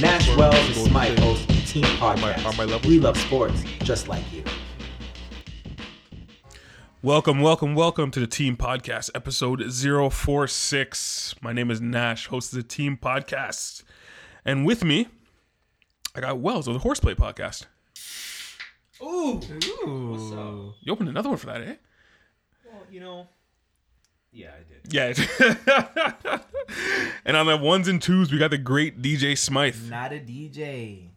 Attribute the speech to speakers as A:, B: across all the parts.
A: Nash Wells is Smite, host of the Team
B: my- are my
A: Podcast.
B: levels
A: We love sports just like you.
B: Welcome, welcome, welcome to the Team Podcast, episode 046. My name is Nash, host of the Team Podcast. And with me, I got Wells of the Horseplay Podcast. Ooh. Ooh. You opened another one for that, eh?
C: You know. Yeah, I did.
B: Yeah. and on the ones and twos, we got the great DJ Smythe.
C: Not a DJ.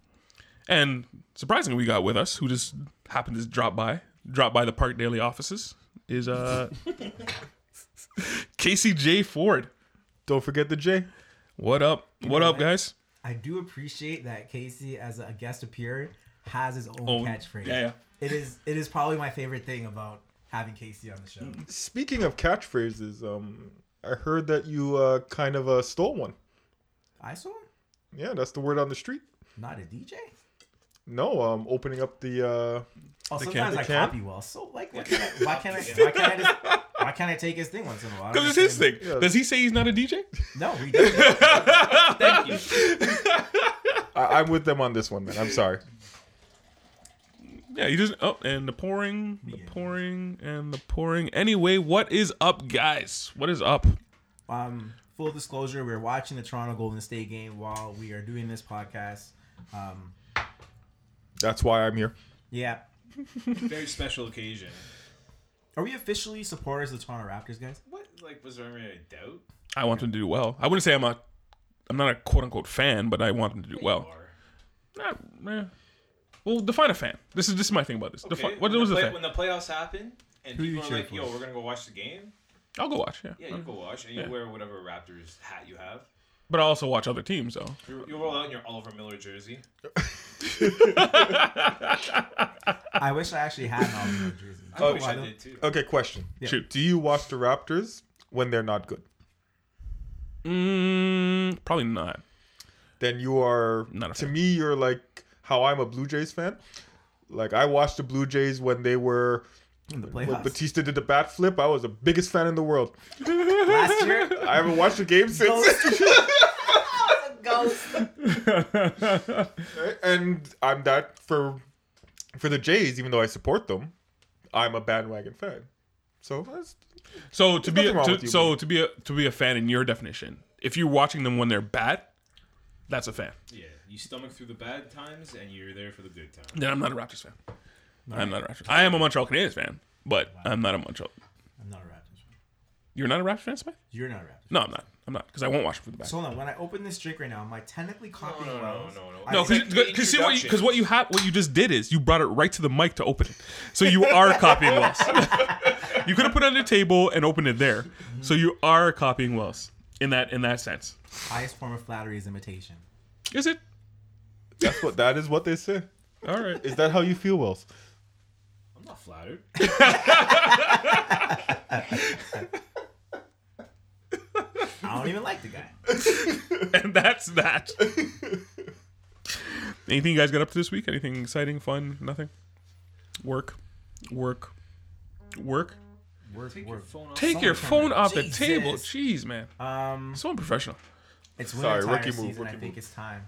B: And surprisingly, we got with us, who just happened to drop by, drop by the Park Daily offices, is uh Casey J. Ford.
D: Don't forget the J.
B: What up? What up, guys?
C: I do appreciate that Casey, as a guest appear, has his own
B: Own-
C: catchphrase.
B: yeah, yeah.
C: It is. It is probably my favorite thing about having Casey on the show.
B: Mm.
D: Speaking of catchphrases, um, I heard that you uh, kind of uh, stole one.
C: I saw him.
D: Yeah, that's the word on the street.
C: Not a DJ.
D: No, um, opening up the. Uh,
C: Oh,
B: They
C: sometimes
B: can't-
C: I
D: they can't?
C: copy well. So like, why can't I? Why can't I? Why can't I, just, why can't I take his thing once in a while? I don't
B: Because it's his
C: understand.
B: thing. Does he say he's not a DJ?
C: No, we did.
E: Thank you.
D: I- I'm with them on this one, man. I'm sorry.
B: Yeah, he doesn't. Oh, and the pouring, the pouring, and the pouring. Anyway, what is up, guys? What is up?
C: um, full disclosure: we're watching the Toronto Golden State game while we are doing this podcast. Um,
D: That's why I'm here.
C: yeah.
E: Very special occasion.
C: Are we officially supporters of the Toronto Raptors, guys?
E: What? Like, was there any doubt?
B: I want them to do well. I wouldn't say I'm a, I'm not a quote unquote fan, but I want them to do well.
E: Or-
B: Not, eh. Well, define a fan. This is this is my thing about this.
E: Okay,
B: Defi- what
E: when,
B: was
E: the
B: the
E: play-
B: fan?
E: when the playoffs happen and
D: you
E: people are
D: cheering
E: like,
D: for?
E: "Yo, we're gonna go watch the game."
B: I'll go watch. Yeah.
E: Yeah, you go watch, and you wear whatever Raptors hat you have.
B: But I also watch other teams though.
E: You, you roll out in your Oliver Miller jersey.
C: I wish I actually had an Oliver Miller jersey.
E: I wish I
C: don't-
E: did too.
D: Okay, question.
B: Shoot.
D: Do you watch the Raptors when they're not good?
B: Mm, probably not.
D: Then you are.
B: Not a
D: to
B: fan.
D: me, you're like how I'm a Blue Jays fan. Like I watched the Blue Jays when they were.
C: the
D: When
C: playoffs.
D: Batista did the bat flip, I was the biggest fan in the world.
C: Last year,
D: I haven't watched a game since. and I'm that for for the Jays, even though I support them, I'm a bandwagon fan. So that's
B: So to be a,
D: nothing wrong
B: to,
D: with you,
B: so
D: man.
B: to be a to be a fan in your definition, if you're watching them when they're bad, that's a fan.
E: Yeah, you stomach through the bad times and you're there for the good times.
B: Then I'm not a Raptors fan. I'm not a Raptors. I am a Montreal Canadiens fan, but I'm not a Montreal.
C: I'm not a Raptors fan.
B: You're not a Raptors fan, Smith?
C: You're not a Raptors.
B: No, I'm not. I'm not because I won't watch it for the back.
C: So hold on. When I open this drink right now, am I technically copying
E: no,
C: Wells?
E: no, no, no.
C: I
B: no,
C: mean,
E: it's like the
B: because see what
E: introduction.
B: because what you have what you just did is you brought it right to the mic to open it. So you are copying Wells. you could have put it on the table and opened it there. So you are copying Wells in that in that sense.
C: highest form of flattery is imitation.
B: Is it?
D: that's what that is what they say.
B: All right.
D: Is that how you feel, Wells?
E: I'm not flattered.
C: I don't even like the guy.
B: and that's that. Anything you guys got up to this week? Anything exciting, fun? Nothing. Work, work, work.
C: Work,
E: Take your
C: work.
E: phone off.
B: Take your phone off the
C: Jesus.
B: table. Jeez, man,
C: Um,
B: so unprofessional.
C: it's winter
D: Sorry,
C: tire
D: rookie move,
C: season. I
D: rookie
C: think
D: move.
C: it's time.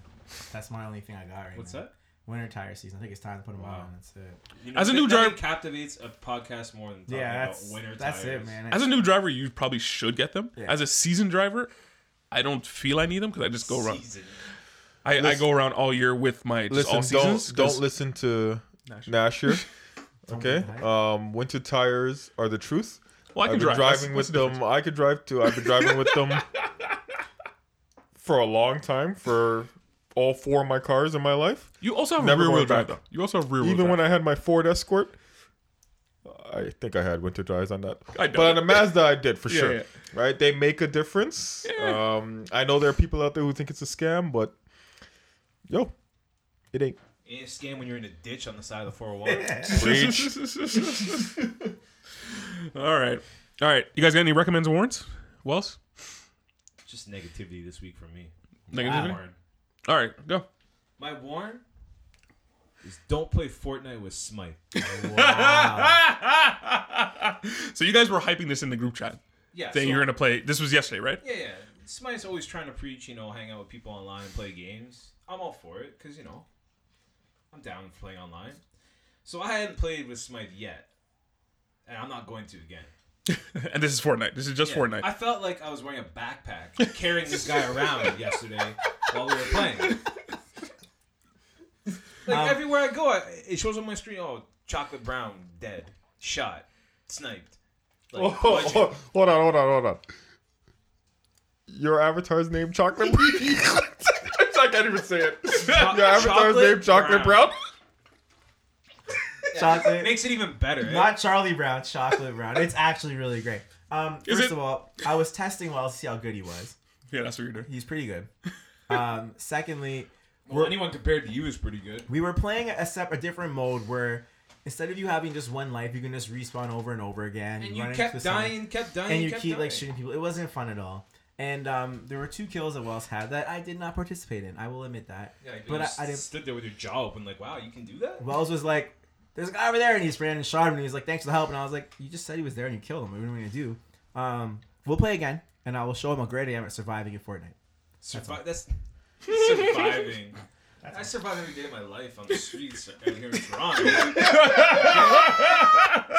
C: That's my only thing I got right
E: What's
C: now.
E: that?
C: winter tire season. I think it's time to put them on. That's it.
E: You know,
B: As a new
E: nothing
B: driver-
E: captivates a podcast more than talking
C: Yeah,
E: about
C: that's
E: winter
C: that's
E: tires.
C: it, man.
B: As a new driver, you probably should get them.
C: Yeah.
B: As a seasoned driver, I don't feel I need them because I just go around.
E: Season.
B: I, I
D: Listen-
B: go around all year with my just all
D: Listen,
B: seasons.
D: don't
B: 'cause-
D: don't listen to Nasher. okay, um, winter tires are the truth.
B: Well, I
D: I've
B: can
D: been
B: drive. That's-
D: driving
B: that's
D: with
B: the
D: them. I could drive too. I've been driving with them for a long time for all four of my cars in my life.
B: You also have
D: Never
B: rear wheel
D: went
B: drive though.
D: back.
B: You also have rear wheel
D: Even
B: drive.
D: when I had my Ford Escort, I think I had winter tires on that.
B: I doubt
D: but on
B: it.
D: a Mazda, I did for
B: Yeah,
D: sure.
B: yeah.
D: Right? They make a difference. Um, I know there are people out there who think it's a scam, but yo, it ain't.
E: And it's scam when you're in a ditch on the side of the 401.
D: Preach.
B: all right, all right. You guys got any recommends warrants? Wells,
E: Just negativity this week for me.
B: negativity.
E: Warren.
B: All right, go.
E: My Warren is don't play Fortnite with Smite.
B: So you guys were hyping this in the group chat.
E: Yeah.
B: Saying
E: so-
B: you're gonna play. This was yesterday, right?
E: Yeah, yeah. Smite's always trying to preach, you know, hang out with people online and play games. I'm all for it because you know, I'm down with playing online. So I hadn't played with Smite yet, and I'm not going to again.
B: And this is Fortnite. This is just
E: Yeah,
B: Fortnite.
E: I felt like I was wearing a backpack carrying this guy around yesterday while we were playing. Like
C: Um,
E: everywhere I go, I, it shows on my screen. Oh, chocolate brown, dead, shot, sniped. Like,
D: Oh,
E: bludgeoned.
D: hold hold on, hold on, hold on. Your avatar's name Chocolate I can't even say it. Your avatar's
E: Chocolate
D: name Chocolate
E: Brown.
D: Brown.
E: It
C: Chocolate,
E: makes it even better. eh?
C: not Charlie Brown, chocolate brown. It's actually really great. Um,
B: Is
C: first
B: it-
C: of all, I was testing Wells to see how good he was.
B: yeah, that's what you're doing.
C: He's pretty good. Um, secondly,
E: well, anyone compared to you is pretty good.
C: we were playing a sep- a different mode where instead of you having just one life, you can just respawn over and over again.
E: And you
C: run into
E: kept
C: someone-
E: dying, kept dying,
C: and you
E: kept
C: keep
E: dying.
C: like shooting people. It wasn't fun at all. And um, there were two kills that Wells had that I did not participate in. I will admit that.
E: Yeah, like,
C: but
E: you
C: I,
E: s-
C: I didn't.
E: stood there with your jaw open, like, wow, you can do that.
C: Wells was like, "There's a guy over there," and he just ran and shot him. And he was like, "Thanks for the help." And I was like, "You just said he was there and you killed him. What are we gonna do?" Um, we'll play again, and I will show him how great I am at surviving in Fortnite.
E: Survi- that's, surviving. I survive every day of my life on the streets out here in Toronto.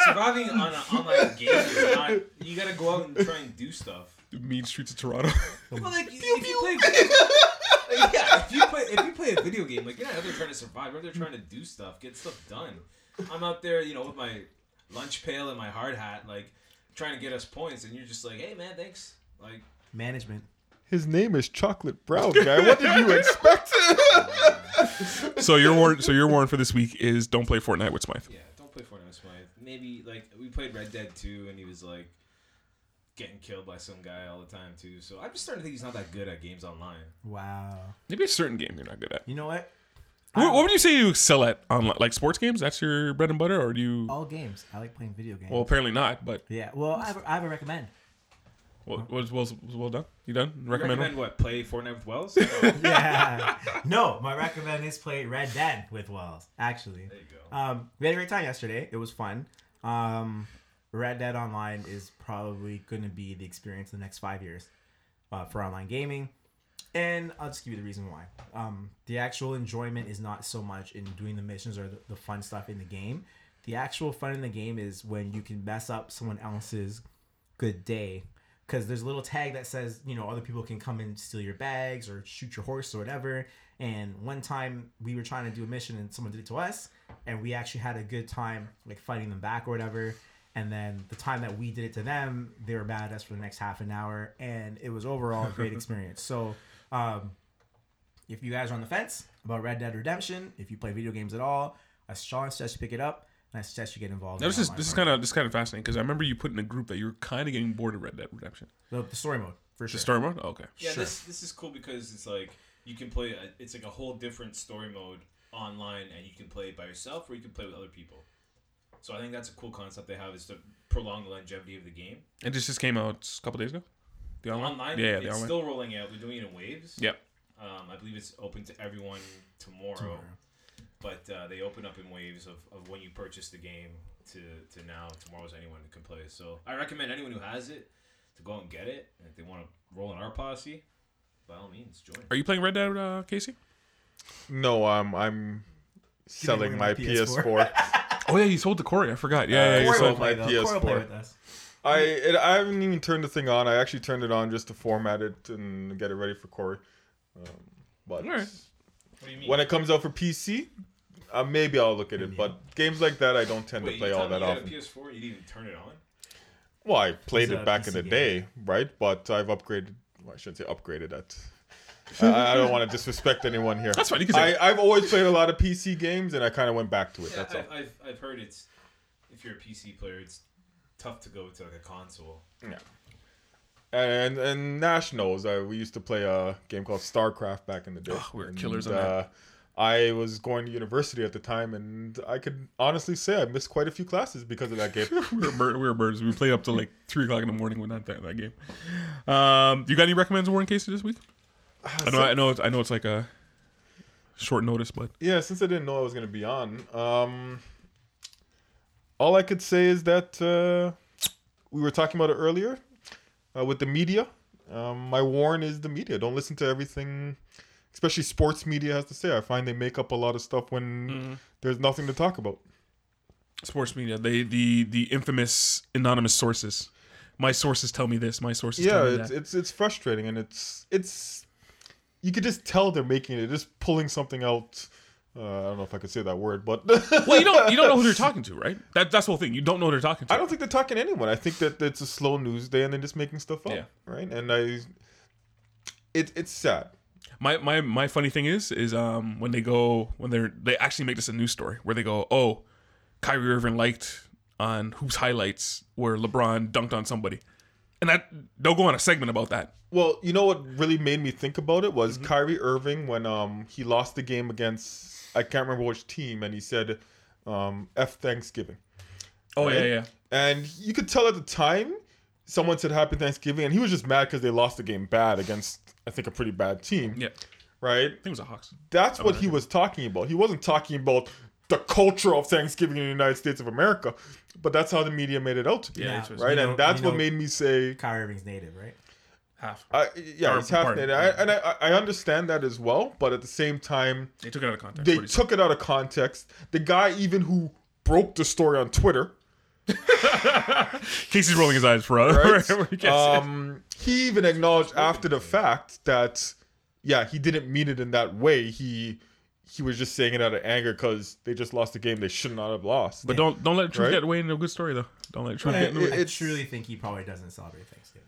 E: surviving on an online game is not. You gotta go out and try and do stuff.
B: The mean streets of Toronto.
E: Well, like if you play, like, yeah, if you play, if you play a video game, like you're not out there trying to survive, you're out there trying to do stuff, get stuff done. I'm out there, you know, with my lunch pail and my hard hat, like trying to get us points, and you're just like, hey man, thanks. Like
C: Management.
D: His name is Chocolate Brown, guy. What did you expect?
B: so your warrant. So your warrant for this week is don't play Fortnite with Smythe.
E: Yeah, don't play Fortnite with Smythe. Maybe like we played Red Dead 2 and he was like getting killed by some guy all the time too. So I'm just starting to think he's not that good at games online.
C: Wow.
B: Maybe a certain game you're not good at.
C: You know what?
B: What, what would you say you excel at online? Like sports games? That's your bread and butter, or do you?
E: Um,
C: All games. I like playing video games.
B: Well, apparently not. But
C: yeah. Well, I have, a- I have a recommend.
B: well, was well, well done. You done?
E: You
B: Recommend,
E: recommend
B: one?
E: what? Play Fortnite with Wells? Oh,
C: Yeah. no, my recommend is play Red Dead with Wells. Actually,
E: there you go.
C: um, we had a great time yesterday. It was fun. Um, Red Dead Online is probably going to be the experience in the next five years uh, for online gaming, and I'll just give you the reason why. Um, the actual enjoyment is not so much in doing the missions or the, the fun stuff in the game. The actual fun in the game is when you can mess up someone else's good day because there's a little tag that says you know other people can come and steal your bags or shoot your horse or whatever and one time we were trying to do a mission and someone did it to us and we actually had a good time like fighting them back or whatever and then the time that we did it to them they were mad at us for the next half an hour and it was overall a great experience so um, if you guys are on the fence about red dead redemption if you play video games at all i strongly suggest you pick it up and i suggest you get involved
B: Now,
C: in
B: this is
C: online
B: this is
C: learning.
B: kind of this kind of fascinating because I remember you put in a group that you were kind of getting bored of Red Dead Redemption.
C: the, the story mode for sure
B: The story mode. Oh, okay.
E: Yeah, this this is cool because it's like you can play a, it's like a whole different story mode online and you can play it by yourself or you can play with other people. So I think that's a cool concept they have is to prolong the longevity of the game.
B: It just, just came out a couple days ago. The online.
E: Online,
B: Yeah, yeah, the
E: it's
B: online.
E: still rolling out. They're doing it in waves.
B: yeah.
E: Um, I believe it's open to everyone tomorrow, but uh, they open up in waves of, of when you purchase the game to, to now. Tomorrow's anyone who can play. So I recommend anyone who has it to go out and get it. And if they want to roll in our posse, by all means, join.
B: Are you playing Red Dead, uh, Casey?
D: no, um, I'm selling
C: bring
D: my
C: my
D: PS4.
C: PS4.
B: Oh yeah, you sold the Corey. I forgot. Yeah, yeah.
D: Uh,
B: you
D: Corey
B: sold-
D: will my
C: Play, though. Corey will play
D: PS4.
C: with us.
D: I it, I haven't even turned the thing on. I actually turned it on just to format it and get it ready for Corey. Um, but
B: right.
E: What do you mean?
D: when it comes out for PC, uh, maybe I'll look at it. But games like that, I don't tend
E: Wait,
D: to
E: you
D: play
E: tell
D: all
E: me
D: that
E: you had a
D: often.
E: PS4, you didn't even turn it on.
D: Well, I played
C: He's
D: it
C: a
D: back in the
C: PC
D: day, right? But I've upgraded. Well, I shouldn't say upgraded. That I, I don't want to disrespect anyone here.
B: That's fine, you can say
D: I,
B: it.
D: I've always played a lot of PC games, and I kind of went back to it. That's all.
E: I've, I've, I've heard it's if you're a PC player, it's tough to go to like a console.
D: Yeah. And and Nash knows uh, we used to play a game called StarCraft back in the day.
B: Ugh, Ah, we were killers
D: and,
B: on that.
D: Uh, I was going to university at the time, and I could honestly say I missed quite a few classes because of that game.
B: we were bird, we were birds. We played up to like three o'clock in the morning with that that, that game. Um, you got any recommends Warren Casey this week? I know, I know, it's, I know it's like a short notice, but
D: yeah, since I didn't know I was going to be on, um, all I could say is that uh, we were talking about it earlier uh, with the media. Um, my warn is the media. Don't listen to everything, especially sports media has to say. I find they make up a lot of stuff when there's nothing to talk about.
B: sports media, they the the infamous anonymous sources. My sources tell me this. My sources
D: yeah,
B: tell me
D: it's,
B: that.
D: it's it's frustrating, and it's it's you could just tell they're making it, just pulling something out. Uh, I don't know if I could say that word, but
B: well, you don't you don't know who they're talking to, right? That that's the whole thing. You don't know who they're talking to.
D: I don't think they're talking to anyone. I think that it's a slow news day, and they're just making stuff up,
B: Yeah.
D: right? And I, it it's sad.
B: My my my funny thing is is um when they go when they're they actually make this a news story where they go oh Kyrie Irving liked on Hoops highlights where LeBron dunked on somebody, and that they'll go on a segment about that.
D: Well, you know what really made me think about it was
B: Mm-hmm.
D: Kyrie Irving when um he lost the game against I can't remember which team, and he said, um, "F Thanksgiving."
B: Oh yeah
D: right?
B: yeah.
D: And you could tell at the time, someone said Happy Thanksgiving, and he was just mad because they lost the game bad against, I think, a pretty bad team.
B: Yeah, I think
D: Right?
B: it was a Hawks.
D: That's what he was talking about. He wasn't talking about the culture of Thanksgiving in the United States of America, but that's how the media made it out to be.
B: Yeah,
C: Yeah.
B: that's what
D: Right?
C: You know-
D: and that's
C: you
D: what
C: know-
D: made me say,
C: Kyrie Irving's native, right?
B: half.
D: I, yeah,
B: Or
D: it's half
B: pardon.
D: native. I, and I, I understand that as well, but at the same time,
B: They took it out of context.
D: they
B: what he said.
D: took it out of context. The guy, even who broke the story on Twitter,
B: Casey's rolling his eyes for
D: right?
B: us.
D: um, he even acknowledged after the fact that, yeah, he didn't mean it in that way. He he was just saying it out of anger because they just lost a game they should not have lost.
B: but don't don't let the truth
D: Right?
B: get away in a good story though. Don't let the truth
C: I,
B: get in the way.
C: I
D: it's-
C: truly think he probably doesn't celebrate Thanksgiving.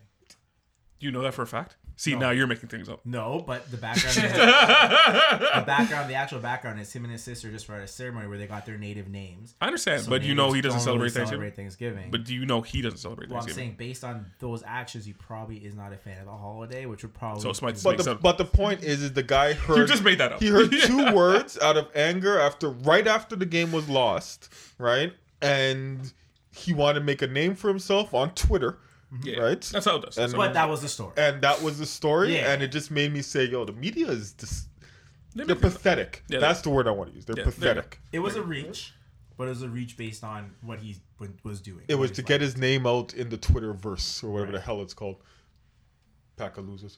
B: You know that for a fact. See now you're making things up.
C: No, but the background, the background, the actual background is him and his sister just were at a ceremony where they got their native names.
B: I understand,
C: So
B: but you
C: natives
B: know he doesn't
C: don't
B: celebrate
C: really
B: Thanksgiving.
C: celebrate Thanksgiving.
B: But do you know he doesn't celebrate
C: well, I'm
B: Thanksgiving?
C: saying based on those actions, he probably is not a fan of the holiday, which would probably.
B: so it's my
D: But the, but the point is, is the guy heard.
B: just made that up.
D: He heard
B: Yeah.
D: two words out of anger after, right after the game was lost, right? And he wanted to make a name for himself on Twitter,
B: Yeah,
D: right?
B: That's how it does.
D: And-
B: So
C: but that was the story.
D: and that was the story.
C: Yeah.
D: And it just made me say, yo, the media is just
B: they
D: they're
B: make things up.
D: pathetic.
B: Yeah,
D: That's the word I want to use. They're
B: Yeah, there you go.
D: pathetic.
C: It was a reach, but it was a reach based on what he w- was doing.
D: It was to get his name out in the Twitter verse or whatever the hell it's called. Pack of losers.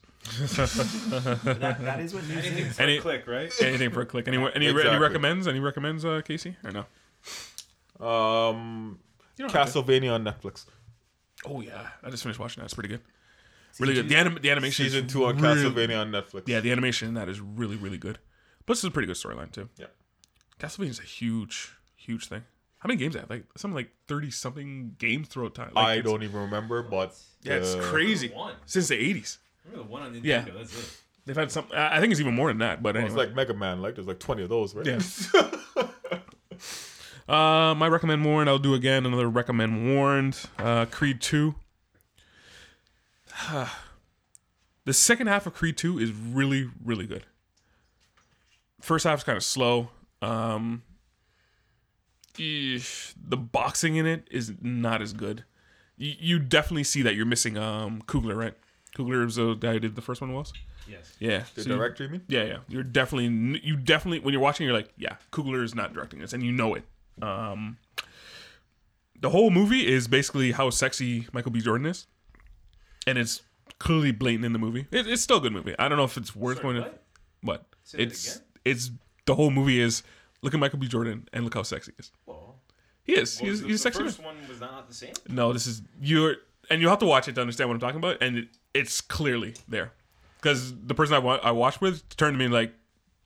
C: That, that is what news
E: Anything
C: is.
E: for
B: Any-
E: a click, right?
B: Anything for a click. Any any,
D: Exactly.
B: any recommends? Any recommends? Uh, Casey or no?
D: Um,
B: You don't have to.
D: Castlevania on Netflix.
B: Oh yeah, I just finished watching that. It's pretty good. Really good. The, anim- the animation is
D: Season two on
B: really-
D: Castlevania on Netflix.
B: Yeah, the animation in that is really really good. Plus, it's a pretty good storyline too.
D: Yeah.
B: Castlevania's a huge huge thing. How many games they have? Like something like thirty something games throughout time. Like,
D: I
B: it's-
D: don't even remember, but
B: Yeah, it's
D: uh,
B: crazy.
E: One.
B: Since the eighties,
E: Remember the one on Nintendo?
B: Yeah.
E: That's it.
B: they've had some. I I think it's even more than that. But
D: It's
B: anyway.
D: like Mega Man. Like there's like twenty of those, right?
B: Yeah. uh, my recommend warned. I'll do again another recommend warned. Uh, Creed two. the second half of Creed two is really really good. First half's kind of slow. Um, eesh, the boxing in it is not as good. You, you definitely see that you're missing um Kugler, right? Kugler is the guy who did the first one was.
E: Yes.
B: Yeah.
D: The
B: so you-
D: director, you mean?
B: yeah, yeah. You're definitely you definitely when you're watching, you're like, yeah, Coogler is not directing this, and you know it. Um, the whole movie is basically how sexy Michael B. Jordan is, and it's clearly blatant in the movie. It, it's still a good movie. I don't know if it's worth
E: Sorry,
B: going
E: what?
B: to, but
E: it
B: it's
E: again?
B: it's the whole movie is Look at Michael B. Jordan and look how sexy he is.
E: Well,
B: He is. he's
E: the,
B: he's a
E: the
B: sexy. man.
E: first one was not the same.
B: No, this is you're, and you have to watch it to understand what I'm talking about. And it, it's clearly there because the person I wa- I watched with turned to me like,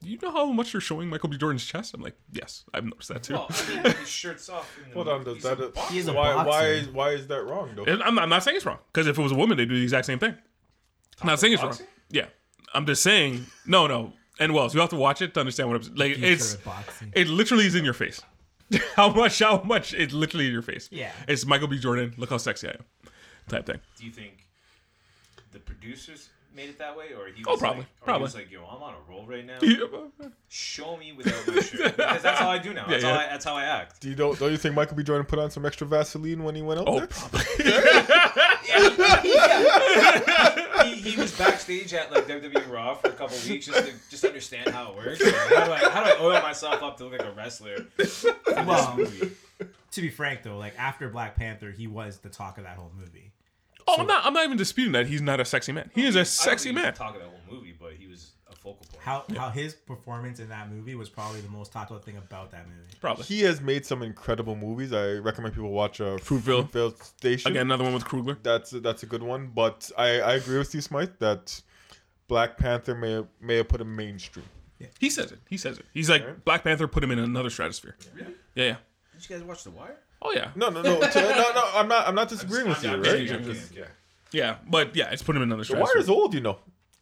B: "Do you know how much you're showing Michael B. Jordan's chest?" I'm like, "Yes, I've noticed that too."
E: Well, I mean, his shirt's off. In the
D: Hold on, does
E: he's
D: that uh,
E: a boxer.
C: He's a
D: why why
C: boxer.
D: is why is that wrong though?
B: And I'm, I'm not saying it's wrong because if it was a woman, they'd do the exact same thing. I'm not saying it's wrong.
E: boxing?
B: Yeah, I'm just saying no, no. And Wells, you have to watch it to understand what I'm like. It's
C: of boxing.
B: it literally is in your face. how much? How much? It's literally in your face.
C: Yeah.
B: it's Michael B. Jordan. Look how sexy I am, type thing.
E: Do you think the producers made it that way, or he was
B: Oh, probably,
E: like, or
B: probably.
E: he was like, yo, I'm on a roll right now. Show me without my shirt because that's all I do now. That's
B: yeah.
E: all. I, that's how I act.
D: Do you don't, don't you think Michael B. Jordan put on some extra Vaseline when he went out
B: Oh,
D: there?
B: probably.
E: He, he was backstage at like WWE Raw for a couple weeks just to just understand how it works. Like, how do I how do I oil myself up to look like a wrestler?
C: Well, to be frank though, like after Black Panther, he was the talk of that whole movie.
B: Oh, I'm not. I'm not even disputing that he's not a sexy man. He is a sexy man.
E: Talk about whole movie, but he was a focal point.
C: How how his performance in that movie was probably the most talked about thing about that movie.
B: Probably.
D: He has made some incredible movies. I recommend people watch uh,
B: Fruitville.
D: Fruitvale Station.
B: Again, another one with Krugler.
D: that's a, that's a good one. But I, I agree with you, Smythe, that Black Panther may may have put him mainstream.
B: He says it. He says it. He's like Black Panther put him in another stratosphere.
E: Really?
B: Yeah, yeah.
E: Did you guys watch The Wire?
B: Oh yeah.
D: No, no, no, to- no, no. I'm not. I'm not disagreeing with you,
E: I'm
D: right?
E: kidding, I'm kidding.
D: yeah.
B: Yeah, but yeah, it's put him in another
D: The Wire's
B: stratosphere.
D: old, you know.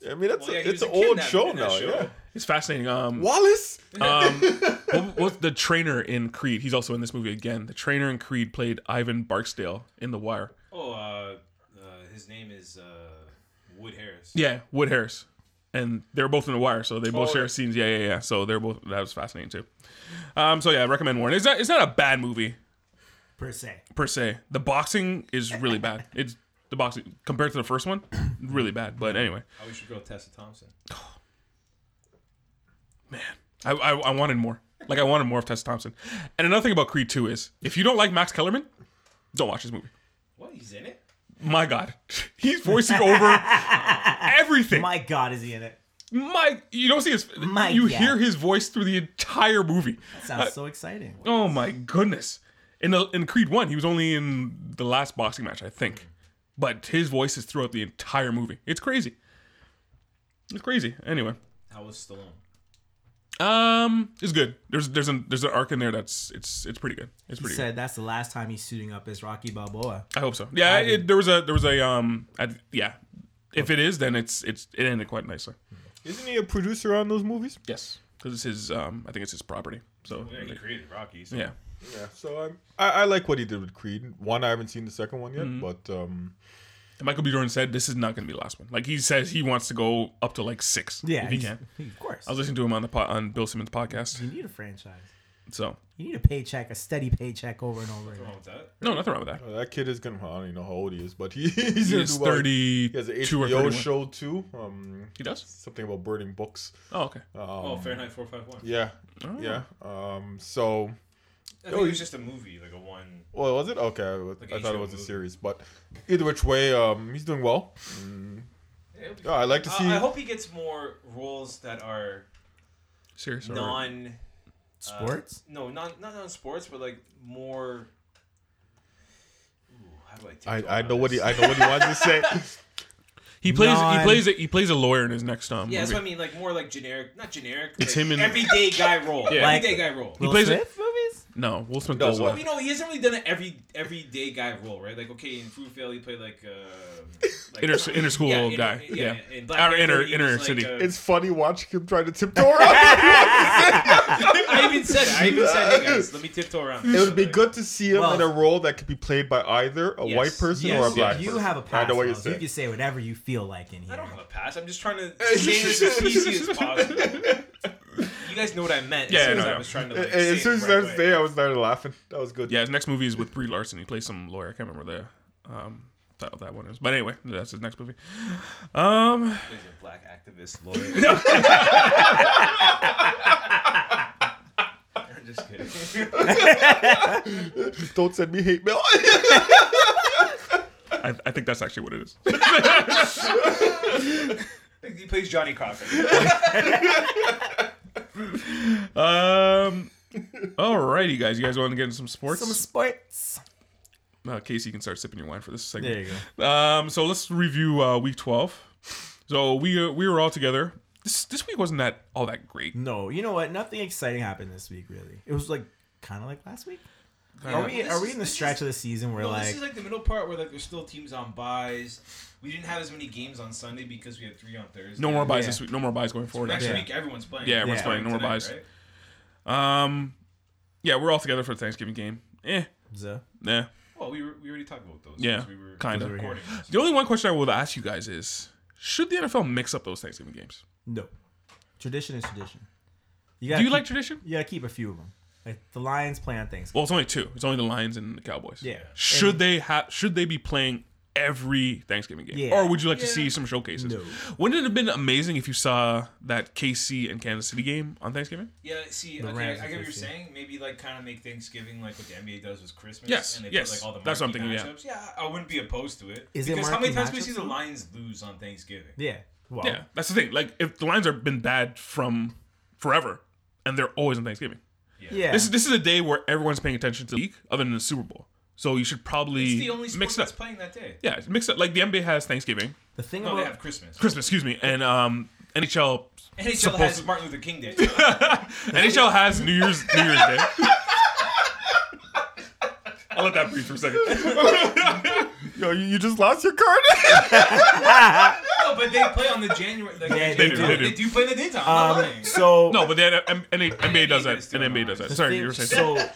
D: I mean, that's
E: Well, yeah,
D: a,
E: he
D: it's an
E: was a kid in
D: old
E: that-
D: show
E: in that
D: now.
E: show.
D: Yeah.
B: It's fascinating. Um,
D: Wallace.
B: um, what, what's the trainer in Creed? He's also in this movie again. The trainer in Creed played Ivan Barksdale in The Wire.
E: Oh, uh, uh, his name is uh, Wood Harris.
B: Yeah, Wood Harris, and they're both in The Wire, so they both
D: Oh,
B: share
D: yeah.
B: scenes. Yeah, yeah, yeah. So they're both. That was fascinating too. Um, so yeah, I recommend Warren. It's not. It's not a bad movie.
C: Per se.
B: per se. The boxing is really bad. It's the boxing compared to the first one, really bad. But anyway,
E: How we should go Tessa Thompson.
B: I, I, I wanted more. Like I wanted more of Tessa Thompson. And another thing about Creed 2 is if you don't like Max Kellerman, don't watch this movie.
E: What? He's in it?
B: My God, he's voicing over everything. My,
C: My God, is he in it?
B: you don't see his.
C: My
B: you
C: God.
B: hear his voice through the entire movie.
C: Sounds so exciting.
B: Uh, Oh my goodness! In the, in Creed One, he was only in the last boxing match, I think, but his voice is throughout the entire movie. It's crazy. It's crazy. Anyway,
E: How was Stallone?
B: um, it's good. There's there's an there's an arc in there that's it's it's pretty good. It's
C: He
B: pretty. good.
C: said that's the last time he's suiting up as Rocky Balboa.
B: I hope so. Yeah, it, there was a there was a um, I, yeah. If it is, then it's it's it ended quite nicely.
D: Isn't he a producer on those movies?
B: Yes, because it's his um, I think it's his property. So
E: Yeah, he created Rocky. So.
B: yeah,
D: Yeah. So I'm, I I like what he did with Creed. One, I haven't seen the second one yet,
B: Mm-hmm.
D: but um,
B: and Michael B. Jordan said this is not going to be the last one. Like he says, he wants to go up to like six.
C: Yeah,
B: if he
C: he's-
B: can.
C: of course.
B: I was listening to him on the po- on Bill Simmons podcast.
D: Mm-hmm.
C: you need a franchise.
B: So
C: You need a paycheck, a steady paycheck over and over
E: What's
B: Uh,
C: again.
E: wrong with that?
B: no, nothing wrong with that.
D: uh, that kid is gonna. I don't even know how old he is, but he, he's
B: He
D: gonna
B: is
D: do well.
B: thirty
D: He has an
B: two or
D: HBO
B: thirty one.
D: show too. Um,
B: He does.
D: something about burning books.
B: Oh okay.
D: Um,
E: Oh, Fahrenheit 451.
D: Yeah.
B: Oh.
D: Yeah. Um. So,
E: I think it was just a movie, like a one.
D: well, was it okay? I, was-
E: Like
D: I thought
E: HBO
D: it was a
E: movie.
D: series, but either which way, um, he's doing well.
E: Yeah, it'll be
D: Yeah, I like to
E: fine.
D: see.
E: I, I hope he gets more roles that are
B: Serious. or-
E: non.
C: Sports?
E: No, not not on sports, but like more. Ooh, how do I? take
D: I,
E: all
D: I
E: of
D: know what
E: this?
D: he I know what he wants to say.
B: He plays.
C: Non-
B: He plays. A, he plays a lawyer in his next um.
E: Yeah, that's
B: movie.
E: what I mean. Like more like generic, not generic.
B: It's
E: like
B: him in-
E: everyday guy role.
B: Yeah. Like-
E: everyday guy role.
C: Will
B: plays it-
C: Smith movies?
B: No, Will Smith
D: No,
B: does uh,
D: what?
E: Well, you know, he hasn't really done an every everyday guy role, right? Like, okay, in Fruitvale, he played like, uh, like
B: Inter inner school
E: Yeah, inter-
B: guy.
E: yeah,
B: yeah.
E: in Black
B: Our
E: Panther,
B: inner
E: he
B: inner
E: was, like,
B: city.
E: uh,
D: it's funny watching him try to tiptoe around.
E: I even said, I even said, hey guys, let me tiptoe around.
D: it would be good to see him
C: Well-
D: in a role that could be played by either a
E: Yes.
D: white person
E: Yes.
D: or a black
C: you
D: person.
C: have a pass.
D: I know what you're
C: Miles. you
D: saying.
C: can say whatever you feel like in here.
E: I don't have a pass. I'm just trying to say this as easy as possible. You guys know what I meant.
B: Yeah,
E: as soon
B: no,
E: as
B: no.
E: I was trying to.
D: And-
E: Like,
D: and
E: say
D: As soon
E: it
D: as
E: the
D: I
E: right
D: was
E: way.
D: there, I was started laughing. That was good.
B: Yeah, his next movie is with Brie Larson. He plays some lawyer. I can't remember the um title of that one is. But anyway, that's his next movie. Um,
E: There's a black activist lawyer. I'm just kidding.
D: Don't send me hate mail.
B: I, I think that's actually what it is.
E: He plays Johnny Cochran.
B: Um, Alrighty, guys. You guys want to get into some sports?
C: Some sports.
B: uh, Casey, you can start sipping your wine for this segment.
C: There you go.
B: Um, so let's review uh, week twelve. So we uh, we were all together. This this week wasn't that all that great.
C: No, you know what? Nothing exciting happened this week, really. It was like kind of like last week. are we
E: This
C: are we
E: is-
C: in the
E: this
C: stretch
E: is-
C: of the season where
E: Well,
C: like,
E: this is like the middle part where like there's still teams on buys. We didn't have as many games on Sunday because we had three on Thursday.
B: No more buys
C: Yeah.
B: this week. No more buys going forward.
E: Next
B: actually.
C: Yeah.
E: week, everyone's playing.
B: Yeah, everyone's
C: Yeah.
B: playing. No more
E: Tonight,
B: buys.
E: right?
B: Um, yeah, we're all together for the Thanksgiving game. Eh,
C: Zuh.
B: nah.
E: Well, we, were, we already talked about those.
B: Yeah,
E: since we were
B: kinda.
E: recording.
B: The only one question I would ask you guys is: Should the NFL mix up those Thanksgiving games?
C: no. Tradition is tradition.
B: Do
C: gotta
B: you
C: keep,
B: like tradition?
C: You gotta keep a few of them. Like the Lions play on Thanksgiving.
B: Well, it's only two. It's only the Lions and the Cowboys.
C: Yeah.
B: Should
C: And-
B: they have? Should they be playing every Thanksgiving game?
C: Yeah.
B: Or would you like to
E: Yeah.
B: see some showcases?
C: No.
B: Wouldn't it have been amazing if you saw that KC and Kansas City game on Thanksgiving?
E: Yeah, see,
C: The
E: okay,
C: Rams
E: I
C: are
E: get what you're
C: facing.
E: saying. Maybe like kind of make Thanksgiving like what the NBA does with Christmas.
B: Yes,
E: and they
B: yes,
E: Put, like, all the
B: that's what I'm
E: marquee
B: thinking,
E: Matchups. Yeah, I wouldn't be opposed to it.
C: Is it
E: because how many
C: marquee
E: times do we see
C: matchups,
E: the
C: though?
E: Lions lose on Thanksgiving?
C: Yeah. Well,
B: Yeah, that's the thing. Like, if the Lions have been bad from forever, and they're always on Thanksgiving.
C: yeah.
B: This is this is a day where everyone's paying attention to the league, other than the Super Bowl. So you should probably
E: It's the only sport
B: mix it
E: that's
B: up.
E: playing that day.
B: Yeah, mix up. Like the NBA has Thanksgiving,
C: the thing
E: No,
C: about
E: they have Christmas.
B: Christmas, excuse me, and um NHL.
E: NHL
B: supposed-
E: has Martin Luther King Day.
B: NHL has New Year's New Year's Day. I'll let that breathe for a second.
D: Yo, you, you just lost your card.
E: no, but they play on the January. Like,
C: Yeah,
B: they do, they do.
E: They do play in the daytime. I'm not
C: um,
E: lying.
C: so
B: No, but then M- N- NBA does that. And NBA does that.
C: the
B: Sorry,
C: thing-
B: you were saying.
C: so.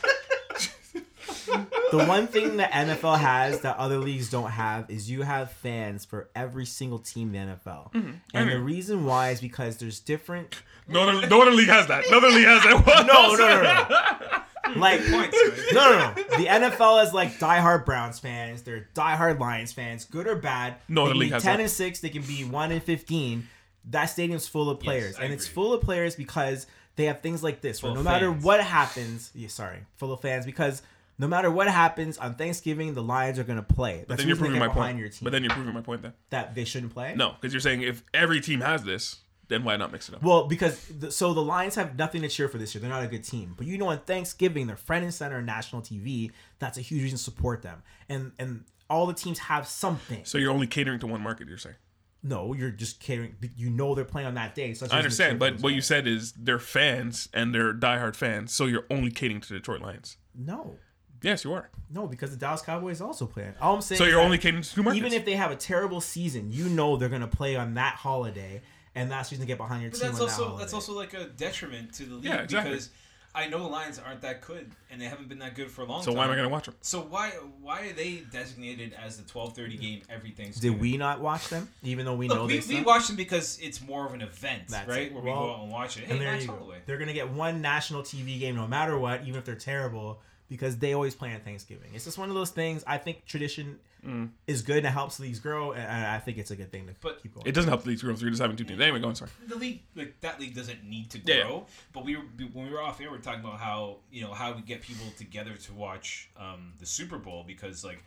C: the one thing the NFL has that other leagues don't have is you have fans for every single team in the NFL,
B: Mm-hmm.
C: and the reason why is because there's different
B: no other, no other league has that. No other league has that.
C: No, no, no, no. Like, no,
E: Points, right?
C: no, no. The NFL is like diehard Browns fans. They're diehard Lions fans, good or bad.
B: No
C: they
B: other
C: can
B: league
C: be
B: has
C: ten
B: that.
C: and six. They can be one and fifteen. That stadium's full of players,
E: I
C: and it's
E: agree.
C: full of players because they have things like this. Where
E: Full
C: no
E: of
C: matter
E: fans.
C: what happens, yeah, sorry, full of fans because. No matter what happens on Thanksgiving, the Lions are going to play. That's
B: Then you're
C: the reason
B: proving
C: they
B: my
C: get behind
B: point.
C: Your team
B: But then you're proving my point then.
C: that they shouldn't play.
B: No, because you're saying if every team has this, then why not mix it up?
C: Well, because the, so the Lions have nothing to cheer for this year. They're not a good team. But you know, on Thanksgiving, they're front and center on national TV. That's a huge reason to support them. And and all the teams have something.
B: So you're only catering to one market. You're saying.
C: No, you're just catering. You know they're playing on that day. So that's a
B: I
C: reason to cheer
B: understand,
C: for
B: but
C: those
B: what you
C: guys.
B: said is they're fans and they're diehard fans, so you're only catering to Detroit Lions.
C: no,
B: Yes, you are.
C: no, because the Dallas Cowboys also play. All I'm saying,
B: So
C: is
B: you're
C: that
B: only catering to two markets.
C: even if they have a terrible season, you know they're gonna play on that holiday, and that's the reason to get behind your
E: But
C: team.
E: that's
C: on that
E: also
C: holiday.
E: that's also like a detriment to the league
B: Yeah, exactly.
E: because I know the Lions aren't that good and they haven't been that good for a long
B: so
E: time.
B: why am I going to watch them?
E: So why why are they designated as the twelve thirty game every Thanksgiving?
C: Did we not watch them, even though we know
E: Look, we,
C: they
E: we
C: suck?
E: watch them because it's more of an event,
C: That's
E: right?
C: it.
E: Where we
C: Well,
E: go out and watch it. Hey,
C: And there
E: Max
C: you go.
E: Holloway.
C: They're gonna get one national TV game no matter what, even if they're terrible, because they always play on Thanksgiving. It's just one of those things. I think tradition
B: Mm.
C: is good and it helps leagues grow, and- and I think it's a good thing to
E: But
C: keep going.
B: It doesn't help the league girls. You're just having two teams. Anyway, go on. Sorry.
E: The league, like that league, doesn't need to grow.
B: Yeah,
E: But we were when we were off air, we are talking about how you know how we get people together to watch um, the Super Bowl because like.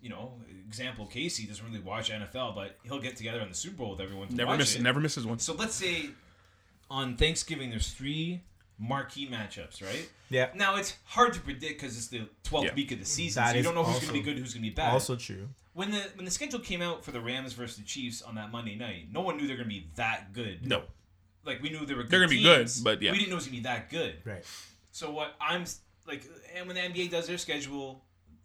E: You know, example Casey doesn't really watch NFL, but he'll get together on the Super Bowl with everyone. To
B: Never
E: watch
B: miss.
E: it.
B: Never misses one.
E: So let's say on Thanksgiving there's three marquee matchups, right?
C: Yeah.
E: Now it's hard to predict because it's the 12th
B: Yeah.
E: week of the season,
C: Mm-hmm. That
E: so you
C: is
E: don't know who's
C: also-
E: going to be good, who's going to be bad.
C: also true.
E: when the when the schedule came out for the Rams versus the Chiefs on that Monday night, no one knew they're going to be that good.
B: No.
E: Like we knew they were. Good
B: They're gonna be good,
E: teams.
B: but yeah.
E: we didn't know it was going to be that good.
C: Right.
E: So what I'm s- like, and when the NBA does their schedule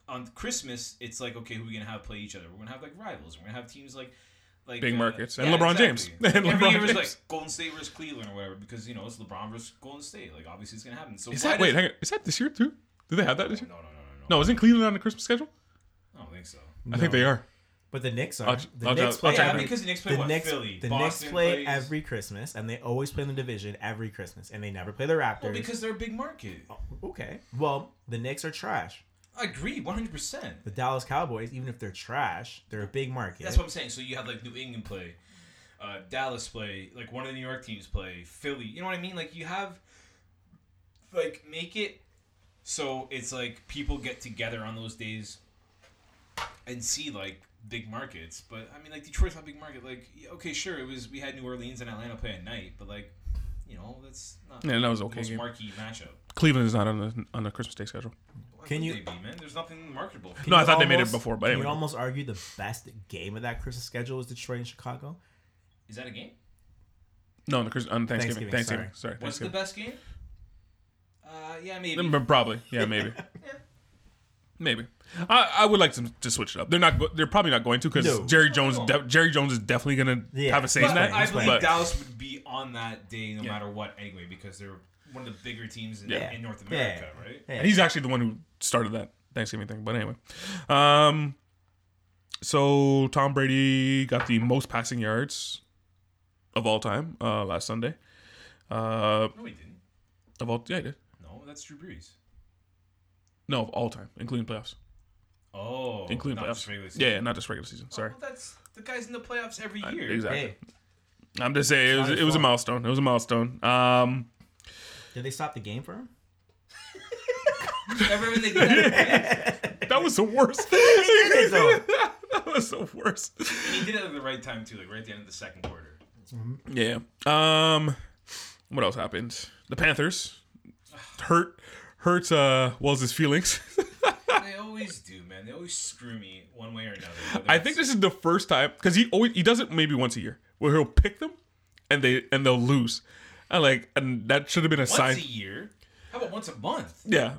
E: on Christmas, it's like, okay, who are we gonna have play each other? We're gonna have like rivals. We're gonna have teams like like
B: Big markets. And LeBron James.
E: Like,
B: And
E: every
B: LeBron
E: year is
B: James.
E: like Golden State versus Cleveland or whatever because you know it's LeBron versus Golden State. Like obviously it's gonna happen. So
B: Is
E: why
B: that wait?
E: does-
B: Hang on. Is that this year too? Do they have that this year?
E: No, no, no, no, no.
B: No, isn't Cleveland on the Christmas schedule?
E: I don't think so.
B: I think they are.
C: But the Knicks
B: I'll
C: are
B: ch-
C: the
B: I'll
C: Knicks
B: ch-
C: play
B: I'll check
E: Yeah,
B: that.
C: every,
E: because the Knicks play
C: the
E: what?
C: Knicks,
E: Philly,
C: the Knicks
E: Boston
C: play
E: plays-
C: every Christmas, and they always play in the division every Christmas, and they never play the Raptors.
E: Well, because they're a big market.
C: Oh. okay, well the Knicks are trash.
E: I agree, one hundred percent.
C: The Dallas Cowboys, even if they're trash, they're a big market.
E: That's what I'm saying. So you have like New England play, uh, Dallas play, like one of the New York teams play, Philly. You know what I mean? Like you have, like make it so it's like people get together on those days and see like big markets. But I mean, like Detroit's not a big market. Like yeah, okay, sure, it was we had New Orleans and Atlanta play at night, but like you know that's not
B: Yeah, that was
E: the
B: okay.
E: most
B: game.
E: marquee matchup.
B: Cleveland is not on the on the Christmas Day schedule.
E: Why
C: Can
E: would
C: you-
E: They be, man? There's nothing marketable.
B: no, I
C: You
B: thought they made it
C: almost-
B: before, but
C: can
B: anyway.
C: You almost argue the best game of that Christmas schedule was Detroit and Chicago.
E: Is that a game?
B: no, on, the Chris, on Thanksgiving.
C: Thanksgiving,
B: Thanksgiving. Sorry,
E: Was it the
B: Thanksgiving.
E: best game? Uh, yeah, maybe.
B: Mm, Probably, yeah, maybe, maybe. I, I would like to, to switch it up. They're not. go- They're probably not going to because
C: No.
B: Jerry Jones. de- Jerry Jones is definitely gonna
C: Yeah.
B: have a say
C: But
B: in
E: But
B: that.
E: I believe
B: but-
E: Dallas would be on that day no
B: Yeah.
E: matter what anyway because they're one of the bigger teams in,
B: Yeah.
E: in North
C: Yeah.
E: America, right?
C: Yeah.
B: And he's actually the one who started that Thanksgiving thing. But anyway, um, so Tom Brady got the most passing yards of all time uh, last Sunday. Uh,
E: No, he didn't.
B: of all, yeah, he did.
E: No, that's Drew Brees.
B: No, of all time, including playoffs,
E: Oh,
B: including
E: not
B: playoffs.
E: just regular
B: Yeah,
E: season. Oh,
B: yeah, not just regular season. Sorry,
E: Well, that's the guy's in the playoffs every
B: I-
E: year.
B: Uh, exactly.
C: Hey,
B: I'm just saying it was
C: Not his
B: it was a
C: fault.
B: milestone. It was a milestone. Um,
C: did they stop the game for him?
E: Remember when they did that?
B: that was the worst.
C: So,
B: that was the worst.
E: he did it at the right time too, like right at the end of the second quarter.
B: Yeah. Um what else happened? The Panthers hurt hurt uh Wells' feelings.
E: They always do, man. They always screw me one way or another. whether
B: I think
E: it's-
B: this is the first time cuz he always he does it maybe once a year where he'll pick them and they and they'll lose. And like and that should have been a
E: once
B: sign.
E: a year. How about once a month?
B: yeah.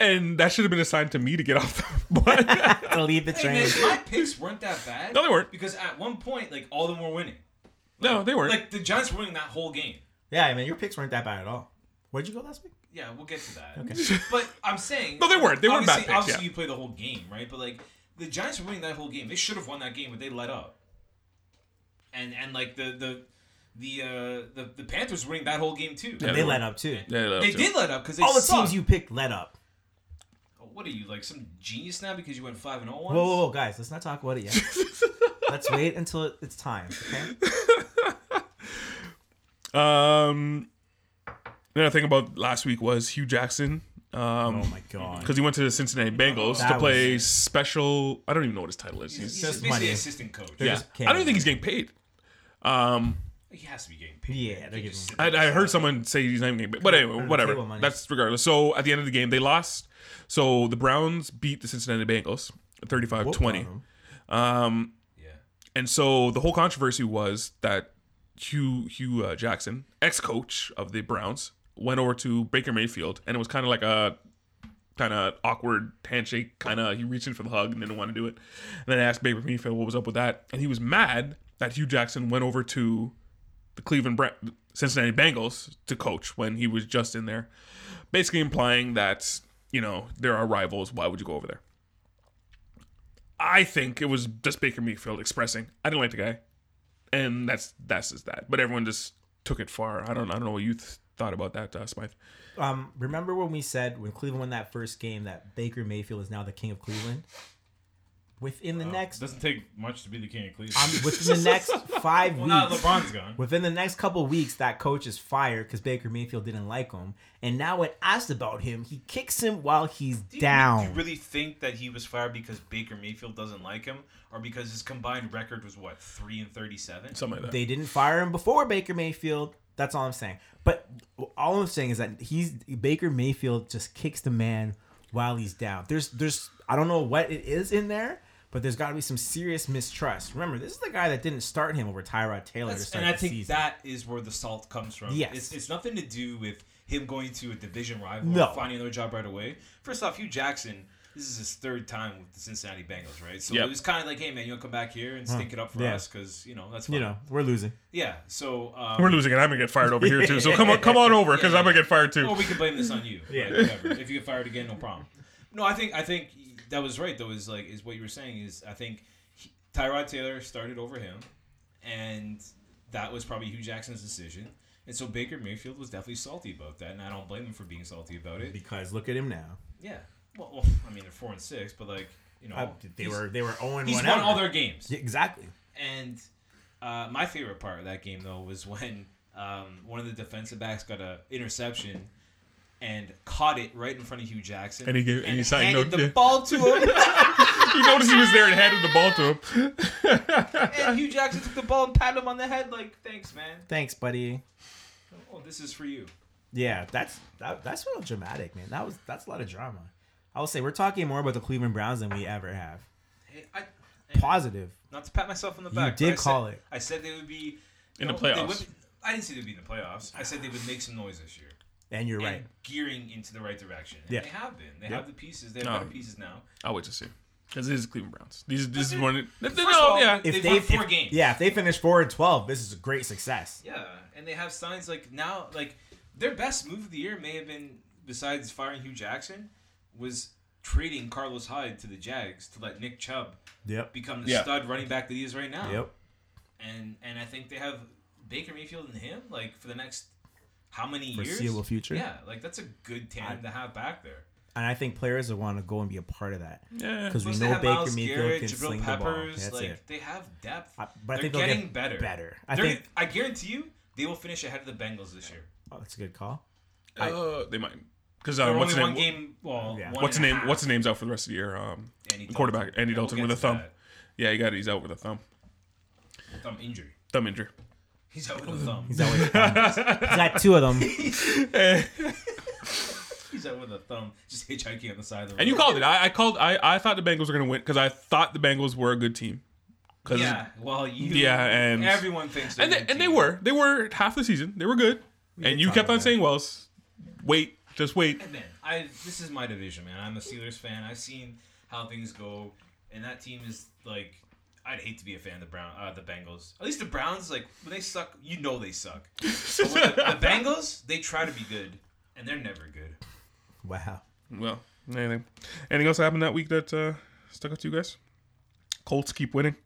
B: And that should have been a sign to me to get off the but
C: gotta leave the
E: Hey,
C: train.
E: man, my picks weren't that bad.
B: No, they weren't.
E: Because at one point, like all of them were winning.
B: No, they weren't.
E: Like the Giants were winning that whole game.
C: Yeah, man, your picks weren't that bad at all. Where'd you go last week?
E: Yeah, we'll get to that. But I'm saying
B: No, they weren't. They weren't bad
E: obviously,
B: picks,
E: Obviously,
B: yeah.
E: you play the whole game, right? But like the Giants were winning that whole game. They should have won that game, but they let up. And and like the the the uh, the, the Panthers were winning that whole game too.
B: Yeah,
C: They
B: they
C: let up too.
B: Yeah, that
E: They
B: was-
E: did let up because they
C: All the
E: suck. Oh,
C: teams you picked let up.
E: What are you like some genius now because you went five and zero once?
C: Whoa, whoa, whoa, guys, let's not talk about it yet. let's wait until it- it's time. Okay?
B: Um, another thing about last week was Hugh Jackson. Um,
C: Oh my god.
B: because he went to the Cincinnati
E: Oh,
B: Bengals
C: That
B: to play special. I don't even know what his title is.
E: He's,
B: He's,
E: he's
C: just
E: basically
C: money.
E: assistant coach.
C: They're
B: yeah,
C: just
B: I
C: kidding.
B: don't even think he's getting paid. Um,
E: He has to be getting paid.
C: Yeah,
E: man.
C: they're
E: He
C: giving
E: just
C: him-
E: sit
B: I,
E: there
B: I
E: and
B: heard
E: suck.
B: someone say he's not even getting paid, but
C: Under
B: anyway,
C: the
B: whatever.
C: table money.
B: That's regardless. So at the end of the game, they lost. So the Browns beat the Cincinnati Bengals 35-20.
C: Whoop on 'em.
E: Yeah.
B: And so the whole controversy was that Hugh Hugh uh, Jackson, ex-coach of the Browns, went over to Baker Mayfield, and it was kind of like a kind of awkward handshake. Kind of he reached in for the hug and didn't want to do it. And then I asked Baker Mayfield what was up with that, and he was mad that Hugh Jackson went over to the Cleveland Bra- Cincinnati Bengals to coach when he was just in there, basically implying that you know there are rivals. Why would you go over there? I think it was just Baker Mayfield expressing I didn't like the guy, and that's that's just that. But everyone just took it far. I don't I don't know what you th- thought about that, uh, Smythe.
C: Um, remember when we said when Cleveland won that first game that Baker Mayfield is now the king of Cleveland? Within the next,
E: doesn't take much to be the king of Cleveland.
C: um, within the next five
E: well, now
C: weeks,
E: LeBron's gone.
C: within the next couple weeks, that coach is fired because Baker Mayfield didn't like him. And now when asked about him, he kicks him while he's
E: Do you-
C: down.
E: Do you really think that he was fired because Baker Mayfield doesn't like him, or because his combined record was what three and thirty-seven?
B: Something like that.
C: They didn't fire him before Baker Mayfield. That's all I'm saying. But all I'm saying is that he's Baker Mayfield just kicks the man while he's down. There's there's I don't know what it is in there, but there's got to be some serious mistrust. Remember, this is the guy that didn't start him over Tyrod Taylor to
E: That's-
C: start
E: and I
C: the
E: think
C: season.
E: that is where the salt comes from.
C: Yes.
E: It's, it's nothing to do with him going to a division rival
C: No.
E: or finding another job right away. First off, Hugh Jackson, this is his third time with the Cincinnati Bengals, right? So
B: Yep.
E: it was kind of like, hey, man, you want to come back here and stink it up for
C: Yeah.
E: us? Because, you know, that's fine.
C: you know we're losing.
E: Yeah. So, um,
B: We're losing, and I'm gonna get fired over here too. So come on, come on over, because I'm gonna get fired too.
E: Or Oh, we can blame this on you. yeah. whatever. If you get fired again, no problem. No, I think I think that was right though. Is like is what you were saying is I think he, Tyrod Taylor started over him, and that was probably Hugh Jackson's decision. And so Baker Mayfield was definitely salty about that, and I don't blame him for being salty about it.
C: Because look at him now.
E: Yeah. Well, well, I mean they're four and six, but like you know
C: Uh, they
E: he's-
C: were they were 0 and
E: he's
C: 1
E: won
C: out.
E: all their games.
C: Yeah, exactly.
E: And uh, my favorite part of that game though was when um, one of the defensive backs got a interception and caught it right in front of Hugh Jackson.
B: And he gave- and he signed
E: handed
B: no-
E: the
B: yeah.
E: ball to him,
B: you noticed he was there and handed the ball to him.
E: and Hugh Jackson took the ball and patted him on the head like, "Thanks, man.
C: Thanks, buddy.
E: Oh, this is for you."
C: Yeah, that's that, that's real dramatic, man. That was that's a lot of drama. I will say we're talking more about the Cleveland Browns than we ever have.
E: Hey, I, hey,
C: Positive.
E: not to pat myself on the back. but
C: did
E: I said-
C: call it.
E: I said they would be
B: In
E: you
B: the
E: know, Oh, they
B: playoffs.
E: would be- I didn't say they'd be in the playoffs. I said they would make some noise this year.
C: And you're
E: and
C: right.
E: gearing into the right direction. And
C: Yeah.
E: they have been. They
C: Yeah.
E: have the pieces. They have
B: No.
E: better pieces now.
B: I'll wait to see. Because it is Cleveland Browns. These, this is
E: dude,
B: one. No,
E: of all,
B: yeah.
E: it-
C: If
E: They've
C: they
E: won four
C: if-
E: games.
C: Yeah, if they finish four and twelve, this is a great success.
E: Yeah, and they have signs like now, like their best move of the year may have been besides firing Hugh Jackson was trading Carlos Hyde to the Jags to let Nick Chubb
C: Yep.
E: become the
B: Yeah.
E: stud running back that he is right now.
C: Yep.
E: And and I think they have Baker Mayfield and him like for the next how many
C: Foreseeable
E: years?
C: future.
E: Yeah, like that's a good tandem to have back there.
C: And I think players will want to go and be a part of that
B: yeah.
C: because we
E: Plus,
C: know
E: they have
C: Baker
E: Miles
C: Mayfield
E: Garrett,
C: can
E: Jabril
C: sling the ball.
E: Peppers.
C: That's
E: like
C: it.
E: they have depth.
C: I- but I
E: They're
C: think they'll
E: getting
C: get
E: better.
C: better. I
E: They're-
C: think-
E: I guarantee you they will finish ahead of the Bengals this year.
C: Oh, that's a good call.
B: Uh, they might. Because uh,
E: They're
B: what's
E: only
B: his
E: one
B: name?
E: game. Well,
C: Yeah.
E: one
B: What's his
E: and a
B: name?
E: half.
B: What's his name's out for the rest of the year? Um,
E: Andy
B: the
E: Dalton.
B: quarterback Andy
E: We'll
B: Dalton
E: get
B: with a
E: to
B: thumb.
E: that.
B: Yeah, he got it. He's out with a thumb.
E: thumb injury?
B: Thumb injury.
E: He's out with a thumb.
C: He's always- he's got two of them.
E: He's out with a thumb, just hitchhiking on the side of the road.
B: And you called it. I, I called. I, I thought the Bengals were gonna win because I thought the Bengals were a good team. 'Cause-
E: Yeah. Well, you.
B: Yeah, and-
E: everyone thinks. they're
B: and they,
E: your
B: and they
E: team.
B: were they were half the season. They were good. and you kept
C: about
B: on
C: that.
B: saying, "Wells, wait, just wait."
E: Man, I this is my division, man. I'm a Steelers fan. I've seen how things go, and that team is like. I'd hate to be a fan of the Brown, uh, the Bengals. At least the Browns, like when they suck, you know they suck. But when the, the Bengals, they try to be good, and they're never good.
C: Wow.
B: Well, anything, anything else happened that week that uh, stuck out to you guys? Colts keep winning.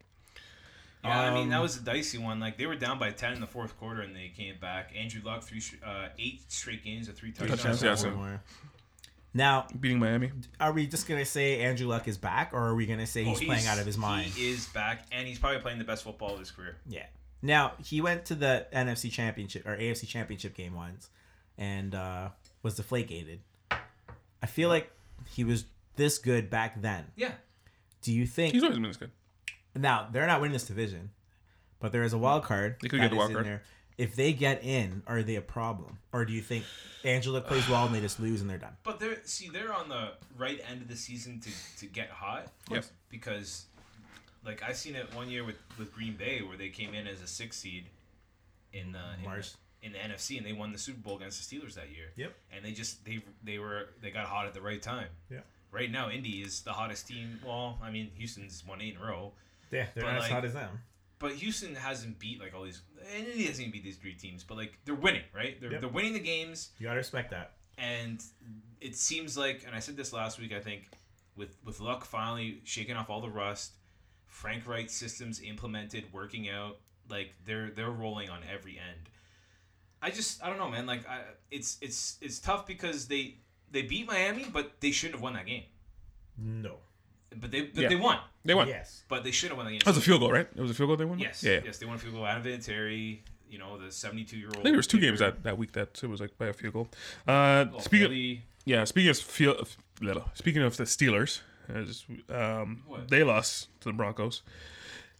E: Yeah, I
C: Um,
E: mean that was a dicey one. Like they were down by ten in the fourth quarter, and they came back. Andrew Luck three, sh- uh, eight straight games of three touchdowns.
B: touchdowns, yeah. so-
C: Baltimore. Now,
B: Beating Miami.
C: are we just gonna say Andrew Luck is back, or are we gonna say
E: Oh,
C: he's, playing out of his mind?
E: He is back, and he's probably playing the best football of his career.
C: Yeah. Now he went to the NFC Championship or AFC Championship game once, and uh, was deflated. I feel like he was this good back then.
E: Yeah,
C: Do you think
B: He's always been this good.
C: now they're not winning this division, but there is a wild card.
B: They could
C: that
B: get the
C: is
B: wild
C: in
B: card.
C: there. If they get in, are they a problem, or do you think Angela plays well and they just lose and they're done?
E: but they're see they're on the right end of the season to to get hot.
B: Yes.
E: because like I seen it one year with with Green Bay where they came in as a six seed in uh, in,
C: March.
E: in the NFC and they won the Super Bowl against the Steelers that year.
C: Yep.
E: And they just they they were they got hot at the right time.
C: Yeah.
E: Right now, Indy is the hottest team. Well, I mean, Houston's won eight in a row,
C: Yeah, they're
E: But, not as like, hot
C: as them.
E: but Houston hasn't beat like all these. And Indy hasn't even beat these three teams, but like they're winning, right? They're
C: Yep.
E: they're winning the games
C: You gotta respect that.
E: and it seems like and i said this last week i think with with luck finally shaking off all the rust frank wright systems implemented working out like they're they're rolling on every end i just i don't know man like I, it's it's it's tough because they they beat miami but they shouldn't have won that game
C: No.
E: but they but
B: Yeah.
E: they won
B: They won.
C: Yes.
E: but they should have won the game
B: That was a field goal, right? It was a field goal they won.
E: yes
B: Yeah. yeah.
E: yes they won a field goal out of Vinatieri, you know the 72 year old
B: I think there was two games that, that week that it was like by a field goal. Uh, speaking, yeah, speaking of field, speaking of the Steelers, as, um,
E: What?
B: they lost to the Broncos.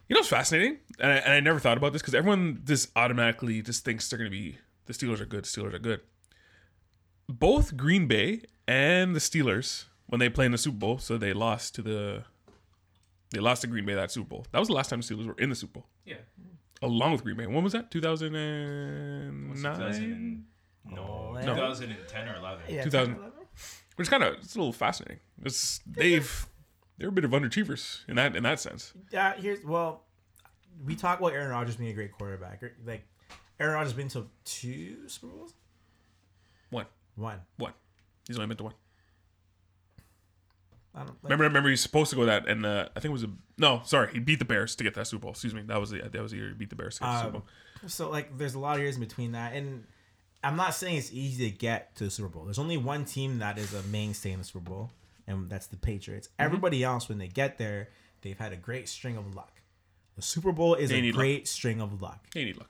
B: You know what's fascinating, and I, and I never thought about this because everyone just automatically just thinks they're going to be the Steelers are good. Steelers are good. Both Green Bay and the Steelers when they play in the Super Bowl, so they lost to the. They lost to Green Bay that Super Bowl. That was the last time the Steelers were in the Super Bowl,
E: yeah
B: along with Green Bay. When was that? Two thousand and nine.
E: 2000 no,
C: No.
E: 2010 or 11
C: Yeah,
B: 2000. which kind of it's a little fascinating. It's they've they're a bit of underachievers in that in that sense.
C: Yeah, here's well, we talk about Aaron Rodgers being a great quarterback. or- Like Aaron Rodgers been to two Super Bowls,
B: One,
C: one.
B: one. He's only been to one.
C: I don't like,
B: Remember, remember he's supposed to go that, and uh, I think it was a no. Sorry, he beat the Bears to get that Super Bowl. Excuse me, that was the that was the year he beat the Bears to get the Super
C: Um,
B: Bowl.
C: So like, there's a lot of years in between that, and I'm not saying it's easy to get to the Super Bowl. There's only one team that is a mainstay in the Super Bowl, and that's the Patriots.
B: Mm-hmm.
C: Everybody else, when they get there, they've had a great string of luck. The Super Bowl is
B: They
C: a
B: need luck.
C: great string of luck,
B: They need luck.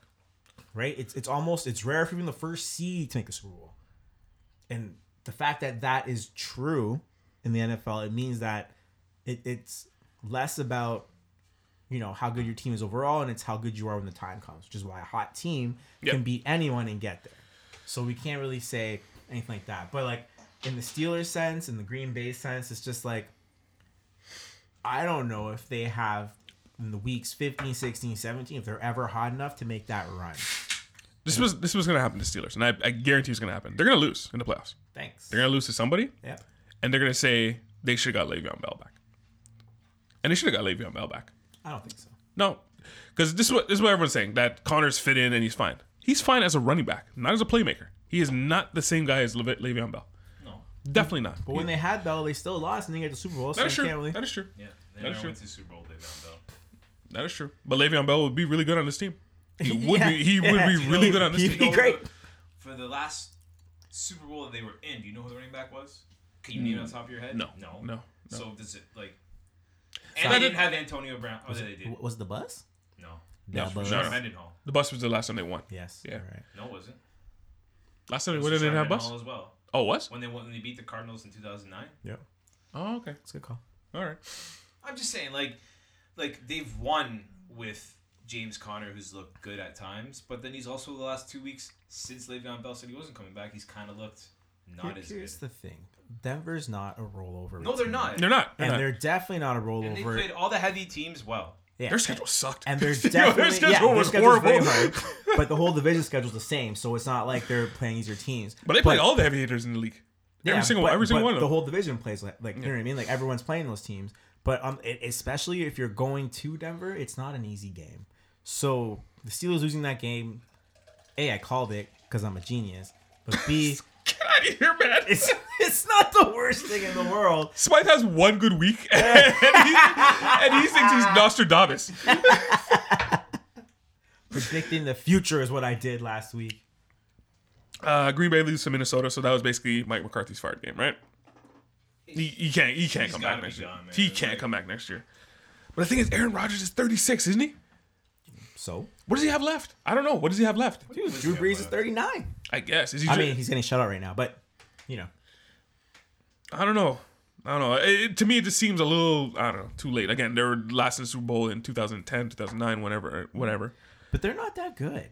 C: right? It's it's almost it's rare for even the first seed to make the Super Bowl, and the fact that that is true in the NFL, it means that it, it's less about you know how good your team is overall, and it's how good you are when the time comes, which is why a hot team
B: Yep.
C: can beat anyone and get there. So we can't really say anything like that. But like in the Steelers sense, in the Green Bay sense, it's just like I don't know if they have in the weeks 15, 16, 17, if they're ever hot enough to make that run.
B: This was this was going to happen to Steelers, and I, I guarantee it's going to happen. They're going to lose in the playoffs.
C: Thanks.
B: They're going to lose to somebody,
C: Yeah.
B: and they're going to say they should have got Le'Veon Bell back, and they should have got Le'Veon Bell back.
C: I don't think so.
B: No, because this is what this is what everyone's saying that Connor's fit in and he's fine. He's fine as a running back, not as a playmaker. He is not the same guy as Leve- Le'Veon Bell.
E: No.
B: Definitely not.
C: But when they had Bell, they still lost and they get the Super Bowl. So
B: that
C: you
B: is true.
C: can't really.
B: That is true.
E: Yeah. They
B: That is
E: never
B: true.
E: went to the Super Bowl. They found out.
B: That is true. But Le'Veon Bell would be really good on this team. He would
C: Yeah,
B: be. He
C: yeah.
B: would be really good on this
C: He'd
B: team.
C: be great.
E: For the last Super Bowl that they were in, do you know who the running back was? Can you name it on top of your head?
B: No.
E: No.
B: No. No.
E: So does it like? And they didn't have Antonio Brown. Oh, they did.
C: W- Was it the bus?
E: No.
B: No,
C: Bell
B: no,
E: Sean
B: no.
E: Mendenhall.
B: The bus was the last time they won.
C: Yes.
B: Yeah.
C: Yeah. Right.
E: No, it wasn't.
B: Last time they
E: It
B: won,
E: was
B: they didn't
E: Sean
B: have bus.
E: Mendenhall as well.
B: Oh, what?
E: When they won, when they beat the Cardinals in 2009.
C: Yep.
B: Oh, okay.
C: It's a good call.
B: All right.
E: I'm just saying, like, like they've won with James Conner, who's looked good at times, but then he's also the last two weeks since Le'Veon Bell said he wasn't coming back, he's kind of looked not as good.
C: Here's the thing Denver's not a rollover.
E: no, they're
C: team.
E: not.
B: They're not. They're
C: And
B: not.
C: they're definitely not a
E: And they
C: rollover.
E: played all the heavy teams well.
C: yeah.
B: Their schedule sucked.
C: and they're
B: Yo,
C: definitely
B: their schedule
C: yeah, their
B: was
C: schedule's very
B: horrible.
C: hard, but the whole division schedule's the same, so it's not like they're playing easier teams.
B: But they played all the heavy hitters in the league.
C: Yeah,
B: every single,
C: but-
B: every single
C: but
B: one of
C: The
B: them.
C: whole division plays like, like you know what I mean. Like everyone's playing those teams, but um, it, especially if you're going to Denver, it's not an easy game. So the Steelers losing that game, a I called it because I'm a genius, but b
B: Get out of here, man.
C: it's it's not the worst thing in the world.
B: Smythe has one good week, and, he, and he thinks he's Nostradamus.
C: Predicting the future is what I did last week.
B: Uh, Green Bay loses to Minnesota, so that was basically Mike McCarthy's fired game, right? He, he can't he can't come
E: gotta
B: back
E: be
B: next year.
E: done, man.
B: he can't come back next year. But the thing is, Aaron Rodgers is 36, isn't he?
C: So
B: What does he have left? I don't know. What does he have left?
C: Drew Brees is 39.
B: I guess. Is he?
C: I
B: ju-
C: mean, he's getting shut out right now, but you know.
B: I don't know. I don't know. It, it- to me, it just seems a little. I don't know. Too late. Again, they were last in the Super Bowl in 2010, 2009, whenever, whatever.
C: But they're not that good.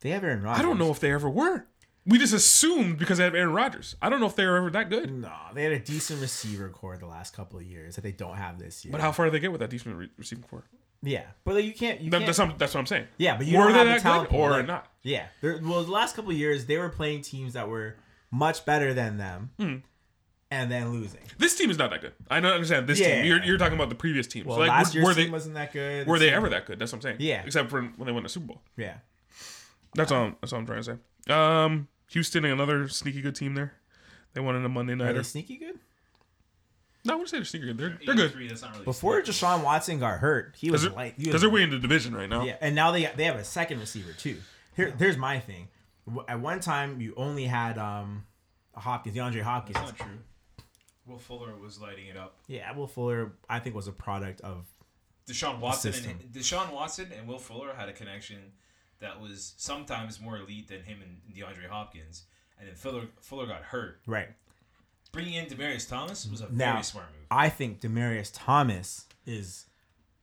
C: They have Aaron Rodgers.
B: I don't know if they ever were. We just assumed because they have Aaron Rodgers. I don't know if they were ever that good.
C: No, they had a decent receiver core the last couple of years that they don't have this year.
B: But how far did they get with that decent re- receiving core?
C: Yeah, but like, you can't. You
B: That,
C: can't
B: that's, what I'm- that's what I'm saying.
C: yeah, but you
B: were
C: don't
B: they
C: have
B: that
C: the talent
B: good
C: pool,
B: or
C: like-
B: not?
C: Yeah. They're- Well, the last couple of years they were playing teams that were much better than them,
B: Hmm.
C: and then losing.
B: This team is not that good. I don't understand this
C: Yeah.
B: team. You're, you're talking about the previous teams.
C: Well,
B: like
C: last
B: were,
C: year's
B: were they
C: team wasn't that good.
B: were they
C: This
B: ever that good? That's what I'm saying.
C: Yeah.
B: Except for when they won the Super Bowl.
C: year- Yeah.
B: That's all. That's all I'm trying to say. Um, Houston, another sneaky good team there. They won in a Monday
C: Are
B: nighter.
C: they sneaky good?
B: No, I wouldn't say they're sneaky good. They're, they're good
E: 83, That's not really
C: Before Deshaun Watson got hurt, he was like he
B: because
C: was
B: they're winning the division right now.
C: Yeah, and now they they have a second receiver too. Here, here's my thing. W- At one time, you only had um Hopkins, DeAndre Hopkins.
E: That's not true. Will Fuller was lighting it up.
C: Yeah, Will Fuller, I think, was a product of
E: Deshaun Watson
C: system.
E: and Deshaun Watson and Will Fuller had a connection that was sometimes more elite than him and DeAndre Hopkins. And then Fuller Fuller got hurt.
C: right
E: Bringing in Demarius Thomas was a
C: now.
E: very smart move.
C: I think Demarius Thomas is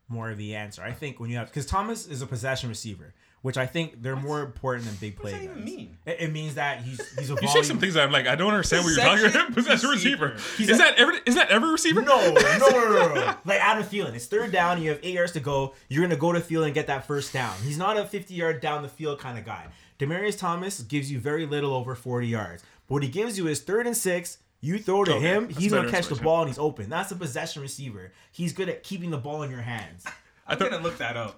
C: more of the answer. I think when you have because Thomas is a possession receiver, which I think they're more important than big play.
E: does that even
C: guys.
E: mean?
C: It, it means that he's he's a
B: You
C: volume.
B: say some things that I'm like, I don't understand what you're talking
E: Possession
B: about. Possession receiver.
E: receiver.
B: Is that every is that every receiver?
C: No, no, no, no, no. Like Adam Thielen, it's third down. You have eight yards to go. You're gonna go to Thielen and get that first down. He's not a 50 yard down the field kind of guy. Demarius Thomas gives you very little over 40 yards, but what he gives you is third and six. You throw to
B: Okay,
C: him,
B: that's
C: he's gonna
B: better
C: catch the
B: explanation.
C: ball and he's open. That's a possession receiver. He's good at keeping the ball in your hands.
E: I'm
B: thought-
E: gonna look that up.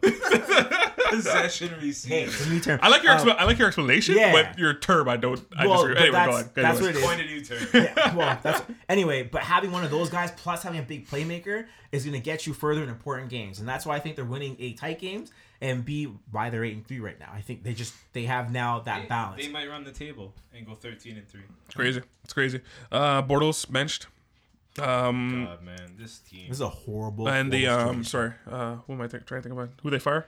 E: Possession receiver.
C: Hey, it's a new term.
B: I like your
C: Um,
B: expla- I like your explanation,
C: yeah.
B: but your term I don't. I
C: Well,
B: disagree.
C: but
B: Anyway, go
C: that's-
B: on.
C: that's
B: Anyways.
C: what it is.
E: Point a new term.
C: yeah, well, that's anyway. But having one of those guys plus having a big playmaker is going to get you further in important games, and that's why I think they're winning eight tight games and B why they're eight and three right now. I think they just they have now that balance.
E: They might run the table and go 13 and three.
B: It's crazy. It's crazy. Uh, Bortles benched. Um,
E: God, man, this team.
C: This is a horrible
B: and the
C: horrible situation.
B: um, sorry, uh, what am I think trying to think about? Who they fire?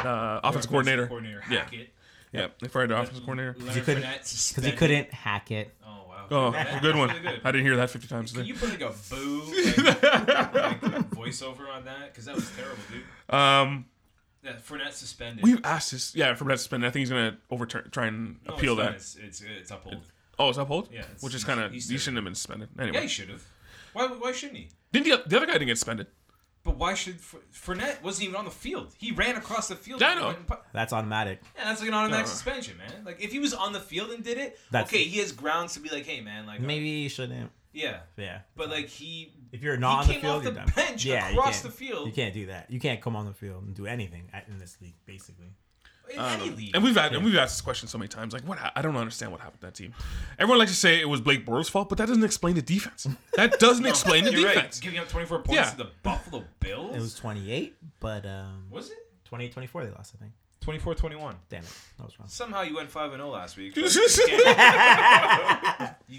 B: Uh, offensive coordinator.
E: Coordinator
B: Yeah.
E: Hackett.
B: Yeah, they fired the offensive coordinator.
E: Leonard
C: he couldn't-
E: Fournette
C: because he
E: suspended.
C: couldn't hack it.
E: Oh wow.
B: Oh,
E: That-
B: good one.
E: that's really
B: I didn't hear that 50 times
E: Can
B: today.
E: you put like a boo like, like, voiceover on that? Because that was terrible, dude.
B: Um,
E: Yeah, Fournette suspended.
B: We've asked this. Yeah, for that suspend. I think he's gonna overturn, try and
E: No, it's
B: appeal
E: not.
B: that.
E: It's, it's, it's upheld.
B: Oh, it's upheld.
E: Yeah, it's-
B: which is kind of he
E: he's
B: shouldn't have been suspended. Anyway,
E: Yeah, he should have. Why, why shouldn't he?
B: didn't the, the other guy didn't get suspended?
E: But why should F- Fournette wasn't even on the field? He ran across the field.
B: Yeah, I
E: and
B: know. Uh-huh.
E: went and pu-
C: That's automatic.
E: Yeah, that's like an automatic
B: Yeah.
E: suspension, man. Like if he was on the field and did it,
C: That's-
E: okay, he has grounds to be like, hey, man, like uh,
C: Maybe you shouldn't.
E: yeah.
C: Yeah.
E: But like he,
C: If you're not
E: he
C: on the
E: came
C: field,
E: off
C: you're
E: the
C: done.
E: bench
C: yeah, you
E: across
C: can't-
E: the field.
C: You can't do that. You can't come on the field and do anything at- in this league, basically.
E: in any league,
B: And we've had, and we've asked this question so many times. Like, what? ha- I don't understand what happened to that team. Everyone likes to say it was Blake Bortles' fault, but that doesn't explain the defense. That doesn't explain the
E: You're right,
B: defense.
E: giving up 24 points
B: Yeah.
E: to the Buffalo Bills.
C: It was 28, but um,
E: Was it
C: 28 24 they lost, I think.
E: 24-21?
C: Damn it. That was wrong.
E: Somehow you went five and zero last week. but You can't. you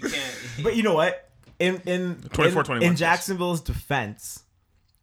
E: can't-
C: But you know what? In in
B: 24-21,
C: in, in Jacksonville's defense,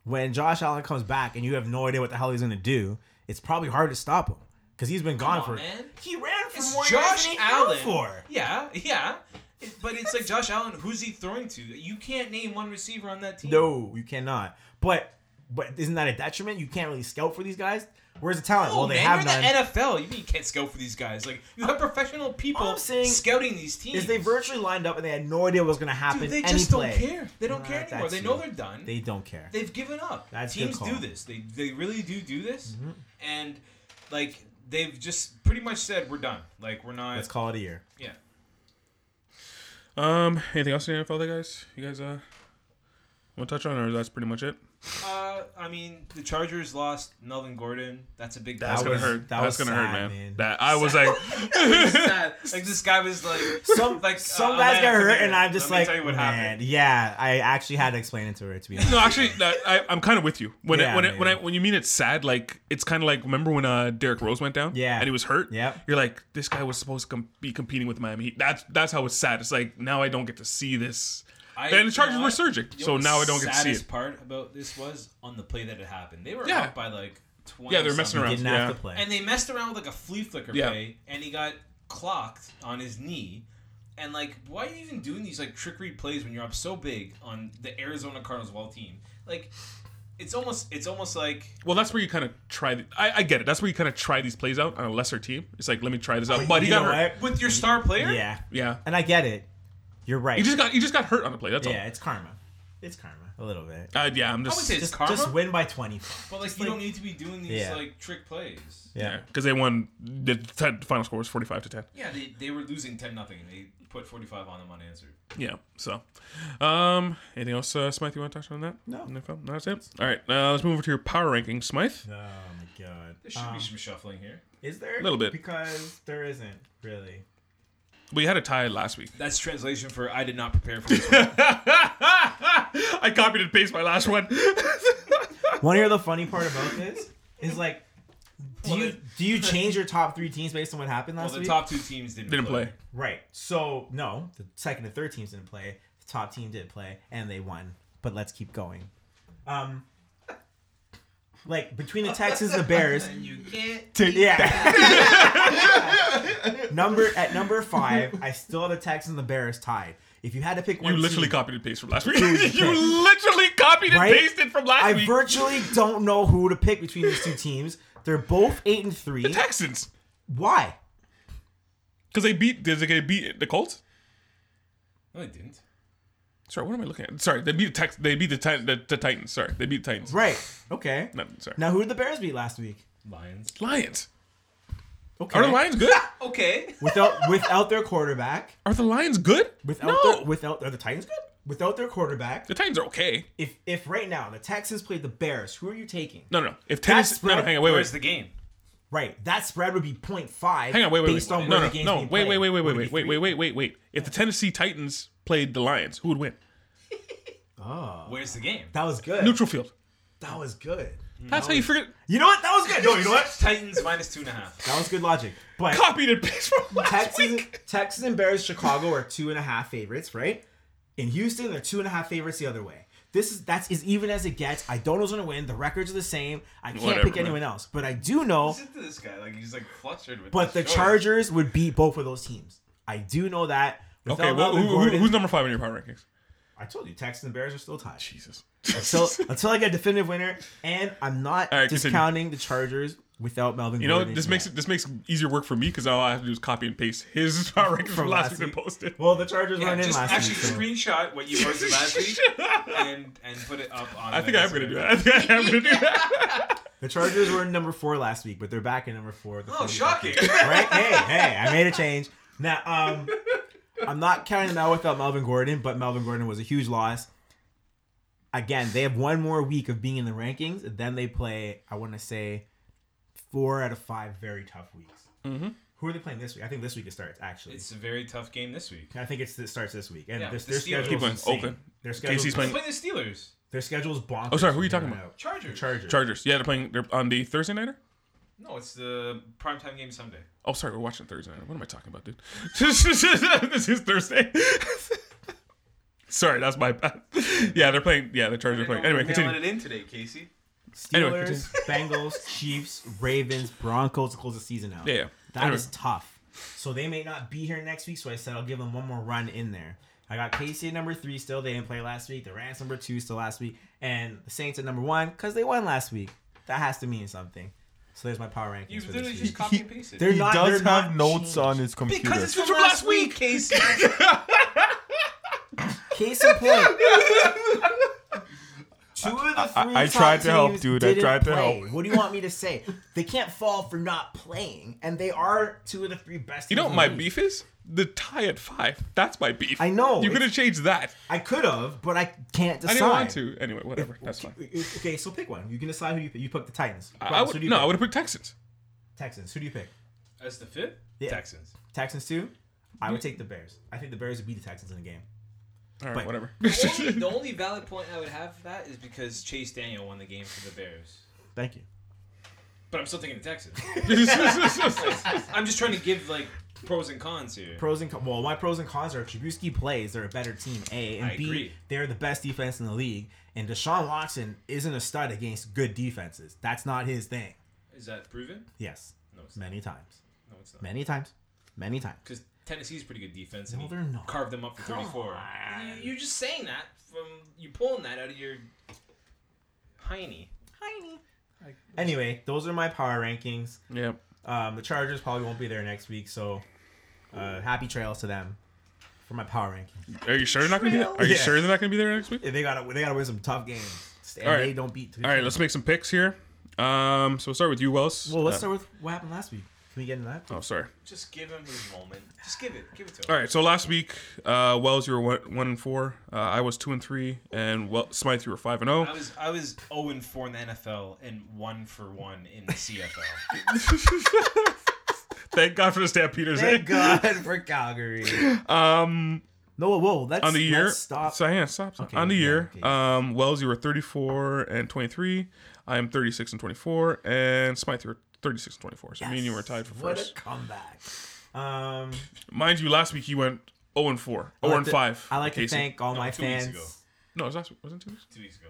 C: when Josh Allen comes back and you have no idea what the hell he's going to do, it's probably hard to stop him because he's been gone
E: on,
C: for.
E: man.
C: He ran for
E: It's
C: more yards
E: Josh
C: than he threw
E: Allen.
C: for.
E: Yeah, yeah. It- But it's like Josh Allen. Who's he throwing to? You can't name one receiver on that team.
C: No, you cannot. But but isn't that a detriment? You can't really scout for these guys. Where's the talent?
E: Oh,
C: well, they
E: man,
C: have
E: you're
C: none.
E: in the NFL. You mean you can't scout for these guys? Like you have professional people
C: All I'm saying
E: scouting these teams.
C: Is they virtually lined up and they had no idea what was going to happen.
E: Dude, they
C: any
E: just
C: play.
E: don't care. They don't
C: Nah,
E: care anymore.
C: that's
E: They
C: it.
E: know they're done.
C: They don't care.
E: They've given up.
C: That's a good
E: Teams do
C: call. Mm-hmm.
E: this. They they really do do this, and like they've just pretty much said we're done. Like we're not.
C: Let's call it a year.
E: yeah.
B: Um, anything else in the NFL, there, guys? You guys uh, want to touch on, or that's pretty much it?
E: Uh, I mean, the Chargers lost Melvin Gordon. That's a big.
B: That's
E: blow.
B: gonna
C: was-
B: hurt.
C: that
B: that's
C: was
B: gonna
C: sad,
B: hurt, man.
C: man.
B: That I was like,
E: sad. Like this guy was like
C: Some
E: like
C: like some
E: uh,
C: guys
E: Amanda,
C: get
E: come
C: hurt,
E: here.
C: and I'm just
E: Let me
C: like,
E: tell you what
C: man,
E: happened.
C: yeah. I actually had to explain it to her to be honest.
B: no, actually, that, I, I'm kind of with you. When it,
C: Yeah,
B: when it, when I,
C: man.
B: when you mean it's sad, like it's kind of like remember when uh Derrick Rose went down,
C: Yeah.
B: and he was hurt.
C: Yep.
B: you're like this guy was supposed to com- be competing with Miami. Heat. That's that's how it's sad. It's like now I don't get to see this.
E: I-
B: and the
E: you
B: Chargers
E: know
B: were
E: what?
B: surging,
E: You know
B: so
E: what
B: now
E: the
B: I don't get to see
E: saddest
B: it.
E: part about this was on the play that had happened. They were
B: Yeah.
E: up by like twenty.
B: Yeah, they're messing
E: something.
B: around.
C: Didn't
B: yeah.
C: have to play.
E: And they messed around with like a flea flicker
B: Yeah.
E: play, and he got clocked on his knee. And like, why are you even doing these like trickery plays when you're up so big on the Arizona Cardinals wall team? Like, it's almost it's almost like
B: Well, that's where you kind of try. The, I, I get it. That's where you kind of try these plays out on a lesser team. It's like let me try this out, but he
C: you
B: got
C: know
B: hurt.
C: what?
E: with your star player.
C: Yeah,
B: Yeah,
C: and I get it. You're right.
B: he just got he just got hurt on the play. That's
C: yeah, it's karma. It's karma a little bit.
B: all. Uh, yeah, I'm
E: I would
B: just
E: say it's
C: Just,
E: karma,
C: just win by 20.
E: but like
C: Just,
E: you don't need to be doing these
C: Yeah.
E: like trick plays.
B: yeah because they won. The ten, final score was 45 to 10.
E: Yeah, they, they were losing ten nothing. They put forty five on them unanswered.
B: Yeah. So, um, anything else, uh, Smythe? You want to touch on that?
C: No.
B: NFL? No, that's it. All right. Uh, let's move over to your power rankings, Smythe.
C: Oh my god.
E: There should be some shuffling here.
C: Is there?
B: Little bit.
C: Because there isn't really.
B: We had a tie last week.
E: That's translation for I did not prepare for this. one.
B: I copied and pasted my last one.
C: Want to hear the funny part about this? Is like, do
E: Well,
C: you
E: the-
C: do you change your top three teams based on what happened
E: well,
C: last
E: the
C: week?
E: top two teams didn't,
B: Didn't play.
C: right. So no, the second and third teams didn't play. The top team did play, and they won. But let's keep going. Um, like between the Texans and the Bears,
E: You can't
C: Yeah. number at number five, I still have the Texans and the Bears tied. If you had to pick one,
B: You literally
C: team,
B: copied and pasted from last week. you literally copied and
C: Right?
B: pasted from last
C: I
B: week.
C: virtually don't know who to pick between these two teams. They're both eight and three.
B: Texans.
C: Why?
B: Because they beat, did they beat the Colts?
E: No, they didn't.
B: Sorry, what am I looking at? Sorry, they beat the Tex- They beat the, Ti- the, the Titans. Sorry, they beat the Titans.
C: Right. Okay.
B: No, sorry.
C: Now who did the Bears beat last week?
E: Lions.
B: Lions.
C: Okay.
B: Are the Lions good?
E: Okay.
C: without without their quarterback,
B: Are the Lions good?
C: without
B: no.
C: their, without are the Titans good? Without their quarterback,
B: the Titans are okay.
C: if if right now the Texans played the Bears, who are you taking?
B: No, no, no. If Tennessee, no,
C: spread-
B: no, hang on, wait, wait.
E: Where's the game?
C: Right, that spread would be 0.5
B: Hang on, wait, wait,
C: based
B: wait.
C: on
B: no,
C: where
B: no,
C: the game's
B: no.
C: being
B: Wait, wait,
C: played.
B: wait, wait,
C: Would it
B: wait,
C: be
B: wait, wait, wait, wait, wait. If the Tennessee Titans played the Lions, who would win?
E: Where's the game?
C: That was good.
B: Neutral field.
C: That was good.
B: That's how you forget.
C: You know what? That was good. No, you know what?
E: Titans minus two and a half.
C: That was good logic. But
B: Copied and pasted from last
C: Texas,
B: week.
C: Texas and Bears, Chicago are two and a half favorites, right? In Houston, they're two and a half favorites the other way. This is that's as even as it gets. I don't know who's gonna win. The records are the same. I can't
B: Whatever,
C: pick
B: man.
C: anyone else, but I do know.
E: Listen to this guy. Like he's like flustered with.
C: But the
E: this choice.
C: Chargers would beat both of those teams. I do know that. Without
B: Okay, well,
C: Melvin
B: who, who,
C: Gordon-
B: who's number five in your power rankings?
C: I told you, Texans and Bears are still tied.
B: Jesus.
C: until until I get a definitive winner, and I'm not
B: All right, continue.
C: discounting the Chargers without Melvin.
B: You know,
C: Gordon.
B: this makes it this makes easier work for me because all I have to do is copy and paste his spot rankings from last week and post it.
C: Well, the Chargers
E: Yeah,
C: weren't in
E: just
C: last
E: actually
C: week. so-
E: screenshot what you posted last week and, and put it up on.
B: I think
E: the
B: I am gonna
E: Instagram.
B: do that. I think I am gonna do that.
C: The Chargers were in number four last week, but they're back in number four. The
E: Oh,
C: 49ers.
E: shocking!
C: Right? Hey, hey, I made a change. Now, um, I'm not counting that without Melvin Gordon, but Melvin Gordon was a huge loss. Again, they have one more week of being in the rankings. Then they play, I want to say, four out of five very tough weeks. Mm-hmm. Who are they playing this week? I think this week it starts, actually.
E: it's a very tough game this week.
C: I think it's, it starts this week. And
E: Yeah,
C: this,
E: the
C: their
E: Steelers keep
C: schedule's
B: going.
C: insane.
B: Oakland.
C: Their
B: KC's
C: schedule's,
E: They're
B: playing-
E: playing the Steelers.
C: their schedule's bonkers.
B: Oh, sorry, who are you
C: from
B: talking
C: here on
B: about?
C: out.
E: Chargers.
C: Chargers.
B: Chargers. Yeah, they're playing. They're on the Thursday nighter.
E: No, it's the primetime game Sunday.
B: Oh, sorry, we're watching Thursday night. What am I talking about, dude? this is Thursday. sorry, that's my bad. Yeah, they're playing. Yeah, the Chargers are playing. Anyway, continue.
E: it in today, Casey.
B: Anyway,
C: Steelers, Bengals, Chiefs, Ravens, Broncos to close the season out.
B: Yeah, yeah.
C: that is
B: Anyway.
C: tough. So they may not be here next week. So I said I'll give them one more run in there. I got KC at number three still. They didn't play last week. The Rams number two still last week, and the Saints at number one because they won last week. That has to mean something. So there's my power rankings
E: You
C: for this
E: literally
C: week.
E: just copy and pasted.
C: They're
D: he
C: not-
D: does
C: they're not
D: have notes
C: changed.
D: on his computer.
E: because it's from, last week, Casey.
C: Case in point. Two of the three
D: I- I
C: top
D: tried to help,
C: teams
D: dude. I
C: didn't
D: tried to
C: play.
D: help.
C: What do you want me to say? They can't fall for not playing, and they are two of the three best.
B: you know
C: teams
B: what
C: in
B: my
C: the league.
B: beef is? The tie at five. That's my beef.
C: I know,
B: You could have
C: it's-
B: changed that.
C: I could have, but I can't decide.
B: I didn't want to. Anyway, whatever. That's fine.
C: Okay, so pick one. You can decide who you pick. You pick the Titans.
B: I, I
C: Bucks,
B: would,
C: who do you
B: no,
C: pick?
B: I would have put Texans.
C: Texans. Who do you pick?
E: As the fifth,
C: Yeah.
E: Texans.
C: Texans too. I
D: Hmm?
C: would take the Bears. I think the Bears would beat the Texans in the game.
B: All right,
C: But-
B: whatever.
E: The only, the only valid point I would have for that is because Chase Daniel won the game for the Bears.
C: Thank you.
E: But I'm still thinking the Texans. I'm just trying to give like pros and cons here.
C: Pros and cons. Well, my pros and cons are Trubisky plays. They're a better team. A and
E: I
C: B.
E: agree.
C: They're the best defense in the league. And Deshaun Watson isn't a stud against good defenses. That's not his thing.
E: Is that proven?
C: Yes.
E: No, it's not.
C: Many times.
E: No, it's not.
C: Many times. Many times.
E: Because Tennessee's pretty good defense, and
C: No,
E: he
C: they're not.
E: carved them up for 34.
C: on.
E: You, are just saying that from you pulling that out of your hiney.
C: Anyway, those are my power rankings.
B: yeah.
C: Um, the Chargers probably won't be there next week, so uh, happy trails to them for my power ranking.
B: Are you sure they're not going to be there? Are you
C: Yeah.
B: sure they're not going to be there next week?
C: They gotta they gotta win some tough games. And
B: All
C: they
B: right.
C: don't beat.
B: All right, let's make some picks here. Um, so we'll start with you, Wells.
C: Well, let's
B: Uh,
C: start with what happened last week. Can we get into that?
B: Oh, sorry.
E: Just give him his moment. Just give it. Give it to him.
B: All right. So last week, uh, Wells, you were one, one and four. Uh, I was two and three, and well, Smythe, you were five and oh. zero.
E: I was I was 0 and 4 in the NFL and 1 for 1 in the CFL.
B: Thank God for the Stampeders. eh?
C: Thank God for Calgary.
B: Um,
C: No, whoa, that's
B: on the year,
C: Stop.
B: So, yeah, stop. stop.
C: Okay,
B: on the
C: yeah,
B: year,
C: okay.
B: um, Wells, you were thirty-four and twenty-three. I am thirty-six and twenty-four, and Smythe, you were thirty-six and twenty-four. So me and you were tied for
C: What
B: first.
C: a comeback. Um,
B: Mind you, last week you went zero and four,
C: I
B: zero
C: like
B: and
C: to-
B: five.
C: I like to
B: Casey.
C: thank all my
E: two weeks ago.
C: fans.
B: No, it was last week. Wasn't it two weeks?
E: 2 weeks ago.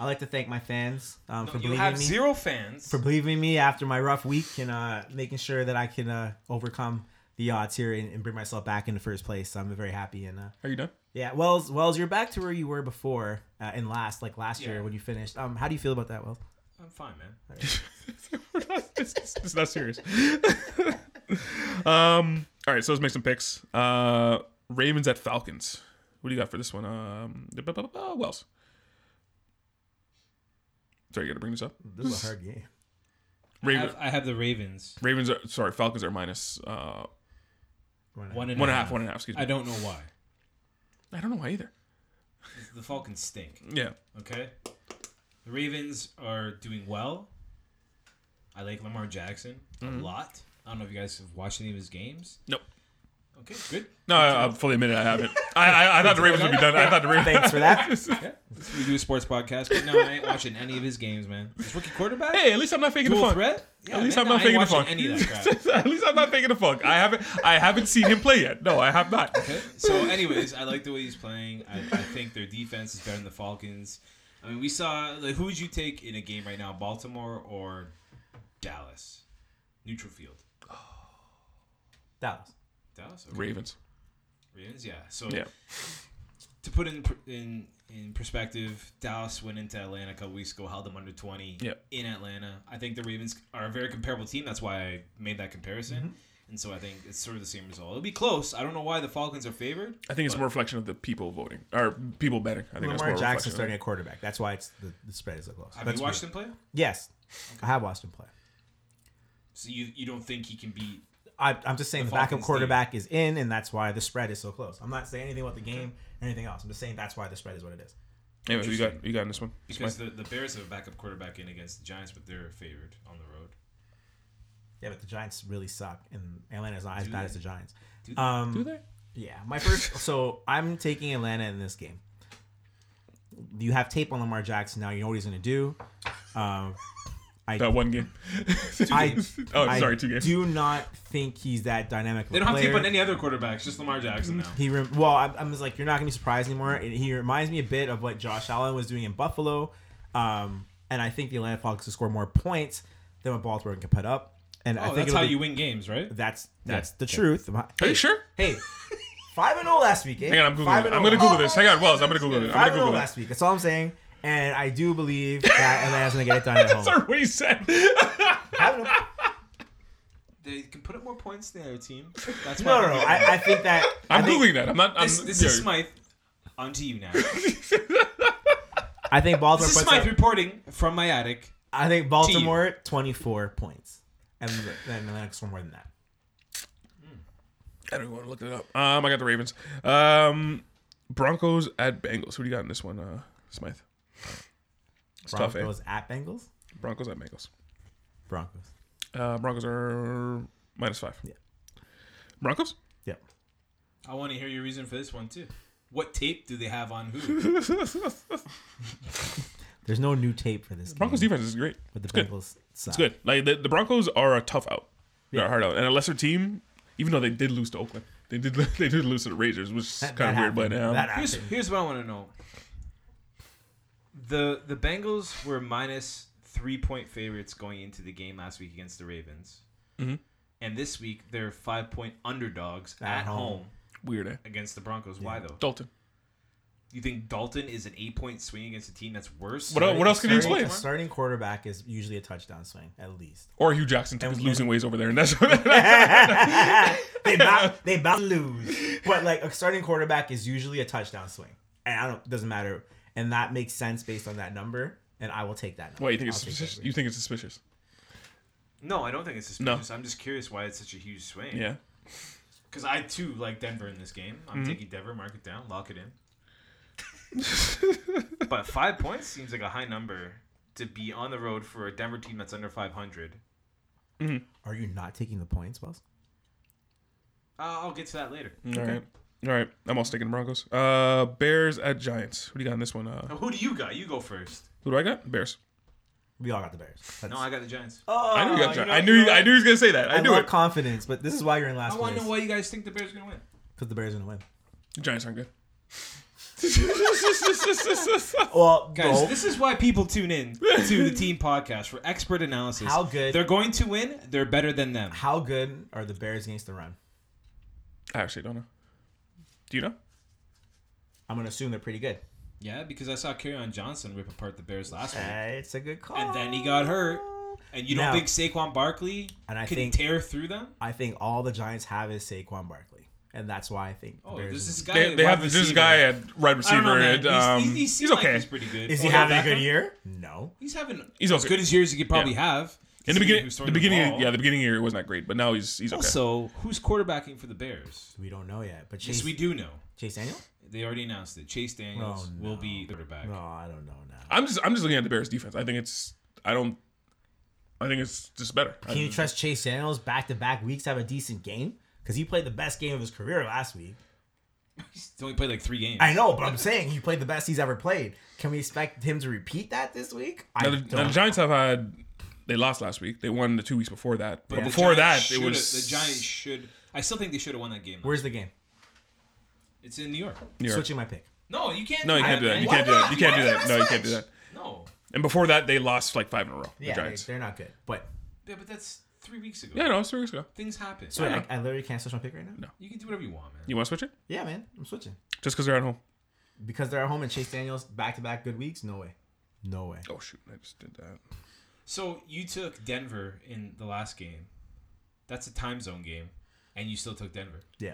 C: I like to thank my fans um, for
E: you
C: believing
E: have
C: me.
E: zero fans.
C: for believing me after my rough week and uh, making sure that I can uh, overcome the odds here and, and bring myself back in the first place. So I'm very happy and uh,
B: Are you done?
C: yeah, Wells, Wells, you're back to where you were before uh, and last, like last
E: Yeah.
C: year when you finished. Um, how do you feel about that, Wells?
E: I'm fine, man.
B: We're not- it's, it's- it's not serious. um. All right. So let's make some picks. Uh, Ravens at Falcons. What do you got for this one? Um. da- ba- ba- ba- ba- Wells. Sorry, you got to bring this up.
C: This is a hard game.
E: I
B: Raven,
E: have, I have the Ravens.
B: Ravens are sorry. Falcons are minus uh
E: One and
B: one
E: a
B: and a half. One and a half. Excuse me.
E: I don't know why.
B: I don't know why either.
E: The Falcons stink.
B: Yeah.
E: Okay. The Ravens are doing well. I like Lamar Jackson
B: Mm-hmm.
E: a lot. I don't know if you guys have watched any of his games.
B: Nope.
E: Okay, good.
B: No, I, I fully admit it. I haven't. I, I, I thought the Ravens would be done. I thought the Ravens.
C: Thanks for that.
E: We do a sports podcast, but no, I ain't watching any of his games, man. His rookie quarterback?
B: Hey, at least I'm not faking the
E: Dual
B: fun.
E: threat? Yeah,
B: At least
E: man,
B: I'm
E: no,
B: not
E: I ain't
B: faking the
E: watching
B: funk.
E: Any of that crap.
B: At least I'm not faking the funk. I haven't I haven't seen him play yet. No, I have not.
E: Okay. So, anyways, I like the way he's playing. I, I think their defense is better than the Falcons. I mean, we saw like who would you take in a game right now, Baltimore or Dallas? Neutral field.
C: Dallas.
E: Dallas. Okay.
B: Ravens.
E: Ravens. Yeah. So
B: Yeah.
E: to put in per- in in perspective, Dallas went into Atlanta a couple weeks ago, held them under twenty
B: Yep.
E: in Atlanta. I think the Ravens are a very comparable team. That's why I made that comparison.
C: Mm-hmm.
E: And so I think it's sort of the same result. It'll be close. I don't know why the Falcons are favored.
B: I think it's more reflection of the people voting or people betting. I think that's more
C: Lamar
B: reflection
C: Jackson
B: of
C: starting at quarterback. That's why it's the, the spread is so close.
E: Have
C: That's
E: you watched
C: weird.
E: them play?
C: Yes, I have watched him play.
E: So you you don't think he can beat?
C: I, I'm just saying the, backup
E: Falcons
C: quarterback is in, and that's why the spread is so close. I'm not saying anything about the game or anything else. I'm just saying that's why the spread is what it is.
B: it. Anyway, who you got who you got in this one.
E: Because the, the Bears have a backup quarterback in against the Giants, but they're favored on the road.
C: Yeah, but the Giants really suck, and Atlanta's not as
E: Do
C: bad
E: they?
C: as the Giants.
E: Do they?
C: Um,
B: Do they?
C: Yeah, my first. so I'm taking Atlanta in this game. You have tape on Lamar Jackson now. You know what he's going to do. Um,
B: That one game.
C: I,
B: Oh,
C: I
B: sorry, two games.
C: do not think he's that dynamic. Of
E: They
C: a
E: don't have
C: player.
E: tape on any other quarterbacks, just Lamar Jackson now.
C: He rem- well, I'm, I'm just like you're not gonna be surprised anymore. And he reminds me a bit of what Josh Allen was doing in Buffalo, um, and I think the Atlanta Falcons will score more points than what Baltimore can put up. And I
E: Oh,
C: think
E: that's
C: it'll
E: how
C: be-
E: you win games, right?
C: That's that's the truth.
B: Are you sure?
C: Hey, five and zero last week. eh?
B: Hang on, I'm googling.
C: Five and
B: It. I'm
C: oh.
B: gonna Google this. Hang on, Wells. I'm gonna Google it. I'm
C: Five
B: gonna
C: and oh
B: Google this.
C: last week. That's all I'm saying. And I do believe that Atlanta's gonna get it done at home.
B: Sorry, what he said.
C: Five and oh-
E: They can put up more points than the other team. That's
C: No,
E: why
C: no, no. I, I think that
B: I'm
C: I think-
B: googling that. I'm not. I'm,
E: This, this is Smythe. On to you now. This
C: I think Baltimore.
E: is
C: Puts
E: Smythe
C: up,
E: reporting from my attic.
C: I think Baltimore twenty four points, and then Atlanta score more than that.
B: I don't want to look it up. Um, I got the Ravens. Um, Broncos at Bengals. Who do you got in this one, uh, Smythe? It's tough, eh?
C: Broncos at Bengals.
B: Broncos at Bengals.
C: Broncos.
B: Uh, Broncos are minus five.
C: Yeah.
B: Broncos?
C: Yep.
E: I want to hear your reason for this one too. What tape do they have on who?
C: There's no new tape for this game.
B: Broncos defense is great.
C: but the
B: good.
C: Bengals suck.
B: It's good. Like the, the Broncos are a tough out. They're a hard out, and a lesser team. Even though they did lose to Oakland, they did they did lose to the Rangers, which is
C: That-
B: kind of
C: that
B: weird. But
C: happened.
B: um,
C: That
E: here's,
C: happened.
E: here's what I want to know. The the Bengals were minus three point favorites going into the game last week against the Ravens, Mm-hmm. and this week they're five point underdogs
C: At
E: at,
C: home.
E: home.
B: weird. Eh?
E: against the Broncos. Why though?
B: Dalton.
E: You think Dalton is an eight point swing against a team that's worse?
B: What, el- what else can you
C: Starting,
B: explain?
C: a starting quarterback is usually a touchdown swing, at least.
B: Or Hugh Jackson took
C: And-
B: his
C: and-
B: losing ways over there, and that's
C: They about they about to lose, but like a starting quarterback is usually a touchdown swing, and I don't doesn't matter, and that makes sense based on that number, and I will take that. Number.
B: Why you
C: I'll
B: think it's
C: take that
B: suspicious?
C: risk.
B: You think it's suspicious?
E: No, I don't think it's suspicious. I'm just curious why it's such a huge swing.
B: Yeah.
E: Because I too like Denver in this game. I'm taking Denver, mark it down, lock it in. but five points seems like a high number to be on the road for a Denver team that's under 500.
C: Are you not taking the points, Wells?
E: Uh, I'll get to that later.
B: All right. All right. I'm all sticking to Broncos. Uh, Bears at Giants. Who do you got in this one? Uh,
E: Now, who do you got? You go first.
B: who do I got? Bears.
C: We all got the Bears. That's-
E: No, I got the Giants.
B: I knew you got
C: Oh, you
B: Giants.
C: know-
B: I knew.
C: you
B: You,
C: know
B: I
C: what?
B: knew he was gonna say that. I,
C: I
B: knew
C: love
B: it.
C: confidence, but this is why you're in last
E: I want to know
C: place
E: why you guys think the Bears are going to win.
C: because the Bears are gonna win.
B: Giants aren't good.
C: Well,
E: Guys,
C: no.
E: this is why people tune in to the team podcast for expert analysis.
C: How good-
E: They're going to win. They're better than them.
C: how good are the Bears against the run?
B: I actually don't know. Do you know?
C: I'm gonna assume they're pretty good.
E: Yeah, because I saw Kerryon Johnson rip apart the Bears last week.
C: Uh, it's a good call.
E: And then he got hurt. And you don't
C: Now-
E: think Saquon Barkley
C: And I
E: can
C: think-
E: tear through them?
C: I think all the Giants have is Saquon Barkley, and that's why I think. the
E: Oh,
C: Bears
E: there's
C: will-
E: this guy.
B: They, they have
E: wide
B: this is
E: receiver.
B: guy at right
E: I
B: receiver.
E: don't know, man.
B: and, um, he's,
E: he's, he's, he's
B: okay.
E: Like he's pretty good.
C: Is he
E: Odell
C: having a good
E: Beckham?
C: year? No.
E: He's having
B: He's
E: as
B: okay.
E: good as years you could probably have.
B: in the
E: considering
B: beginning,
E: who's
B: the
E: throwing
B: beginning,
E: ball.
B: yeah, the beginning of the year wasn't that great, but now he's he's okay.
E: Also, who's quarterbacking for the Bears?
C: We don't know yet. But Chase,
E: Yes, we do know.
C: Chase Daniel?
E: They already announced it. Chase Daniels
C: Oh,
E: will be the quarterback.
C: No, I don't know now.
B: I'm just I'm just looking at the Bears defense. I think it's I don't I think it's just better. I-
C: Can you trust Chase Daniels back to back weeks to have a decent game? Because he played the best game of his career last week.
E: He's only played like three games.
C: I know, but I'm saying he played the best he's ever played. Can we expect him to repeat that this week? I
B: Now the, now the
C: don't.
B: Giants have had they lost last week. They won the two weeks before that. But
E: The
B: before
E: Giants
B: that, it
E: shoulda-
B: was
E: the Giants should. I still think they should have won that game.
C: Where's the game?
E: It's in New York.
B: New York.
C: Switching my pick.
E: No, you can't.
B: No, you can't do that.
E: man.
B: You can't do that. You can't do that. No, you can't do that.
E: No.
B: And before that, they lost like five in a row. The
C: Yeah, they,
B: Giants.
C: they're not good. But
E: Yeah, but that's three weeks ago.
B: Yeah, no, it's three weeks ago.
E: Things happen.
C: so I, I literally can't switch my pick right now.
E: You can do whatever you want, man.
B: You want to switch it?
C: Yeah, man, I'm switching.
B: Just because they're at home.
C: because they're at home and Chase Daniels back to back good weeks. No way, no way.
B: Oh shoot! I just did that.
E: So you took Denver in the last game. That's a time zone game, and you still took Denver.
C: Yeah,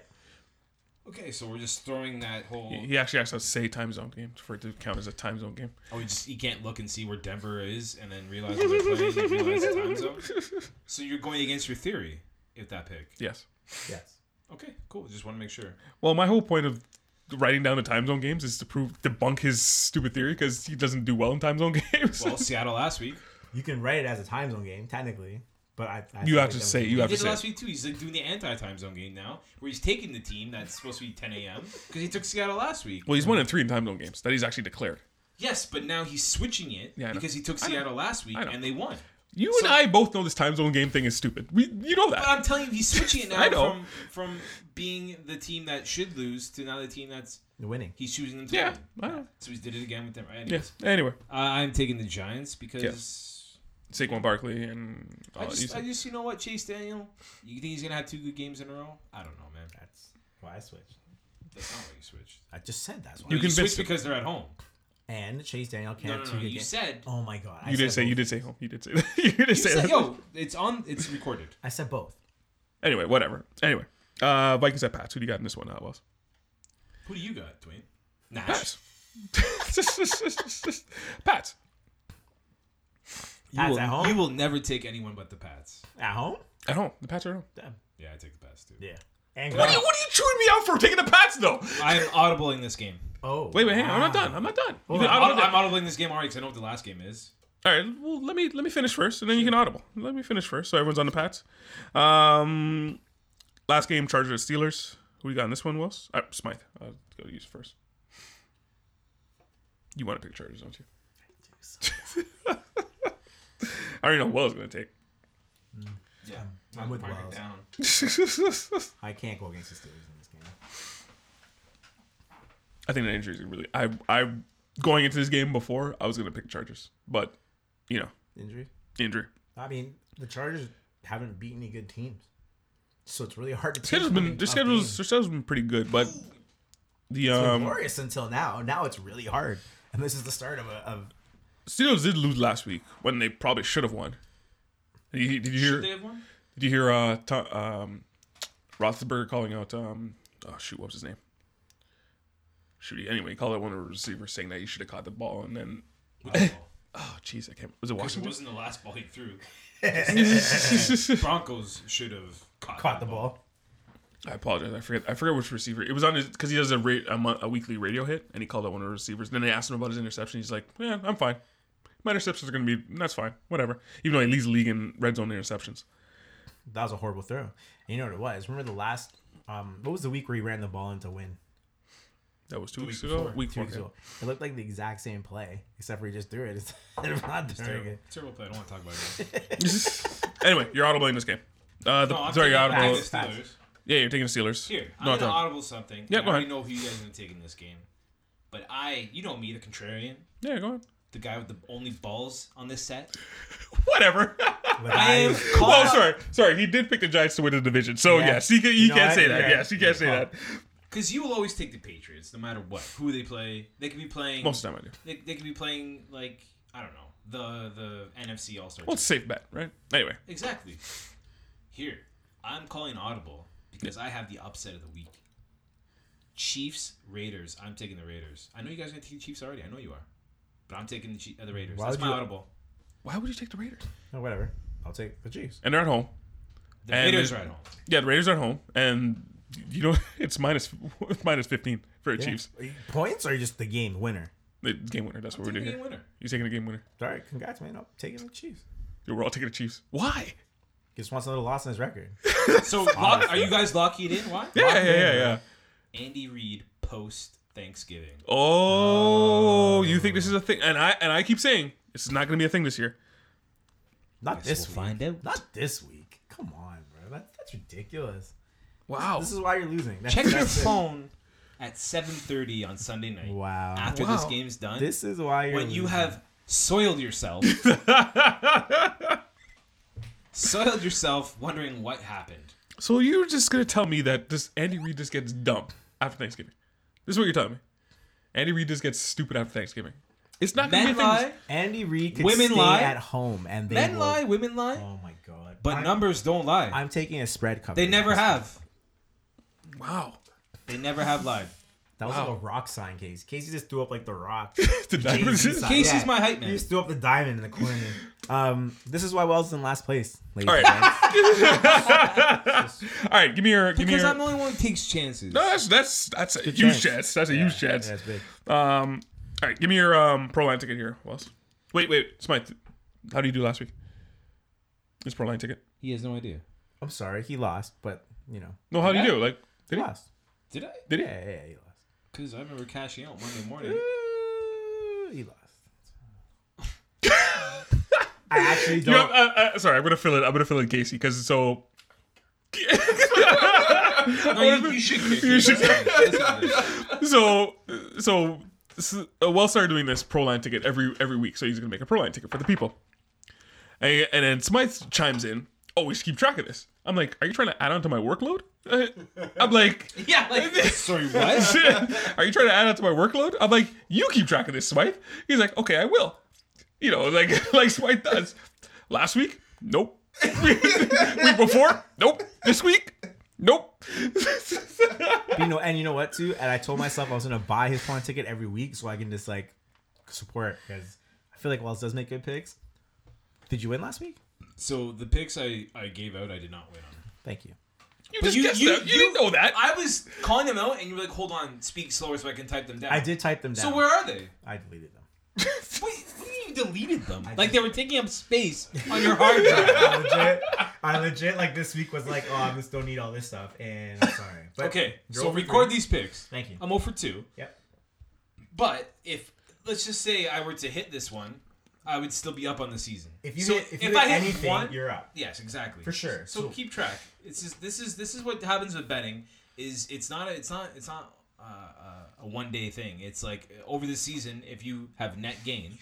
E: Okay, so we're just throwing that whole.
B: He actually asked us to say time zone game for it to count as a time zone game.
E: Oh, you just you can't look and see where Denver is, and then realize where they're playing, and realize the time zone. So you're going against your theory if that pick.
B: Yes.
C: yes.
E: Okay, cool. Just want to make sure.
B: Well, my whole point of writing down the time zone games is to prove debunk his stupid theory because he doesn't do well in time zone games.
E: Well, Seattle last week.
C: You can write it as a time zone game technically, but I, I
B: you
C: think
B: have to
C: that
B: say.
C: would-
B: You
E: He
B: have to
E: did it last
B: say.
E: week too. He's like doing the anti-time zone game now, where he's taking the team that's supposed to be 10 a.m. because he took Seattle last week.
B: Well, he's one in three in time zone games that he's actually declared.
E: Yes, but now he's switching it
B: Yeah, I know.
E: because he took
B: I know.
E: Seattle last week
B: I know.
E: and they won.
B: You and I both know this time zone game thing is stupid. We, you know
E: But
B: that.
E: I'm telling you, he's switching it now
B: I know.
E: from from being the team that should lose to now the team that's
C: winning.
E: he's choosing them to
B: Yeah.
E: win.
B: I know.
E: So he did it again with them. Anyways,
B: Yes. Anyway,
E: uh, I'm taking the Giants because
B: Saquon Barkley and
E: I
B: all that Oh, you
E: just I
B: said.
E: just you know what Chase Daniel. You think he's gonna have two good games in a row? I don't know, man.
C: That's why I switched.
E: That's not why you switched.
C: I just said that's why.
B: You
E: You, can switch
B: convinced him.
E: because they're at home.
C: and Chase Daniel
E: No,
C: can't
E: no,
C: have
E: no.
C: two good
E: you
C: games.
E: said
C: Oh my god! I
B: you did
C: said
B: say you
C: both.
B: did say home. You did say that. You did
E: You
B: say
E: said,
B: that.
E: yo, it's on. It's recorded.
C: I said both.
B: Anyway, whatever. Anyway, uh, Vikings at Pats. Who do you got in this one? Uh, Wells.
E: Who do you got, Dwayne? Nash.
B: Pats. Pats.
C: Pats at home.
E: You will never take anyone but the Pats.
C: At home?
B: At home. The Pats are at home.
C: Damn.
E: Yeah, I take the Pats too.
C: Yeah. And
B: What are, you, what are you chewing me out for taking the Pats though?
E: I am audibling this game.
C: Oh.
B: Wait, wait, hang on. I'm not
C: wow.
B: done. I'm not done. You
E: I'm,
B: can audible
E: aud-
B: that.
E: I'm audibling this game already because I know what the last game is.
B: All right, well, let me let me finish first, and then you can audible. Let me finish first, so everyone's on the Pats. Um, last game, Chargers Steelers. Who we got in this one, Wells? Uh, Smythe. I'll go to you first. You want to pick Chargers, don't you? I already know what Wells is going to
E: Yeah,
C: I'm with
E: Mark
C: Wells.
E: it down.
B: take.
C: I can't go against the Steelers in this game.
B: I think that injury is really. I I going into this game before I was going to pick Chargers, but you know
C: Injury.
B: injury.
C: I mean, the Chargers haven't beaten any good teams, so it's really hard to. take
B: Schedule's
C: from
B: been
C: a
B: their schedule's
C: game.
B: their schedule's been pretty good, but the
C: It's been
B: um.
C: glorious until now. Now it's really hard, and this is the start of a. Of,
B: Steelers did lose last week when they probably should have won. Did you, did you hear?
E: Should they have won?
B: Did you hear? Uh, Tom, um, Roethlisberger calling out. Um, oh shoot, what was his name? Shoot, he- anyway, he called out one of the receivers saying that he should have caught the ball, and then
E: Which ball?
B: oh jeez, I can't. Was it
E: It
B: Washington?
E: wasn't the last ball he threw. Broncos should have caught,
C: caught
E: that
C: the ball.
B: I apologize. I forget. I forget which receiver. It was on his because he does a, ra- a, mon- a weekly radio hit, and he called out one of the receivers. Then they asked him about his interception. He's like, "Yeah, I'm fine. My interceptions are going to be that's fine, whatever." Even though he leads the league in red zone interceptions.
C: That was a horrible throw. And you know what it was? Remember the last? Um, what was the week where he ran the ball into win?
B: That was two weeks
E: weeks
B: ago.
E: before.
B: Week
C: Two
B: four.
C: weeks ago. It looked like the exact same play, except for he just threw it. It's not doing
E: Terrible,
C: it.
E: terrible play. I don't want to talk about it.
B: anyway, you're audible in this game. Uh, the,
E: No, I'm
B: sorry,
E: taking
B: you're
E: the
B: audible.
E: Packers, Steelers.
B: Yeah, you're taking the Steelers.
E: Here, I'm
B: no,
E: gonna
B: don't.
E: audible something.
B: Yeah,
E: and
B: go ahead.
E: I already know who you guys are gonna take in this game, but I, you know me, the contrarian,
B: Yeah, go on.
E: the guy with the only balls on this set.
B: Whatever.
C: But
E: I am called.
B: well, sorry, sorry. He did pick the Giants to win the division, so
C: Yeah.
B: yes, he can, you
C: You know
B: can't
C: what?
B: say that.
C: Yeah.
B: Yes, you can't say
C: Oh.
B: that.
E: Because you will always take the Patriots, no matter what, who they play. They could be playing.
B: Most of the time, I do.
E: They, they could be playing like I don't know the the NFC All Star.
B: Well, it's a safe bet, right? Anyway,
E: exactly. Here, I'm calling audible because I have the upset of the week. Chiefs Raiders. I'm taking the Raiders. I know you guys are gonna take the Chiefs already. I know you are, but I'm taking the, Chief, uh, the Raiders.
C: Why
E: That's
C: would
E: my
C: you-
E: audible.
B: why would you take the Raiders?
C: No, Oh, whatever. I'll take the Chiefs.
B: And they're at home.
E: The
B: And
E: Raiders
B: it-
E: are at home.
B: Yeah, the Raiders are at home, and you know it's minus it's minus fifteen for the Chiefs.
C: Are you- Points or just the game winner?
B: The game winner. That's what we're doing.
E: Take the
B: Here.
E: game winner.
B: You're taking a game winner.
C: All right, congrats, man. I'm taking the Chiefs.
B: Dude, we're all taking the Chiefs. Why?
C: Just wants another loss in his record.
E: So, lock, are you guys locking it in? Why?
B: Yeah, yeah, yeah, yeah.
E: Andy Reid post Thanksgiving.
B: Oh, you think this is a thing? And I and I keep saying this is not going to be a thing this year.
C: Not this week.
E: we'll find out.
C: Not this week. Come on, bro. That, that's ridiculous.
B: Wow.
C: This is why you're losing. That's,
E: Check your
C: that's it.
E: phone at 7:30 on Sunday night.
C: Wow.
E: After this
B: Wow.
E: game's done,
C: This is why you're
E: when you
C: losing.
E: have soiled yourself, soiled yourself, wondering what happened.
B: So you're just going to tell me that this Andy Reid just gets dumped after Thanksgiving? This is what you're telling me. Andy Reid just gets stupid after Thanksgiving. It's not gonna
E: Men
B: be a thing.
E: lie,
C: Andy Reid could
E: Women
C: stay
E: lie.
C: at home and they
E: men
C: will-
E: lie, women lie,
C: Oh my god!
E: but
C: I'm,
E: numbers don't lie.
C: I'm taking a spread cover.
E: they never have.
B: Wow.
E: They never have lied.
C: That was
B: Wow.
C: like a rock sign, Casey. Casey just threw up like the rock.
B: The Diamond-
C: Jesus.
E: Casey's
C: Yeah.
E: my hype man.
C: He just threw up the diamond in the corner. Um, this is why Wells is in last place. Ladies
B: All
C: and gents.
B: All right, give me your give me
E: Because
B: your.
E: I'm the only one who takes chances.
B: no, that's that's that's a huge
C: chance.
B: chance. That's a huge chance.
C: Yeah, it's big.
B: Um, all right, give me your um pro line ticket here, Wells. Wait, wait, Smythe, how do you do last week? This pro line ticket.
E: He has no idea.
C: I'm sorry, he lost, but you know,
B: No, how do you
E: Yeah.
B: do? Like,
C: he
B: did he?
C: lost.
E: Did I?
B: Did he?
C: Yeah, yeah, yeah, he lost.
E: Because I remember cashing out Monday morning.
C: Uh, he lost. I actually
B: You know,
C: don't.
B: uh, uh, sorry, I'm gonna fill it. I'm gonna fill in Casey because it's so.
E: No, you, you should. kick it.
B: should-
E: That's not it. That's not it.
B: so so s- uh, well started doing this pro line ticket every every week so he's gonna make a pro line ticket for the people and, and then smythe chimes in oh we should keep track of this i'm like are you trying to add on to my workload Uh, i'm like
E: Yeah, like sorry, what?
B: are you trying to add on to my workload i'm like you keep track of this smythe he's like okay i will you know like like smythe does last week nope week before nope this week nope
C: You know, and you know what too? And I told myself I was gonna buy his pawn ticket every week so I can just like support because I feel like Wells does make good picks. Did you win last week?
E: So the picks I, I gave out, I did not win on.
C: Thank you.
B: you just guessed that. you didn't know that
E: I was calling them out, and you were like, "Hold on, speak slower so I can type them down."
C: I did type them down.
E: So where are they?
C: I deleted them.
E: Wait, what do you mean you deleted them? like they were taking up space on your hard drive.
C: I legit, I legit like this week was like, oh, I just don't need all this stuff, and I'm sorry. But
E: Okay,
C: You're
E: so
C: over
E: record
C: three.
E: these picks.
C: Thank you.
E: I'm 0 for 2.
C: Yep.
E: But if let's just say I were to hit this one, I would still be up on the season.
C: If you
E: So
C: hit, if, you hit anything, you're up.
E: Yes, exactly.
C: For sure.
E: So,
C: So-
E: keep track. It's just this is this is what happens with betting. Is it's not a, it's not it's not uh, uh, a one day thing. It's like uh, over the season if you have net gain.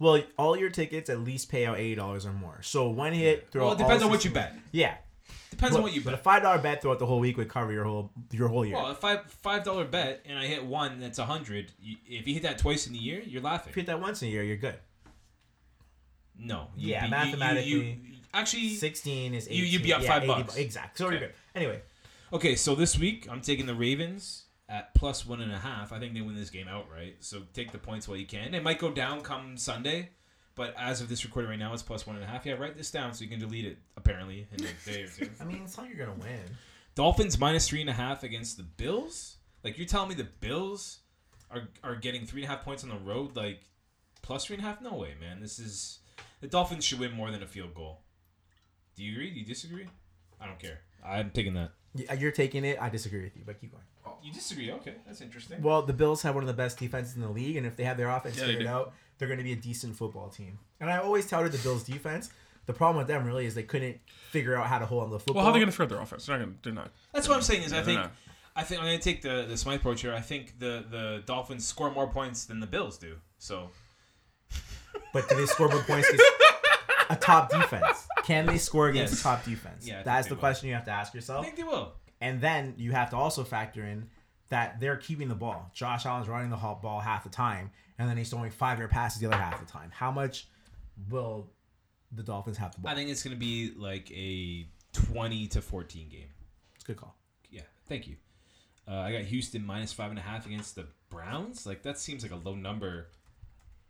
C: Well, all your tickets at least pay out eighty dollars or more. So one hit throughout.
E: Well, it depends
C: all
E: on what you
C: 16
E: bet.
C: Yeah.
E: Depends
C: But,
E: on what you
C: but a
E: bet.
C: five dollar bet throughout the whole week would cover your whole your whole year.
E: Well, a five five dollar bet and I hit one that's a hundred. you- If you hit that twice in the year, you're laughing.
C: if you hit that once in a year, you're good.
E: No. you'd
C: Yeah,
E: be- you- you- You,
C: mathematically,
E: actually,
C: Sixteen is 18.
E: You- you'd be up
C: yeah,
E: five
C: 80
E: bucks.
C: Exactly. So you're
E: Okay.
C: good. Anyway,
E: okay. So this week, I'm taking the Ravens at plus one and a half. I think they win this game outright. So take the points while you can. It might go down come Sunday, but as of this recording right now, it's plus one and a half. Yeah, write this down so you can delete it. Apparently, in a day or two.
C: I mean, it's not you're gonna win.
E: Dolphins minus three and a half against the Bills. Like you're telling me the Bills are are getting three and a half points on the road. Like plus three and a half? No way, man. This is the Dolphins should win more than a field goal. Do you agree? Do you disagree? I don't care. I'm taking that.
C: Y- You're taking it. I disagree with you, but keep going.
E: You disagree? Okay, that's interesting.
C: Well, the Bills have one of the best defenses in the league, and if they have their offense
B: Yeah, they
C: figured
B: do.
C: out, they're going to be a decent football team. And I always touted the Bills' defense. The problem with them really is they couldn't figure out how to hold on to the football.
B: Well, how are they going to figure out their offense? They're not. Gonna, they're not.
E: That's what I'm saying is I
B: Yeah,
E: think
B: they're not.
E: I think I'm gonna take the the Smythe approach here. I think the the Dolphins score more points than the Bills do. So
C: but do they score more points against a top defense? Can they score against
E: Yes.
C: a top defense?
E: Yeah, I think
C: That's
E: they
C: the
E: will.
C: question you have to ask
E: I
C: yourself.
E: think they will.
C: And then you have to also factor in that they're keeping the ball. Josh Allen's running the hot ball half the time, and then he's throwing five-yard passes the other half the time. How much will the Dolphins have the ball?
E: I think it's gonna be like a twenty to fourteen game.
C: it's a good call.
E: yeah, thank you. Uh, I got Houston minus five and a half against the Browns. Like that seems like a low number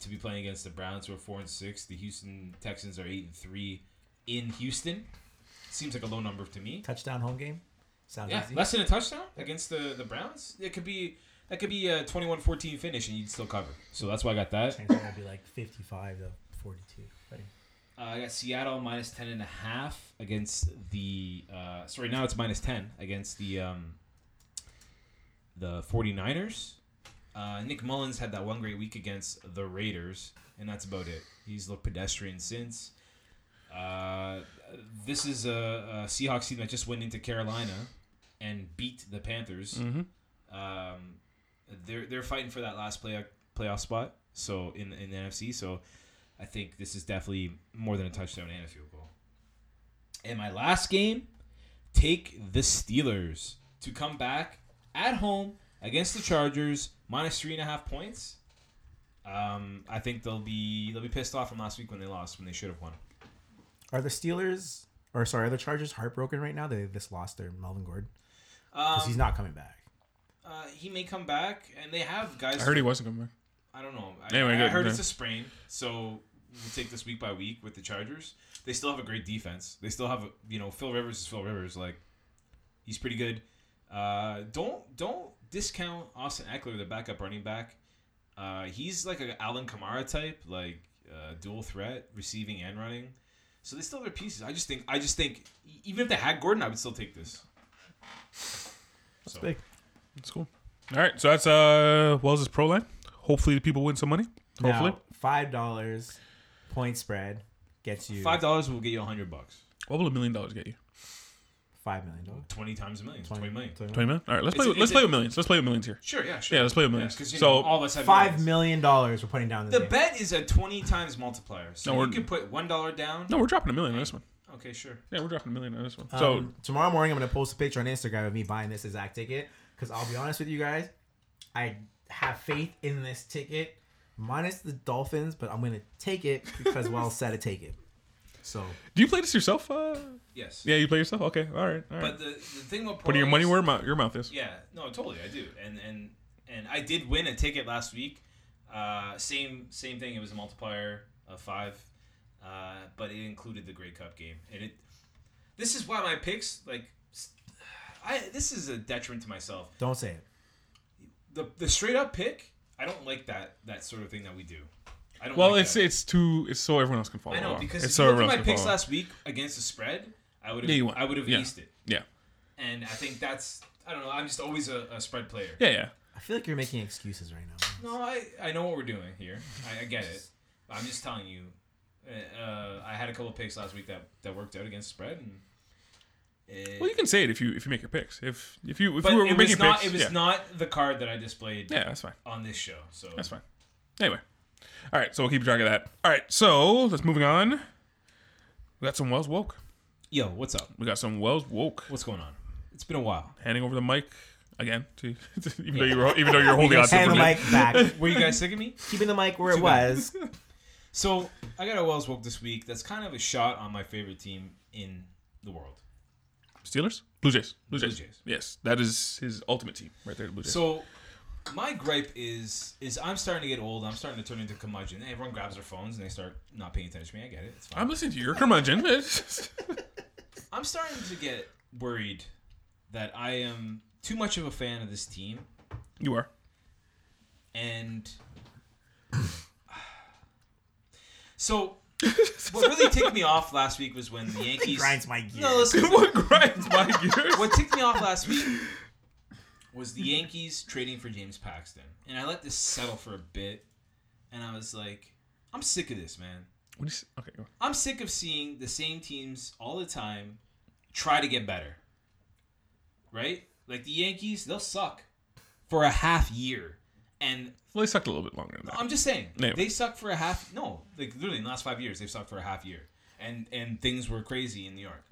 E: to be playing against the Browns, who are four and six. The Houston Texans are eight and three in Houston. Seems like a low number to me.
C: Touchdown home game. Sounds
E: Yeah,
C: easy.
E: less than a touchdown against the the Browns. It could be that could be a 21-14 finish, and you'd still cover. So that's why I got that.
C: Saints will be like 55 to 42. Right?
E: Uh, I got Seattle minus ten and a half against the. Uh, sorry, now it's minus ten against the um, the 49ers. Uh, Nick Mullins had that one great week against the Raiders, and that's about it. He's looked pedestrian since. Uh, this is a, a Seahawks team that just went into Carolina and beat the Panthers. Um, they're they're fighting for that last play playoff spot. So in in the NFC, so I think this is definitely more than a touchdown and a field goal. And my last game, take the Steelers to come back at home against the Chargers minus three and a half points. Um, I think they'll be they'll be pissed off from last week when they lost when they should have won.
C: Are the Steelers or sorry, are the Chargers heartbroken right now? They just lost their Melvin Gordon because
E: Um,
C: he's not coming back.
E: Uh, he may come back, and they have guys.
B: I heard he wasn't coming back.
E: I don't know. I,
B: Anyway,
E: I
B: good,
E: heard
B: yeah.
E: it's a sprain, so we'll take this week by week with the Chargers. They still have a great defense. They still have, a, you know, Phil Rivers is Phil Rivers. Like, he's pretty good. Uh, don't don't discount Austin Eckler, the backup running back. Uh, he's like an Alan Kamara type, like uh, dual threat, receiving and running. So they still have their pieces. I just think I just think e- even if they had Gordon, I would still take this.
C: Big.
B: That's cool. All right, so that's uh Wells' pro line. Hopefully, the people win some money. Hopefully,
C: Now, five dollars point spread gets you
E: Five dollars will get you a hundred bucks.
B: what will a million dollars get you?
C: five million dollars.
E: Twenty times a million. Twenty million.
B: Twenty million. All right, let's
E: It's-
B: play. with let's
E: it's-
B: play with millions. Let's play with millions here.
E: Sure, yeah, sure.
B: Yeah, let's play with
E: Yeah,
B: millions.
E: 'cause, you know,
B: so
E: all of us have
C: Five
E: millions.
C: million dollars we're putting down this
E: The
C: game.
E: bet is at twenty times multiplier, so
B: No,
E: you
B: we're-
E: can put one dollar down.
B: no, we're dropping a million on this one.
E: Okay, sure.
B: Yeah, we're dropping a million on this one.
C: So
B: So
C: tomorrow morning, I'm gonna post a picture on Instagram of me buying this exact ticket. Because I'll be honest with you guys, I have faith in this ticket, minus the Dolphins, but I'm gonna take it because well said to take it. So
B: do you play this yourself? Uh,
E: Yes.
B: yeah, you play yourself. Okay, all right, all right.
E: But the, the thing about
B: Putting your
E: parlays-
B: money where mou- your mouth is.
E: Yeah. No, totally, I do. And and and I did win a ticket last week. Uh, same same thing. It was a multiplier of five, uh, but it included the Grey Cup game. And it this is why my picks like s- I this is a detriment to myself.
C: don't say it.
E: The the straight up pick. I don't like that that sort of thing that we do. I don't.
B: Well,
E: like
B: it's
E: that.
B: it's too it's so everyone else can follow.
E: I know
B: along.
E: because
B: it's
E: if you look at
B: everyone
E: my
B: else can
E: picks
B: follow
E: last week against the spread, I would have
B: Yeah, you won.
E: I would have
B: Yeah.
E: eased it,
B: along.
E: and I think that's I don't know. I'm just always a, a spread player.
B: Yeah, yeah, yeah.
C: I feel like you're making excuses right now.
E: No, I I know what we're doing here. I, I get it. I'm just telling you. uh, Uh, I had a couple picks last week that that worked out against spread, and it,
B: Well, you can say it if you if you make your picks. If if you if
E: but
B: you were
E: it
B: making
E: was not
B: picks,
E: it was
B: yeah.
E: not the card that I displayed
B: Yeah, that's fine.
E: on this show. So
B: That's fine. Anyway, all right. So we'll keep track of that. All right. So let's moving on. We got some Wells woke.
E: Yo, what's up?
B: We got some Wells woke.
E: What's going on? It's been a while.
B: Handing over the mic again to, even though you were even though you're holding out.
C: Hand the mic back.
E: Were you guys sick of me?
C: Keeping the mic where it was.
E: So I got a Wells woke this week. That's kind of a shot on my favorite team in the world.
B: Steelers, Blue Jays, Blue Jays.
E: Blue Jays.
B: Yes, that is his ultimate team right there. The Blue Jays.
E: So my gripe is is I'm starting to get old. I'm starting to turn into curmudgeon. Everyone grabs their phones and they start not paying attention to me. I get it. It's fine.
B: I'm listening to your curmudgeon. It's-
E: I'm starting to get worried that I am too much of a fan of this team
B: you are.
E: and so what really ticked me off last week was when the Yankees
C: Grinds my gear.
E: No, listen,
B: what grinds my gears?
E: what ticked me off last week was the Yankees trading for James Paxton, and I let this settle for a bit, and I was like, I'm sick of this, man.
B: What do you s- okay, go on.
E: I'm sick of seeing the same teams all the time try to get better. Right? Like the Yankees, they'll suck for a half year, and
B: Well, they sucked a little bit longer than that.
E: I'm just saying
B: Yeah.
E: they suck for a half. No, like literally in the last five years they've sucked for a half year, and and things were crazy in New York.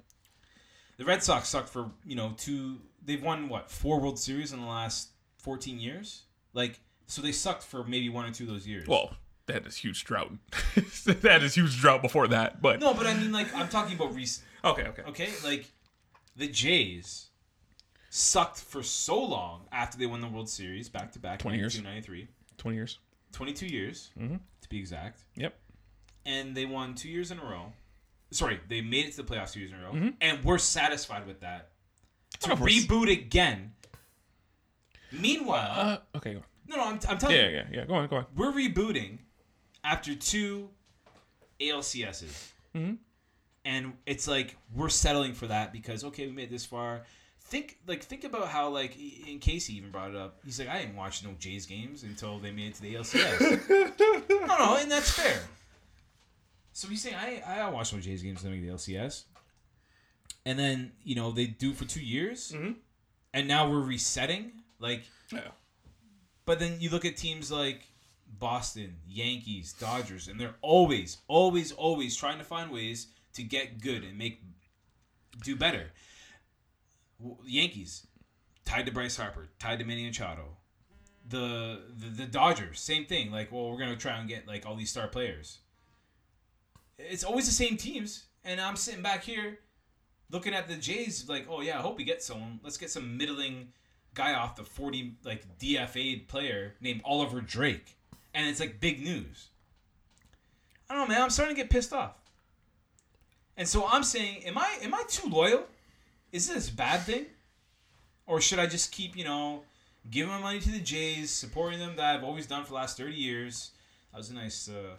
E: The Red Sox sucked for you know two. They've won what four World Series in the last 14 years. Like so they sucked for maybe one or two of those years.
B: Well, they had this huge drought. they had this huge drought before that, but
E: no, but I mean like I'm talking about recent.
B: okay, okay.
E: Okay, like the Jays sucked for so long after they won the World Series back to back.
B: 20 years. Mm-hmm.
E: 93,
B: Twenty years.
E: 22 years to be exact.
B: Yep.
E: and they won two years in a row. Sorry, they made it to the playoffs two years in a row, and we're satisfied with that. To
B: Of course.
E: reboot again. Meanwhile,
B: Uh, okay, go on.
E: no, no, I'm, I'm telling
B: Yeah,
E: you,
B: yeah, yeah. Go on, go on.
E: we're rebooting after two ALCSs, and it's like we're settling for that because okay, we made it this far. Think like think about how like i- in Casey even brought it up. He's like, I didn't watch no Jays games until they made it to the ALCS. no, no, and that's fair. So he's saying I I don't watch no Jays games until they make the LCS, and then you know they do for two years, and now we're resetting like.
B: Yeah.
E: But then you look at teams like Boston, Yankees, Dodgers, and they're always, always, always trying to find ways to get good and make do better. W- Yankees tied to Bryce Harper, tied to Manny Machado. the, the the Dodgers, same thing. Like, well, we're gonna try and get like all these star players. It's always the same teams, and I'm sitting back here looking at the Jays, like, oh yeah, I hope we get someone. Let's get some middling guy off the forty like DFA'd player named Oliver Drake, and it's like big news. I don't know, man. I'm starting to get pissed off. And so I'm saying, am I am I too loyal? Is this a bad thing? Or should I just keep, you know, giving my money to the Jays, supporting them that I've always done for the last 30 years? That was a nice uh,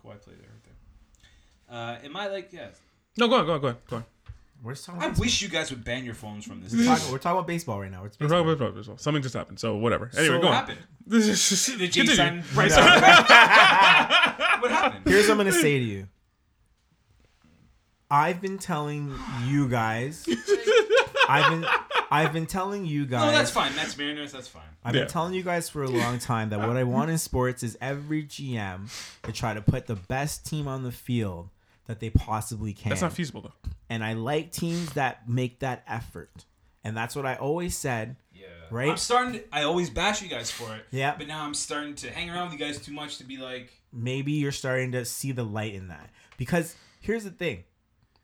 E: Kawhi play there, right there. Uh, am I like, yeah.
B: No, go on, go on, go on, go on.
C: We're just talking.
E: I
C: About
E: wish you guys would ban your phones from this.
C: baseball. We're talking about baseball right now. It's
B: We're
C: baseball.
B: talking about Broadway as well. Something just happened, so whatever. Anyway,
C: So
B: go
E: What
B: on.
E: happened?
B: This is just,
E: The Jays signed Bryce
C: No.
E: Harper. What happened?
C: Here's what I'm gonna say to you. I've been telling you guys. I've been I've been telling you guys.
E: No, Oh, that's fine. That's Mariners. That's fine.
C: I've
B: Yeah.
C: been telling you guys for a long time that what I want in sports is every GM to try to put the best team on the field that they possibly can.
B: That's not feasible though.
C: and I like teams that make that effort. And that's what I always said.
E: Yeah.
C: Right?
E: I'm starting. To, I always bash you guys for it.
C: Yeah.
E: But now I'm starting to hang around with you guys too much to be like,
C: Maybe you're starting to see the light in that. Because here's the thing.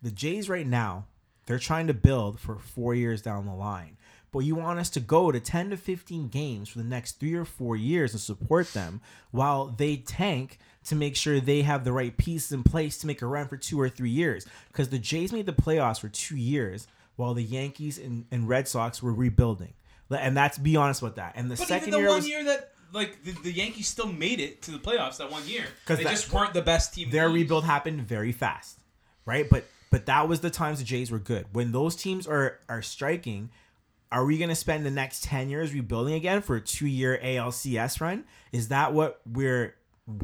C: The Jays right now, they're trying to build for 4 years down the line. But you want us to go to 10 to 15 games for the next 3 or 4 years and support them while they tank to make sure they have the right pieces in place to make a run for 2 or 3 years cuz the Jays made the playoffs for 2 years while the Yankees and, and Red Sox were rebuilding. And that's be honest with that. And the
E: But
C: second
E: even the
C: year
E: one
C: was
E: year that like the, the Yankees still made it to the playoffs that one year
C: 'Cause
E: they
C: that-
E: just weren't the best team. in
C: their
E: the league.
C: rebuild happened very fast, right? But but that was the times the Jays were good. When those teams are are striking, are we going to spend the next ten years rebuilding again for a two year ALCS run? Is that what we're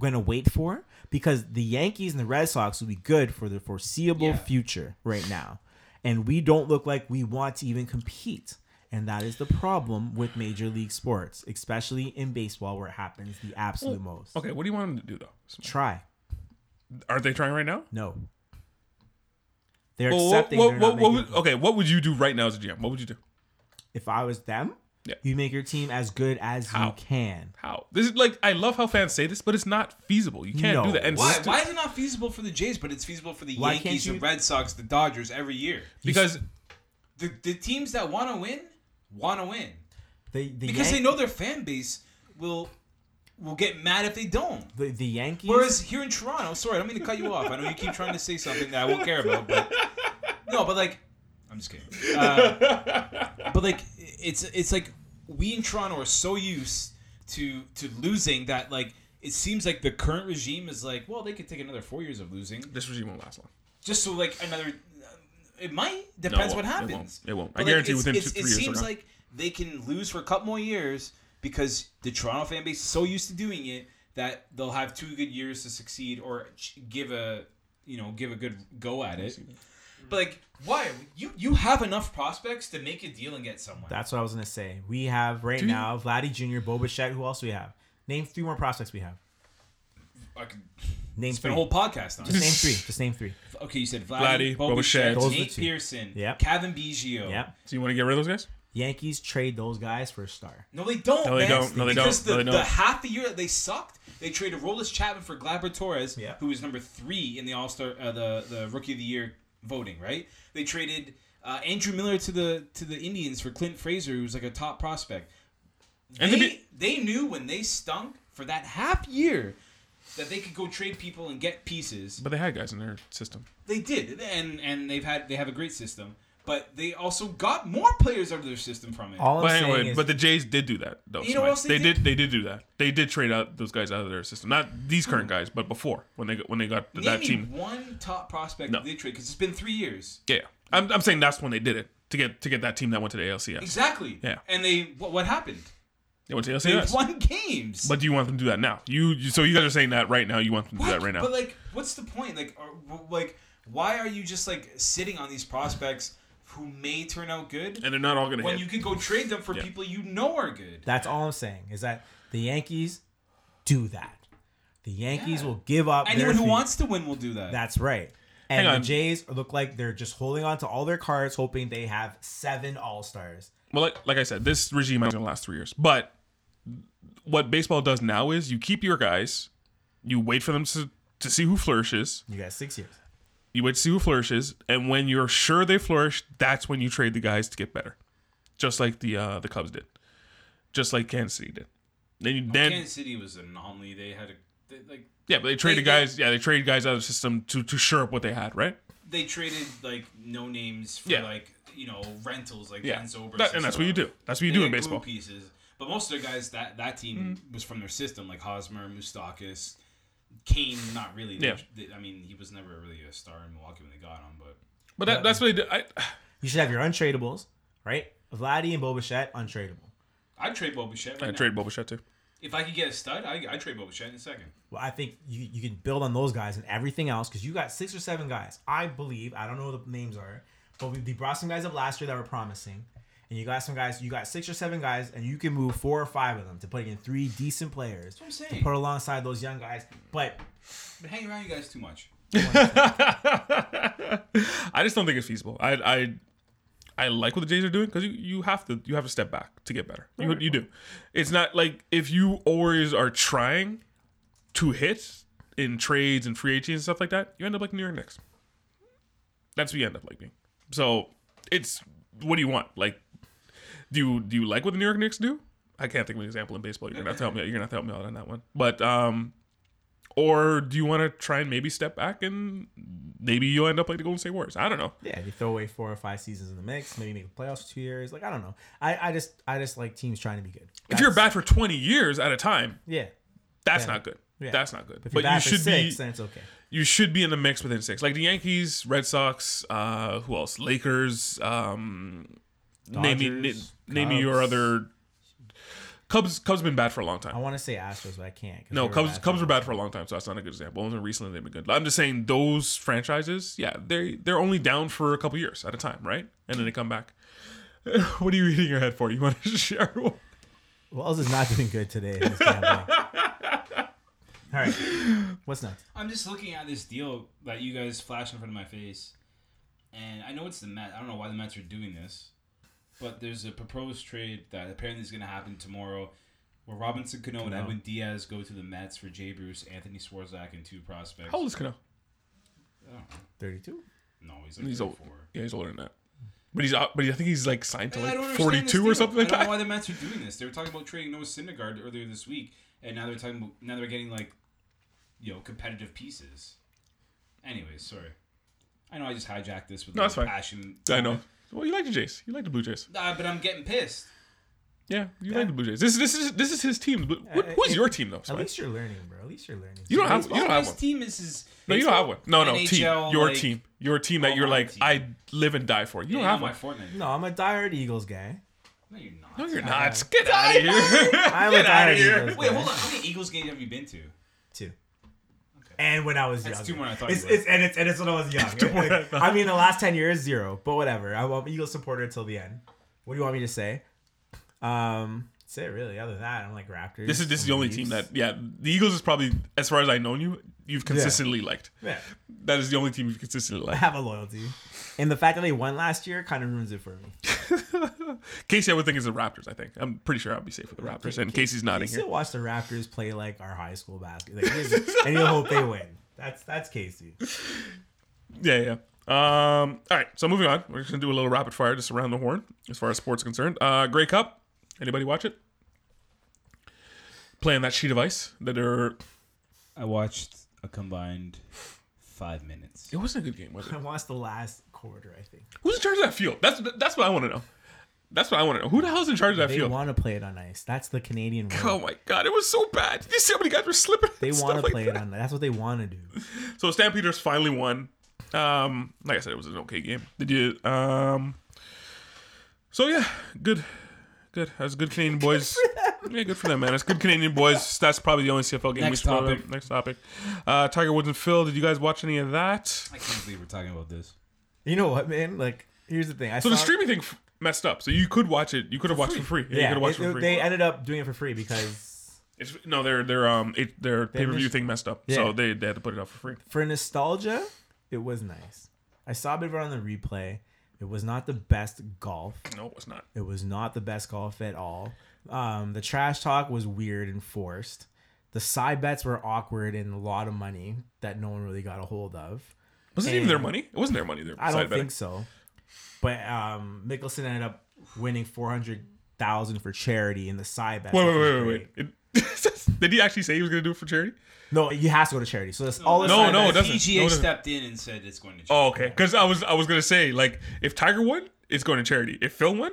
C: going to wait for? Because the Yankees and the Red Sox will be good for the foreseeable
E: Yeah.
C: future right now, and we don't look like we want to even compete. And that is the problem with major league sports, especially in baseball, where it happens the absolute most.
B: Okay, what do you want them to do though?
C: Try.
B: Aren't they trying right now?
C: No. They're
B: Well, what,
C: accepting.
B: what,
C: they're
B: what,
C: not
B: what
C: making-
B: would, okay, what would you do right now as a GM? What would you do?
C: If I was them,
B: Yeah.
C: you make your team as good as
B: How?
C: you can.
B: How? This is like I love how fans say this, but it's not feasible. You can't
C: No.
B: do that. And
E: Why?
B: stu-
E: Why is it not feasible for the Jays, but it's feasible for the
C: Why can't
E: Yankees, the
C: you-
E: Red Sox, the Dodgers every year?
B: Because
E: The, the teams that want to win want to win
C: The, the
E: because they
C: Yan-
E: know their fan base will will get mad if they don't.
C: the, the Yankees.
E: Whereas here in Toronto, sorry, I don't mean to cut you off. I know you keep trying to say something that I won't care about, but no, but like, I'm just kidding. Uh, but like, it's it's like we in Toronto are so used to to losing that like it seems like the current regime is like, well, they could take another four years of losing
B: this regime won't last long.
E: just so like another. uh, It might depends
B: No,
E: what
B: it won't. It
E: happens.
B: won't. It won't.
E: But,
B: I guarantee
E: it's-
B: within
E: it's-
B: two- three years
E: It
B: they're
E: seems
B: gone.
E: like they can lose for a couple more years because the Toronto fan base is so used to doing it that they'll have two good years to succeed or ch- give a you know give a good go at it. But like, why you you have enough prospects to make a deal and get someone?
C: that's what I was gonna say. We have right
B: Do you-
C: now Vladdy Jr., Bobachet. Who else we have? Name three more prospects we have.
E: I could
C: Name three.
E: spend a whole podcast on.
C: Just
E: it.
C: name three. Just name three.
E: Okay, you said
B: Vladdy,
E: Vladdy,
B: Bobuchet.
E: Bobuchet,
C: Those are the
E: Nate
C: two.
E: Pearson,
C: Yep.
E: Kevin
B: Oh.
E: Biggio.
C: Yep.
B: So you want to get rid of those guys?
C: Yankees trade those guys for a star.
E: No, they don't.
B: No, they
E: man.
B: don't. No, they
E: because
B: don't.
E: The,
B: No, they
E: the
B: don't.
E: half the year that they sucked, they traded Rollis Chapman for Glaber Torres,
C: Yeah.
E: who was number three in the All Star, uh, the the Rookie of the Year voting. Right? They traded uh, Andrew Miller to the to the Indians for Clint Fraser, who was like a top prospect.
B: And
E: they
B: to be-
E: they knew when they stunk for that half year that they could go trade people and get pieces.
B: But they had guys in their system.
E: They did, and and they've had they have a great system. But they also got more players out of their system from it.
C: All I'm
B: But
C: saying
B: anyway,
C: is,
B: but the Jays did do that though.
E: You know what
B: Smite. they
E: else they
B: did?
E: did?
B: They did do that. They did trade out those guys out of their system. Not these current guys, but before when they got when they got
E: Name
B: that
E: me
B: team.
E: one top prospect
B: No.
E: they trade because it's been three years.
B: Yeah, I'm, I'm saying that's when they did it to get to get that team that went to the ALCS.
E: Exactly.
B: Yeah.
E: And they what, what happened?
B: They went to the
E: They
B: ALCS.
E: won games.
B: But do you want them to do that now? You, you so you guys are saying that right now? You want them to
E: What?
B: do that right now?
E: But like, what's the point? Like, are, w- like, why are you just like sitting on these prospects who may turn out good
B: and they're not all going to
E: when
B: hit.
E: you could go trade them for
B: Yeah.
E: people you know are good?
C: that's all I'm saying is that the Yankees do that. The Yankees
E: Yeah.
C: will give up their
E: Anyone who
C: feet.
E: wants to win will do that.
C: That's right. And
B: Hang on.
C: the Jays look like they're just holding on to all their cards, hoping they have seven All Stars.
B: Well, like, like I said, this regime is going to last three years. But what baseball does now is you keep your guys, you wait for them to, to see who flourishes,
C: You got six years.
B: you wait to see who flourishes, and when you're sure they flourish, that's when you trade the guys to get better, just like the uh, the Cubs did, just like Kansas City did. Then you then
E: Kansas City was an anomaly. They had a they, like
B: yeah, but they traded
E: they-
B: guys yeah they traded guys out of the system to to shore up what they had right.
E: they traded like no names for
B: Yeah.
E: like you know rentals like
B: Yeah,
E: Dan Zobrist
B: That- and that's what you do.
E: stuff.
B: That's what you
E: They
B: do in
E: had glue
B: baseball. Mm-hmm.
E: pieces. But most of the guys that that team was from their system, like Hosmer, Mustakis, Kane. Not really. They-
B: Yeah.
E: they- I mean, he was never really a star in Milwaukee when they got him, but
B: But that, that's what they did. I,
C: You should have your untradables, right? Vladdy and Bobachet, untradeable.
E: I'd trade Bobuchet right
B: I
E: now.
B: trade Bobuchet too.
E: If I could get a stud, I, I'd trade Bobuchet in a second.
C: Well, I think you, you can build on those guys and everything else because you got six or seven guys. I believe I don't know what the names are, but we, they brought some guys up last year that were promising, and you got some guys. You got six or seven guys, and you can move four or five of them to put in three decent players
E: That's what
C: to
E: I'm saying.
C: put alongside those young guys. But
E: But hang around you guys too much.
B: I just don't think it's feasible. I I I like what the Jays are doing because you, you have to you have to step back to get better. You, you do. It's not like if you always are trying to hit in trades and free agency and stuff like that, you end up like New York Knicks. That's what you end up like being. So it's what do you want? Like, do you do you like what the New York Knicks do? I can't think of an example in baseball. You're gonna have to help me. You're gonna have to help me out on that one. But um, or do you want to try and maybe step back and maybe you'll end up like the Golden State Warriors? I don't know.
C: yeah, you throw away four or five seasons in the mix, maybe make the playoffs for two years. Like I don't know. I, I just I just like teams trying to be good.
B: if you're bad for 20 years at a time,
C: yeah.
B: that's
C: Yeah.
B: not good.
C: Yeah.
B: That's not good.
C: If you're
B: But
C: bad
B: you
C: for
B: should
C: six,
B: be
C: then it's okay.
B: you should be in the mix within six. Like the Yankees, Red Sox, uh, who else? Lakers. Um, name me na-
C: Dodgers,
B: name me your
C: Cubs.
B: other. Cubs Cubs been bad for a long time.
C: I want to say Astros, but I can't. 'cause
B: No,
C: they were
B: Cubs
C: bad for
B: Cubs
C: a
B: were bad for a long time, so that's not a good example. Only recently they've been good. I'm just saying those franchises, yeah, they they're only down for a couple years at a time, right? And then they come back. what are you eating your head for? You want to share? one?
C: Wells is not doing good today. in this gambling. All right, what's next?
E: I'm just looking at this deal that you guys flashed in front of my face, and I know it's the Mets. I don't know why the Mets are doing this, but there's a proposed trade that apparently is going to happen tomorrow, where Robinson Cano and Edwin Diaz go to the Mets for Jay Bruce, Anthony Swarzak, and two prospects.
B: How old is Cano?
C: Thirty-two.
E: No, he's like
B: He's old.
E: 34.
B: Yeah, he's older than that. But he's out. But I think he's like signed to
E: I
B: like
E: don't understand this
B: 42 or
E: deal.
B: something like
E: I don't know
B: that.
E: why the Mets are doing this. They were talking about trading Noah Syndergaard earlier this week, and now they're talking. About, now they're getting like, you know, competitive pieces. Anyways, sorry. I know I just hijacked this with
B: No,
E: my
B: that's fine.
E: passion.
B: I know. Well, you like the Jays. You like the Blue Jays.
E: Nah, but I'm getting pissed.
B: Yeah, you like the Blue Jays. This this is this is his team. Who-
E: Uh,
B: Who's your team though?
C: At
B: Spike?
C: least you're learning, bro. At least you're learning.
B: You don't have you don't have
E: This
B: one.
E: team is, is
B: No, you don't have one. No, no, team.
E: NHL,
B: Your
E: like-
B: team. Your team that
E: Oh,
B: you're
E: my
B: like
E: team.
B: I live and die for. You don't
E: Yeah,
B: have
E: my
B: one.
E: Fortnite.
C: No, I'm a diehard Eagles guy.
E: no, you're not.
B: No, you're not. Get out of here.
C: I'm a diehard Eagles
E: Wait,
C: guy.
E: hold on. How many Eagles games have you been to?
C: Two. And when I was
E: That's
C: young,
E: two more than I thought
C: it's,
E: you were.
C: it's, and it's and it's when I was young. Like, I mean, the last ten years, zero. But whatever. I'm an Eagles supporter till the end. What do you want me to say? Um, that's it really. Other than that, I'm like Raptors.
B: This is this is the only
C: Leafs.
B: team that yeah. The Eagles is probably as far as I know you, you've consistently liked.
C: Yeah.
B: That is the only team you've consistently
C: I
B: liked.
C: have a loyalty, and the fact that they won last year kind of ruins it for me.
B: Casey, I would think is the Raptors. I think I'm pretty sure I'll be safe with the Raptors. And Casey's
C: You
B: nodding here.
C: still watch the Raptors play like our high school basketball, like, you just- and you hope they win. That's that's Casey.
B: Yeah, yeah. Um, all right, so moving on. We're just gonna do a little rapid fire just around the horn as far as sports are concerned. Uh, Grey Cup. Anybody watch it? Playing that sheet of ice that are.
E: I watched a combined five minutes.
B: It wasn't a good game, was
C: I
B: it?
C: watched the last quarter. I think
B: Who's in charge of that field? That's that's what I want to know. That's what I want to know. Who the hell's in charge of that
C: they
B: field?
C: want to play it on ice. That's the Canadian way.
B: oh my god, it was so bad. Did you see how many guys were slipping?
C: They
B: and
C: want
B: stuff
C: to
B: like
C: play
B: that?
C: it on. That's what they want to do.
B: So Stampeders finally won. Um, like I said, it was an okay game. Did you? Um, so yeah, good, good. That's good Canadian boys. yeah, good for them, man. That's good Canadian boys. That's probably the only CFL game we
E: Next
B: should talk
E: topic.
B: about. Next topic. Uh, Tiger Woods and Phil. Did you guys watch any of that? So
E: I can't believe we're talking about this.
C: You know what, man? Like, here's the thing. I
B: the
C: saw-
B: streaming thing f- messed up. So you could watch it. You could have watched for free. Yeah, you
C: Yeah,
B: could have watched
C: it-
B: for free.
C: they ended up doing it for free because
B: it's, no, their their um it, their pay per view
C: missed-
B: thing messed up.
C: Yeah.
B: So they, they had to put it up for free.
C: for nostalgia, it was nice. I saw a bit of it on the replay. It It was not the best golf.
B: No, it's not.
C: It was not the best golf at all. Um, the trash talk was weird and forced. The side bets were awkward and a lot of money that no one really got a hold of.
B: Was it even their money? It wasn't their money. Their
C: I don't
B: side bet.
C: think so. But um, Mickelson ended up winning four hundred thousand for charity in the side bet.
B: Wait,
C: which
B: wait,
C: was
B: wait, wait,
C: great.
B: wait. It- Did he actually say he was going to do it for charity?
C: No, you has to go to charity. So that's all. the
B: No,
C: side
B: no,
C: bets-
B: it doesn't.
E: PGA
B: No, it doesn't.
E: stepped in and said it's going to.
B: Oh, okay. Because I was I was gonna say like if Tiger won, it's going to charity. If Phil won,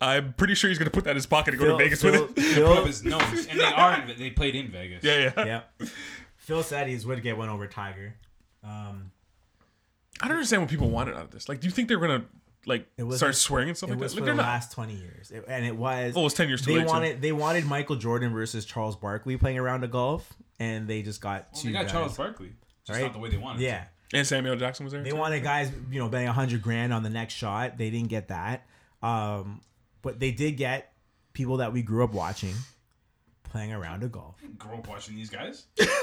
B: I'm pretty sure he's gonna put that in his pocket and go
C: Phil-
B: to Vegas
C: Phil-
B: with it.
E: Phil
C: Phil,
E: was gnomes, and they are in, they played in Vegas.
B: yeah, yeah,
C: yeah. Phil said he would get one over Tiger. Um,
B: I don't understand what people wanted out of this. Like, do you think they're gonna like
C: It was-
B: start swearing and stuff
C: it
B: like
C: was
B: that?
C: for
B: Like,
C: the
B: they're not.
C: last twenty years, It- and it was.
B: Oh, it was 10 years too
C: They
B: late, too.
C: wanted they wanted Michael Jordan versus Charles Barkley playing around a golf, and they just got
E: Well,
C: two
E: they got
C: guys.
E: Charles Barkley. Just
C: Right?
E: not the way they wanted.
C: yeah,
B: And Samuel Jackson was there.
C: they
B: too.
C: wanted guys you know betting hundred grand on the next shot. They didn't get that, um, but they did get people that we grew up watching playing around a golf.
E: To.
C: You
E: I didn't grow up watching these guys.
C: didn't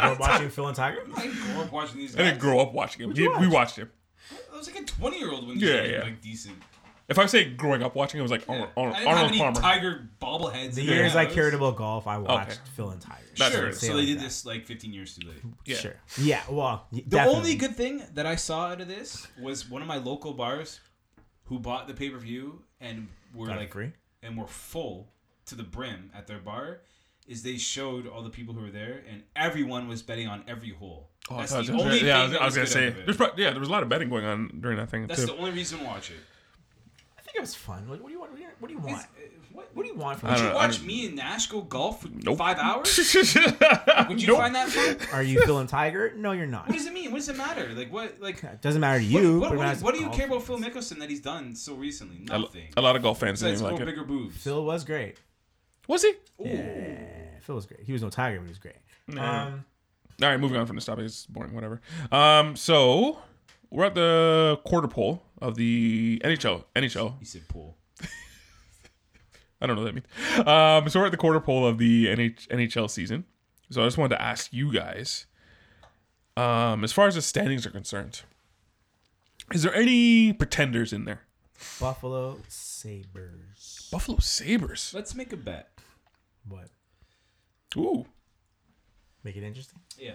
C: grow up watching Phil and Tiger.
E: I didn't grow up watching these
B: I
E: guys.
B: didn't grow up watching him. Yeah, we watched him.
E: I was like a twenty-year-old when you
B: Yeah,
E: yeah,
B: yeah.
E: like decent.
B: If I say growing up watching him, it was like Arnold, Arnold,
E: I didn't have
B: Arnold
E: any
B: Palmer.
E: Tiger bobbleheads.
C: The
E: in my
C: years I
E: house.
C: cared about golf, I watched
B: Okay.
C: Phil and Tiger.
B: That's
E: sure.
B: fair.
C: Say
E: So they
C: like
E: did
C: that.
E: this like 15 years too late.
B: yeah.
C: Sure. Yeah. Well, y-
E: The
C: definitely.
E: only good thing that I saw out of this was one of my local bars who bought the pay per view and were
C: Got it
E: like
C: free?
E: and were full to the brim at their bar. Is they showed all the people who were there and everyone was betting on every hole.
B: Oh,
E: That's
B: I
E: the
B: thought-
E: only
B: yeah, I
E: thing
B: was,
E: that
B: I was gonna
E: good
B: say.
E: out of it.
B: There's probably, yeah, there was a lot of betting going on during that thing
E: That's
B: too.
E: the only reason to watch it.
C: I think it was fun. Like, what do you want? What do you- What do you
E: It's-
C: want?
E: uh, What,
C: What do you want from?
B: I
C: me?
E: would
B: don't
E: you
B: know,
E: watch
B: don't-
E: me and Nash go golf for
B: Nope.
E: five hours? Would you
B: Nope.
E: find that fun?
C: Are you Phil and Tiger? No, you're not.
E: What does it mean? What does it matter? Like what? Like
C: It doesn't matter to you. but
E: What, what,
C: it
E: what,
C: matters
E: do-
C: to
E: what do you
C: golf.
E: care about Phil Mickelson that he's done so recently?
B: A, lo-
E: Nothing.
B: a lot of golf fans
E: Besides
B: didn't
E: grow
B: like it.
E: bigger boobs.
C: Phil was great.
B: Was he?
E: Ooh.
C: Yeah, Phil was great. He was no Tiger, but he was great. Um,
B: All right, moving on from this topic. It's boring, whatever. Um, so we're at the quarter pole of the NHL. NHL.
E: You said pool.
B: I don't know what that means. Um, so we're at the quarter pole of the NH- NHL season. So I just wanted to ask you guys, um, as far as the standings are concerned, is there any pretenders in there?
C: Buffalo Sabers.
B: Buffalo Sabers.
E: Let's make a bet.
C: What?
B: Ooh,
C: Make it interesting.
E: Yeah.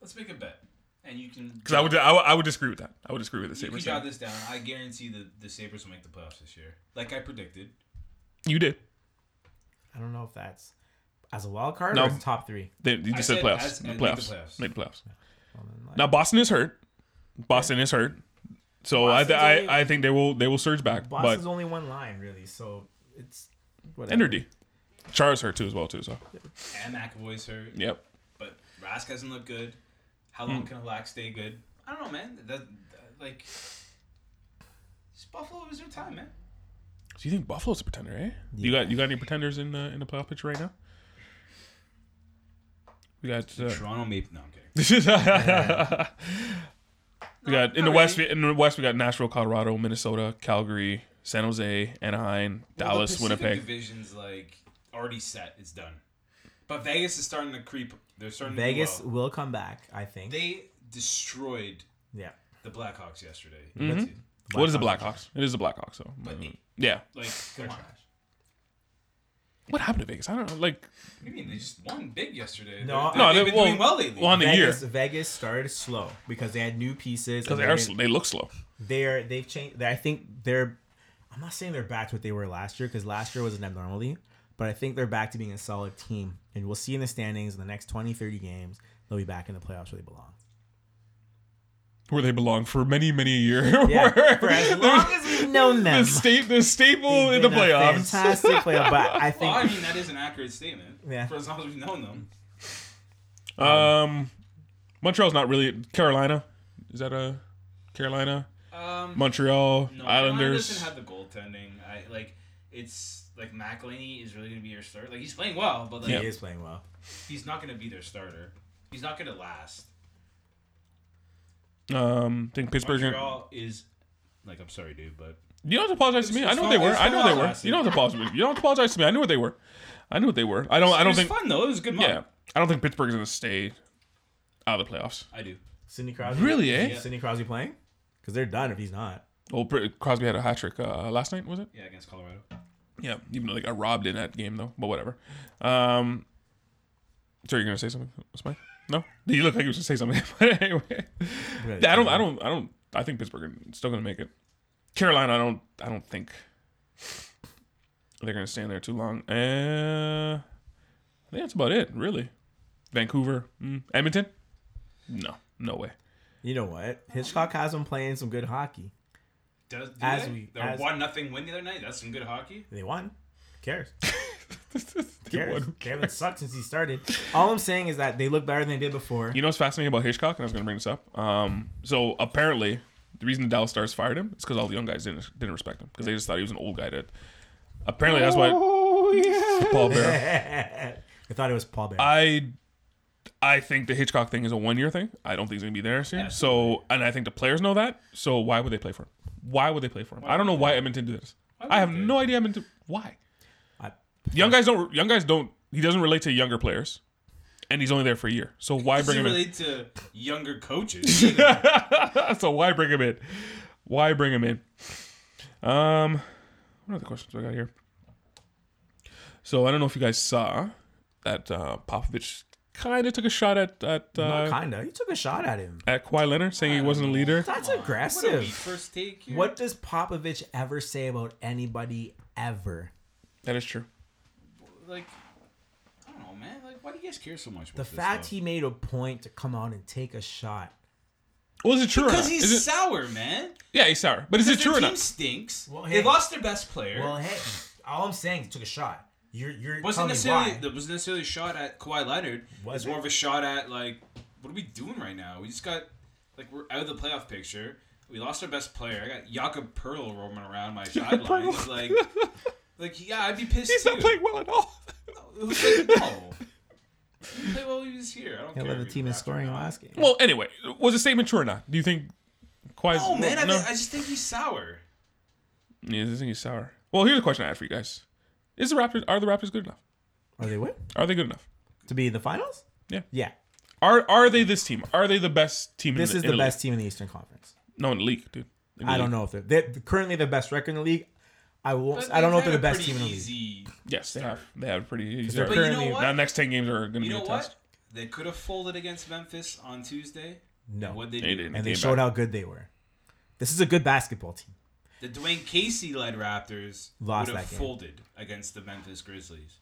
E: Let's make a bet. And you can.
B: because I would, I would I would disagree with that. I would disagree with the
E: You can
B: Sabers.
E: jot this down. I guarantee the the Sabres will make the playoffs this year, like I predicted.
B: You did.
C: I don't know if that's as a wild card
B: No.
C: or as a top three.
B: They, you
E: I
B: just said,
E: said
B: playoffs.
E: as- and make the
B: playoffs.
E: playoffs.
B: Make the playoffs.
C: Well, then, like,
B: Now Boston is hurt. Boston is hurt. So I, th-
C: Boston's only-
B: I I think they will they will surge back.
C: Boston's
B: but
C: only one line really, so it's whatever.
B: energy. Char's hurt too as well too. So
E: And McAvoy's hurt,
B: yep.
E: but Rask hasn't looked good. How
B: Hmm.
E: long can Halak stay good? I don't know, man. That, that- like, it's Buffalo is their time, man.
B: So you think Buffalo's a pretender, eh? You got you got any pretenders in uh, in the playoff picture right now? We got uh,
E: Toronto Maple. No, I'm kidding.
B: we got in
E: not
B: the West
E: really.
B: in the West we got Nashville, Colorado, Minnesota, Calgary, San Jose, Anaheim,
E: Well, the
B: Dallas,
E: Pacific
B: Winnipeg.
E: Division's like already set. It's done. But Vegas is starting to creep. They're starting
C: Vegas
E: To do well.
C: will come back, I think.
E: They destroyed
C: yeah.
E: the Blackhawks yesterday.
B: Mm-hmm.
E: That's it.
B: what is the Blackhawks? It is the Blackhawks, so
E: But-
B: yeah.
E: Like, come on.
B: What happened to Vegas? I don't know. Like
E: What do you mean? They just won big yesterday.
C: No,
E: they,
B: no,
E: they've
B: they-
E: been doing
B: well-
E: well lately.
B: well, on the year
C: Vegas, Vegas started slow because they had new pieces. and
B: because
C: they-
B: they look slow.
C: they're they've changed. They, I think they're. I'm not saying they're back to what they were last year because last year was an abnormality, but I think they're back to being a solid team, and we'll see in the standings in the next 20, 30 games. They'll be back in the playoffs where they belong.
B: where they belong for many, many a year.
C: Yeah,
B: Where
C: for as
B: they're
C: long as we've known
B: the,
C: them,
B: sta- the staple
C: They've
B: in the
C: been a
B: playoffs.
C: fantastic playoff. But I
E: Well, I
C: think
E: mean, that is an accurate statement.
C: Yeah.
E: For as long as we've known them.
B: Um, Montreal's not really Carolina. Is that a Carolina?
E: Um,
B: Montreal
E: no, Carolina
B: Islanders.
E: doesn't have the goaltending. I like. It's like McElhinney is really going to be your starter. Like he's playing well, but like
B: Yeah.
C: he is playing well.
E: he's not going to be their starter. He's not going to last.
B: um, I think Pittsburgh.
E: Montreal is like I'm sorry, dude, but
B: You don't have to apologize to me. I know what they
E: fun- it
B: were.
E: was
B: I know
E: fun
B: they were.
E: last
B: You don't have to apologize. to me. You don't have to apologize to me. I knew what they were. I knew what they were. I don't. I
E: it
B: don't
E: was
B: think.
E: fun though. It was a good month.
B: Yeah. I don't think Pittsburgh's gonna stay out of the playoffs.
E: I do.
C: Sidney Crosby,
B: Really, eh?
C: Sidney Crosby playing because they're done if he's not.
B: Well, Br- Crosby had a hat trick uh, last night, was it?
E: Yeah, against Colorado.
B: Yeah, even though they got robbed in that game, though. But whatever. Um, so you're gonna say something, Spike? No, you look like you were gonna say something. but anyway, I don't, I don't, I don't. I think Pittsburgh are still gonna make it. Carolina, I don't, I don't think they're gonna stand there too long. Uh, I think that's about it, really. Vancouver, mm, Edmonton, no, no way.
C: You know what? Hitchcock has them playing some good hockey.
E: Does, do
C: As
E: they?
C: we-
E: Their
C: as-
E: one nothing win the other night. That's some good hockey.
C: They won. Who cares?
B: They
C: cares?
B: won.
C: They haven't sucked since he started. All I'm saying is that they look better than they did before.
B: You know what's fascinating about Hitchcock, and I was going to bring this up. Um, so apparently, the reason the Dallas Stars fired him is because all the young guys didn't didn't respect him because they just thought he was an old guy. That apparently that's why Paul Bear.
C: I thought it was Paul Bear.
B: I I think the Hitchcock thing is a one year thing. I don't think he's going to be there this year. So, and I think the players know that. So why would they play for him? Why would they play for him? I don't know why Edmonton did this. I have no idea Edmonton why.
E: Uh,
C: I-
B: Young guys don't. Young guys don't. He doesn't relate to younger players, and he's only there for a year. So why
E: Does
B: bring
E: it
B: him in?
E: relate to younger coaches? either?
B: so why bring him in? Why bring him in? Um, what other questions do I got here? So I don't know if you guys saw that uh, Popovich kind of took a shot at at
C: Not
B: uh,
C: kinda. You took a shot at him.
B: at Kawhi Leonard, saying he wasn't a leader.
C: That's
E: what a weak
C: aggressive.
E: first take. Here.
C: What does Popovich ever say about anybody ever?
B: That is true.
E: like I don't know, man. Like why do you guys care so much?
C: The fact he made a point to come out and take a shot.
B: Well, is it true?
E: because
B: or not?
E: he's
B: Is it-
E: sour, man.
B: yeah, he's sour. But is it
E: Their
B: true or
E: team
B: not?
E: stinks.
C: Well,
E: they
C: hey.
E: lost their best player.
C: Well, hey, all I'm saying is took a shot. You're you're telling
E: wasn't
C: me
E: necessarily
C: why.
E: that wasn't necessarily a shot at Kawhi Leonard.
C: Was
E: it's
C: it?
E: more of a shot at like what are we doing right now? We just got like we're out of the playoff picture. We lost our best player. I got Jakob Pertl roaming around my sidelines. like, like yeah, I'd be pissed
B: He's
E: too.
B: not playing well at all.
E: It was like, no. He didn't play while he was here. I don't care.
C: Whether
E: if
C: the
E: he
C: team is
E: drafted
C: scoring
E: or
C: the
E: not.
C: last game.
B: well, anyway, was the statement true or not? Do you think Kawhi's?
E: No, man. I,
B: no?
E: think- I just think he's sour.
B: yeah, I think he's sour. Well, here's a question I had for you guys: Is the Raptors are the Raptors good enough?
C: Are they what?
B: Are they good enough?
C: To be in the finals?
B: Yeah.
C: Yeah.
B: Are are they this team? Are they the best team?
C: This
B: in
C: is
B: in
C: the best team in the Eastern Conference.
B: League? No, in the league, dude. In the
C: I don't
B: league.
C: know if they're, they're currently the best record in the league. I won't.
E: But
C: I don't know if
E: had
C: they're the
E: a
C: best
E: pretty
C: team in the league.
E: easy-
B: Yes, they have. They have pretty. Easy.
C: they're
E: But
B: Now,
E: you know
C: Currently-
E: what?
B: next ten games are going to
E: you
B: be
E: know
B: a
E: what?
B: test.
E: They could have folded against Memphis on Tuesday.
C: No.
E: What they,
B: They
E: do.
B: didn't.
C: and they
B: Came
C: showed how
B: back.
C: good they were. This is a good basketball team.
E: The Dwayne Casey led Raptors
C: Lost
E: would have
C: that game.
E: folded against the Memphis Grizzlies.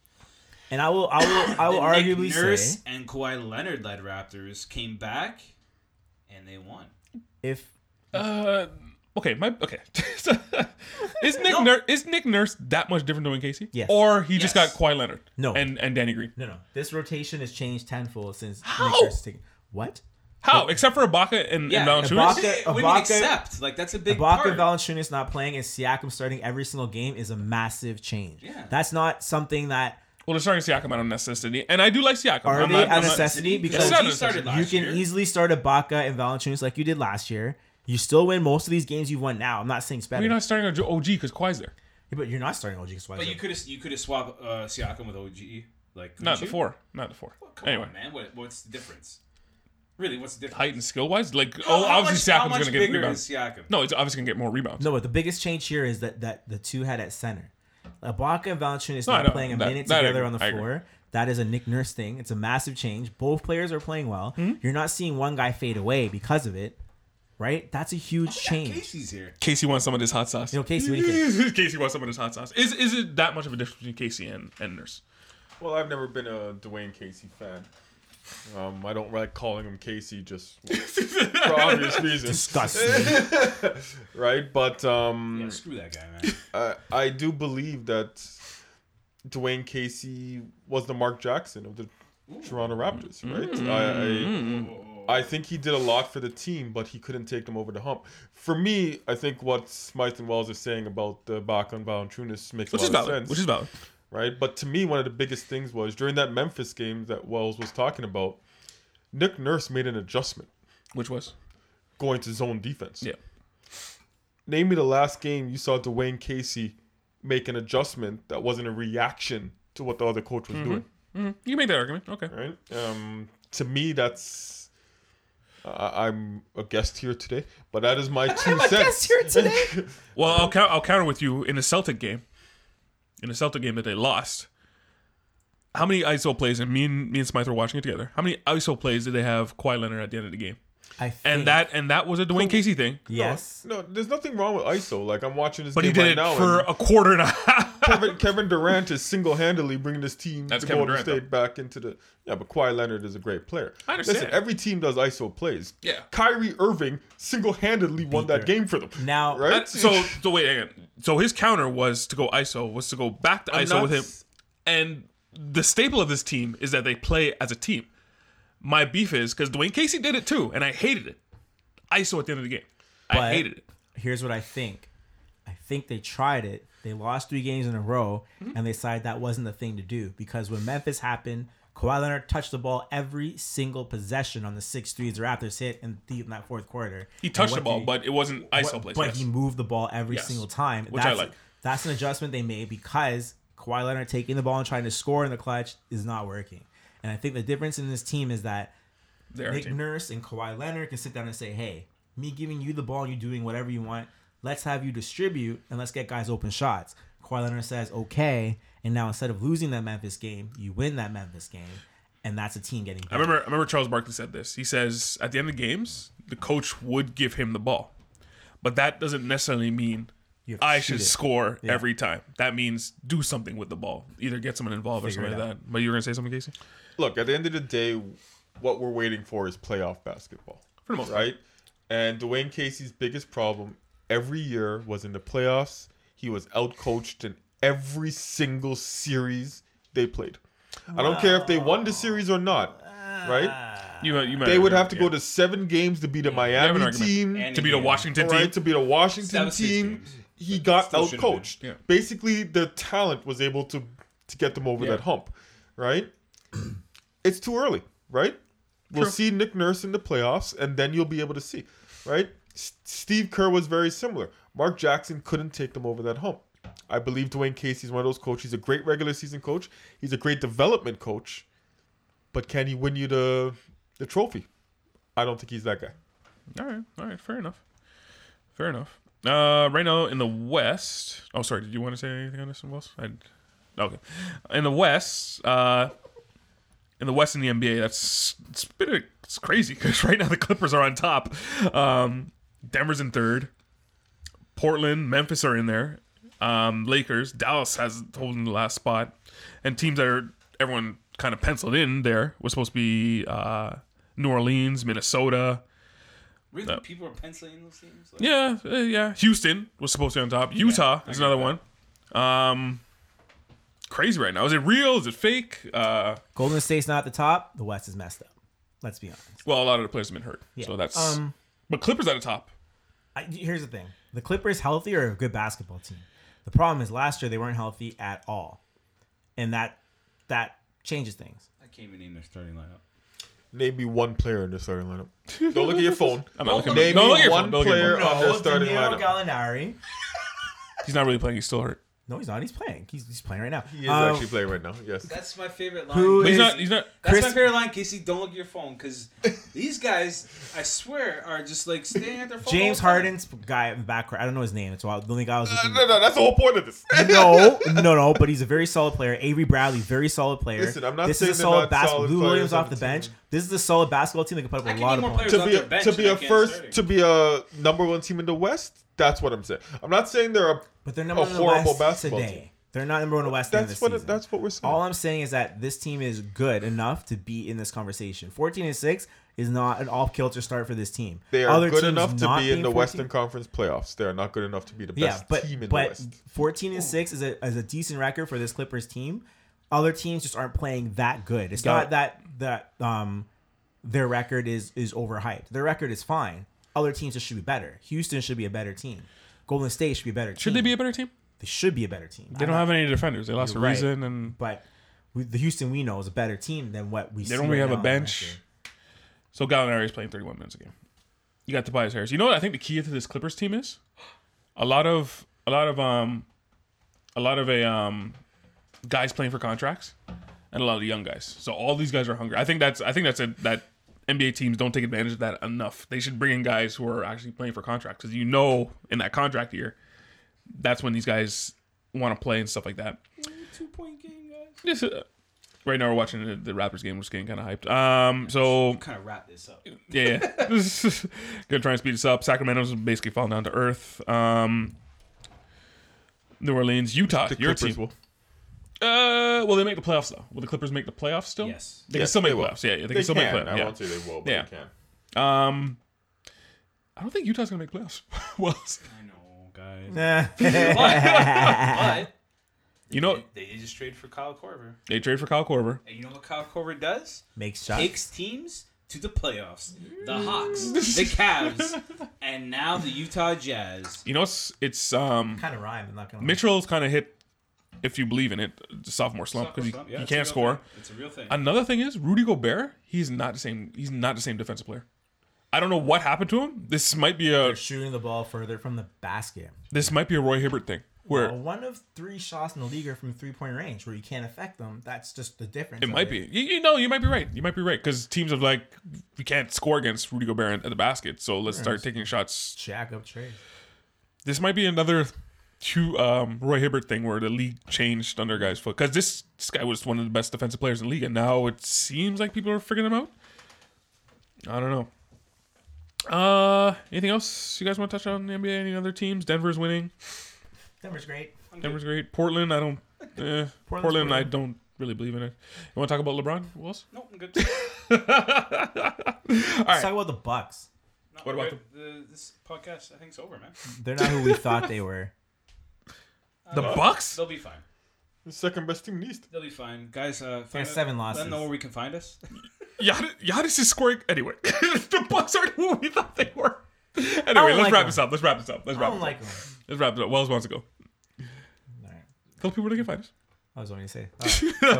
C: And I will, I will, I will
E: The
C: arguably
E: Nick Nurse
C: say
E: and Kawhi Leonard led Raptors came back and they won.
C: if
B: Uh, okay, my okay. is Nick Nurse is Nick Nurse that much different than Dwayne Casey?
C: Yes.
B: Or he just got
E: Yes.
B: Kawhi Leonard?
C: No.
B: And and Danny Green.
C: no, no, this rotation has changed tenfold since
B: How?
C: Nick Nurse is taking- what
B: How? Except for Ibaka and,
E: Yeah,
B: and
E: Ibaka,
B: Valanciunas.
C: Ibaka-
E: what do you mean
C: Ibaka-
E: accept? Like that's a big
C: Ibaka
E: part.
C: Valanciunas not playing and Siakam starting every single game is a massive change.
E: Yeah.
C: that's not something that
B: Well, they're starting Siakam out of necessity, and I do like Siakam.
C: are
B: I'm
C: they
B: not-
C: a
B: I'm not-
C: necessity
B: It's
C: because
B: not
E: he
B: a
E: started
B: necessity.
C: you
E: last
C: can
E: year.
C: easily start Ibaka and Valanciunas like you did last year. You still win most of these games you've won now. I'm not saying it's better,
B: We're not starting a OG because Kawhi's there.
C: but you're not starting OG. 'cause why
E: But
C: is
E: you
C: it-
E: could have you could have swapped uh, Siakam with OG. Like couldn't
B: Not the
E: you?
B: four. Not the four.
E: Come
B: Anyway,
E: on, man. What, what's the difference? Really, what's the difference?
B: height and skill wise, like
E: How-
B: oh,
E: how
B: obviously
E: much- how
B: Siakam's
E: much
B: going to get
E: bigger
B: rebounds.
E: is Siakam?
B: No, it's obviously going to get more rebounds.
C: No, but the biggest change here is that that the two had at center. Ibaka and Valanciunas
B: No, I
C: not
B: don't-
C: playing a
B: that-
C: minute
B: that I
C: together
B: agree.
C: on the
B: I agree.
C: floor. That is a Nick Nurse thing. It's a massive change. Both players are playing well.
B: Hmm?
C: You're not seeing one guy fade away because of it, right? That's a huge change.
E: Casey's here.
B: Casey wants some of this hot sauce.
C: You know, Casey, what do you
B: Casey wants some of this hot sauce. Is is it that much of a difference between Casey and, and Nurse?
D: Well, I've never been a Dwayne Casey fan. Um, I don't like calling him Casey just for obvious reasons,
C: Disgusting.
D: right? But um,
E: Yeah, screw that guy, man.
D: I, I do believe that Dwayne Casey was the Mark Jackson of the Toronto
B: Mm.
D: Raptors, right? I, I, I think he did a lot for the team, but he couldn't take them over the hump. For me, I think what Smythe and Wells are saying about the Back on Valanciunas makes
B: Which
D: a
B: is
D: lot of
B: valid.
D: sense,
B: Which is valid.
D: right? But to me, one of the biggest things was during that Memphis game that Wells was talking about, Nick Nurse made an adjustment
B: Which was
D: going to zone defense.
B: yeah.
D: Name me the last game you saw Dwayne Casey make an adjustment that wasn't a reaction to what the other coach was doing.
C: Mm-hmm.
B: You can make that argument. Okay.
D: Right? Um, to me, that's Uh, I'm a guest here today, but that is my two
C: I'm a
D: cents.
C: guest here today.
B: Well, I'll, count, I'll counter with you in the Celtic game. In the Celtic game that they lost, how many ISO plays? And me and me and Smythe were watching it together. How many ISO plays did they have Kawhi Leonard at the end of the game?
C: I think.
B: And that and that was a Dwayne Casey thing.
C: Yes.
D: No, there's nothing wrong with ISO. Like I'm watching this
B: But he
D: game
B: did
D: right
B: it
D: now.
B: for
D: and
B: a quarter and a half.
D: Kevin, Kevin Durant is single-handedly bringing this team
B: That's
D: to
B: Kevin
D: Golden
B: Durant, though.
D: State back into the yeah. But Kawhi Leonard is a great player.
B: I understand.
D: Listen, every team does ISO plays.
B: Yeah.
D: Kyrie Irving single-handedly won
C: their-
D: that game for them.
C: Now-
D: right?
B: so so wait, hang on. So his counter was to go ISO, was to go back to
D: I'm
B: ISO
D: not
B: with him.
D: s-
B: And the staple of this team is that they play as a team. My beef is because Dwayne Casey did it too, and I hated it. ISO at the end of the game. I
C: But-
B: hated it.
C: Here's what I think. I think they tried it. They lost three games in a row,
B: Mm-hmm.
C: and they decided that wasn't the thing to do because when Memphis happened, Kawhi Leonard touched the ball every single possession on the six threes the Raptors hit in, the, in that fourth quarter.
B: He touched
C: And what
B: the ball,
C: he-
B: but it wasn't ISO
C: But-
B: plays.
C: But
B: yes.
C: he moved the ball every
B: Yes.
C: single time.
B: Which I
C: that's,
B: like.
C: That's an adjustment they made because Kawhi Leonard taking the ball and trying to score in the clutch is not working. And I think the difference in this team is that
B: They're a
C: Nick
B: team.
C: Nurse and Kawhi Leonard can sit down and say, "Hey, me giving you the ball, you doing whatever you want. Let's have you distribute and let's get guys open shots." Kawhi Leonard says, "Okay," and now instead of losing that Memphis game, you win that Memphis game, and that's a team getting.
B: I
C: Better.
B: remember I remember Charles Barkley said this. He says at the end of games, the coach would give him the ball. But that doesn't necessarily mean
C: You have to
B: I
C: shoot
B: should
C: it.
B: score every time. That means do something with the ball. Either get someone involved
C: Figure
B: or something
C: it
B: like that. But you were gonna say something, Casey?
D: look, at the end of the day, what we're waiting for is playoff basketball.
B: For the most part.
D: right? And Dwayne Casey's biggest problem every year was in the playoffs. He was outcoached in every single series they played. I don't care if they won the series or not, right?
B: You, you might
D: They would
B: argue,
D: have to go
B: yeah.
D: to seven games to beat a
B: Ah. have an
D: Miami
B: argument.
D: team,
E: And-
B: to beat a Washington team.
D: right? To beat a
E: That
D: Washington
E: was six
D: team.
E: games.
D: He got
E: still
D: outcoached.
E: should've been.
B: Yeah.
D: Basically, the talent was able to to get them over
B: Yeah.
D: that hump, right? it's too early, right? We'll see Nick Nurse in the playoffs, and then you'll be able to see, right? S- Steve Kerr was very similar. Mark Jackson couldn't take them over that hump. I believe Dwayne Casey's one of those coaches. He's a great regular season coach. He's a great development coach, but can he win you the the trophy? I don't think he's that guy.
B: All right, all right, fair enough, fair enough. Uh, right now in the West. Oh, sorry. Did you want to say anything on this one, Wells? I, okay. In the West, uh, in the West in the NBA, that's it's, been, it's crazy because right now the Clippers are on top. Um, Denver's in third. Portland, Memphis are in there. Um, Lakers, Dallas has holding the last spot, and teams that are everyone kind of penciled in there was supposed to be uh, New Orleans, Minnesota.
E: Really, people are penciling in those teams. Like,
B: Yeah, uh, yeah. Houston was supposed to be on top. Utah is another one. Um, crazy right now. Is it real? Is it fake? Uh,
C: Golden State's not at the top. The West is messed up. Let's be honest.
B: well, a lot of the players have been hurt, so that's.
C: Um,
B: but Clippers at the top.
C: I, here's the thing: the Clippers healthy are a good basketball team. The problem is last year they weren't healthy at all, and that that changes things.
E: I can't even name their starting lineup.
D: Name me one player in the starting lineup. Don't look at your phone.
B: I'm not looking.
D: Name
B: no, look at
D: me
B: your
D: one
B: phone. Don't look at your
D: player
B: phone.
D: on their starting
C: Danilo
D: lineup.
C: Gallinari.
B: He's not really playing. He's still hurt.
C: No, he's not. He's playing. He's, he's playing right now.
D: he is
C: Um,
D: actually playing right now. Yes.
E: That's my favorite line.
C: Who
B: But he's
C: is-
B: not. He's not.
E: That's my
C: Chris-
E: favorite line, Casey. Don't look at your phone, because these guys, I swear, are just like staying at their phone.
C: James
E: all the time.
C: Harden's guy in the backcourt. I don't know his name. It's why the only guy I was looking.
D: No, no, that's the whole point of this.
C: no, no, no. But he's a very solid player. Avery Bradley, very solid player.
D: Listen, I'm not
C: this
D: saying
C: is a
D: they're
C: solid
D: not
C: basketball.
D: solid
C: Lou
D: players
C: Williams
D: on
C: off the
D: the
C: bench.
D: team.
C: This is a solid basketball team that can put up
E: I
C: a
E: can
C: lot
E: name
C: of
E: more
C: points.
E: players.
D: to
E: off
D: be
E: their
D: a,
E: bench
D: to be
E: that
D: a
E: can't
D: first
E: start.
D: to be a number one team in the West. That's what I'm saying. I'm not saying they're a
C: But they're number
D: a
C: one in the
D: horrible
C: West
D: basketball
C: today.
D: team.
C: They're not number one in the West. at the end of
D: That's
C: the
D: what it-
C: season.
D: that's what we're saying.
C: All I'm saying is that this team is good enough to be in this conversation. 14 and six is not an off kilter start for this team.
D: They are
C: Other
D: good
C: teams
D: enough to
C: not
D: be in
C: being
D: the
C: 14
D: Western Conference playoffs. They are not good enough to be the
C: Yeah,
D: best
C: but
D: team in the
C: but
D: West.
C: 14 and six is a is a decent record for this Clippers team. Other teams just aren't playing that good. It's not
B: Got
C: that that um their record is is overhyped. Their record is fine. Other teams just should be better. Houston should be a better team. Golden State should be a better team.
B: Should they be a better team?
C: They should be a better team.
B: They don't have any defenders. They lost a
C: You're right.
B: reason, and
C: but we, the Houston we know is a better team than what we.
B: they don't really have a bench. So Gallinari is playing 31 minutes a game. You got Tobias Harris. You know what I think the key to this Clippers team is? A lot of a lot of um a lot of a um guys playing for contracts and a lot of young guys. So all these guys are hungry. I think that's I think that's a that NBA teams don't take advantage of that enough. They should bring in guys who are actually playing for contracts because you know in that contract year, that's when these guys want to play and stuff like that.
E: Two point game, guys.
B: Just, uh, right now we're watching the, the Raptors game. We're just getting kind of hyped. Um, so
E: Kind of wrap this up.
B: yeah, yeah. gonna try and speed this up. Sacramento's basically falling down to earth. Um, New Orleans, Utah,
D: The
B: your
D: Clippers
B: team.
D: will.
B: Uh, will they make the playoffs though? Will the Clippers make the playoffs still?
E: Yes.
B: they can
D: Yes,
B: still make
D: they will.
B: playoffs. Yeah, yeah, they,
D: They
B: can still
D: can.
B: make playoffs.
D: I
B: yeah.
D: won't say they will, but
B: Yeah.
D: they can.
B: Um, I don't think Utah's gonna make playoffs. well,
E: I know, guys.
C: Nah.
E: but
B: you know
E: they did just trade for Kyle Korver,
B: they trade for Kyle Korver.
E: and you know what Kyle Korver does?
C: Makes shots.
E: Takes teams to the playoffs. The Hawks, the Cavs, and now the Utah Jazz.
B: You know it's it's um
C: Kind of rhyme. I'm not gonna. lie.
B: Mitchell's kind of hit if you believe in it the sophomore slump because he,
E: Yeah,
B: he
E: it's a
B: can't
E: real
B: score.
E: thing. It's a real thing.
B: Another thing is Rudy Gobert. He's not the same. He's not the same defensive player. I don't know what happened to him. This might be a
C: They're shooting the ball further from the basket.
B: this might be a Roy Hibbert thing where
C: Well, one of three shots in the league are from three point range where you can't affect them. That's just the difference.
B: it
C: of
B: might be. You, you know, you might be right. You might be right because teams have like we can't score against Rudy Gobert at the basket, so let's start taking shots
C: Jack up trade.
B: this might be another two um, Roy Hibbert thing where the league changed under guys foot because this, this guy was one of the best defensive players in the league, and now it seems like people are figuring him out. I don't know. Uh, anything else you guys want to touch on in the NBA? Any other teams? Denver's winning.
C: Denver's great.
B: Denver's great. Portland, I don't. Eh, Portland, I don't really believe in it. You want to talk about LeBron? Who else?
E: No, I'm good.
C: Let's talk about the Bucks.
E: No,
B: What about
E: we're- the, this podcast? I think's over, man.
C: They're not who we thought they were.
B: The
C: Uh,
B: Bucks.
E: They'll be fine.
D: The second best team in the East.
E: They'll be fine, guys. Uh,
C: They
E: find
C: have
E: out-
C: seven
E: Let
C: losses.
E: them know where we can find us.
B: Giannis, Giannis is scoring anyway. the Bucks aren't who we thought they were. Anyway, let's
C: like
B: wrap
C: them.
B: this up. Let's wrap this up. Let's
C: I
B: wrap
C: don't
B: this up.
C: like them.
B: Let's wrap it up. Wells wants to go.
C: All right.
B: Tell people where they can find us.
C: I was going to say. All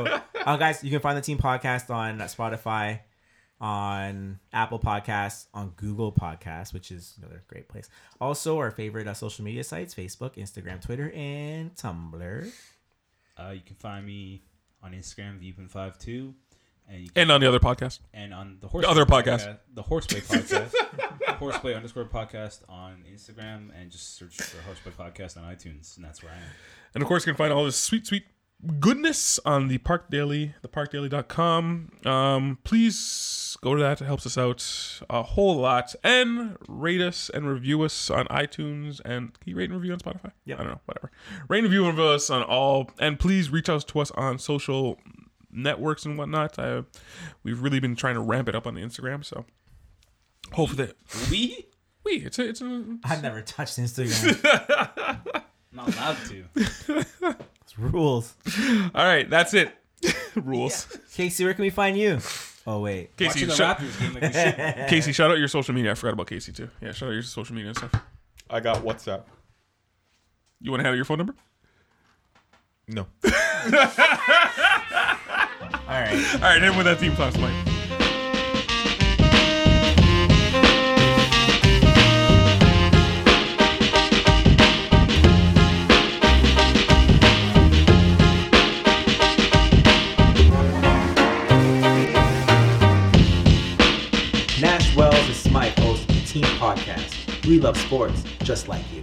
C: right. So, uh, guys, you can find the team podcast on Spotify, on Apple Podcasts, on Google Podcasts, which is another great place. Also, our favorite uh, social media sites Facebook, Instagram, Twitter, and Tumblr.
E: Uh, you can find me on Instagram, Vupin52, and you can,
B: And on the other podcast.
E: and on the horse
B: The other podcast.
E: the Horseplay podcast, Horseplay underscore podcast on Instagram, and just search for Horseplay podcast on iTunes, and that's where I am.
B: And of course, you can find all this sweet, sweet goodness on the Park Daily, theparkdaily.com. Um, please go to that. It helps us out a whole lot. And rate us and review us on iTunes. And can you rate and review on Spotify? Yeah. I don't know. Whatever. Rate and review us on all. And please reach out to us on social networks and whatnot. I, we've really been trying to ramp it up on the Instagram. So hopefully,
E: We
B: we, it's a, it's a,
C: I've never touched Instagram.
E: I'm not allowed to.
C: It's rules.
B: All right, that's it. Rules.
C: Casey, where can we find you? Oh, wait.
B: Casey,
E: Watching the
B: shout,
E: Raptors game like we should.
B: Casey, shout out your social media. I forgot about Casey too. Yeah, shout out your social media and stuff.
D: I got WhatsApp.
B: You want to hand out your phone number?
D: No.
C: All right.
B: All right, then with that team class, Mike.
A: Nash Wells is Smite hosts the team podcast. We love sports just like you.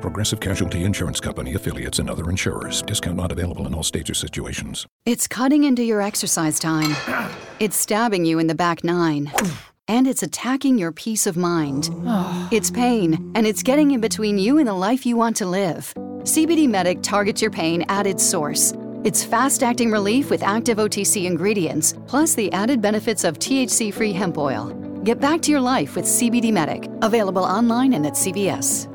F: Progressive Casualty Insurance Company affiliates and other insurers. Discount not available in all states or situations.
G: It's cutting into your exercise time. It's stabbing you in the back nine. And it's attacking your peace of mind. It's pain, and it's getting in between you and the life you want to live. CBD Medic targets your pain at its source. It's fast acting relief with active OTC ingredients, plus the added benefits of THC free hemp oil. Get back to your life with CBD Medic, available online and at CVS.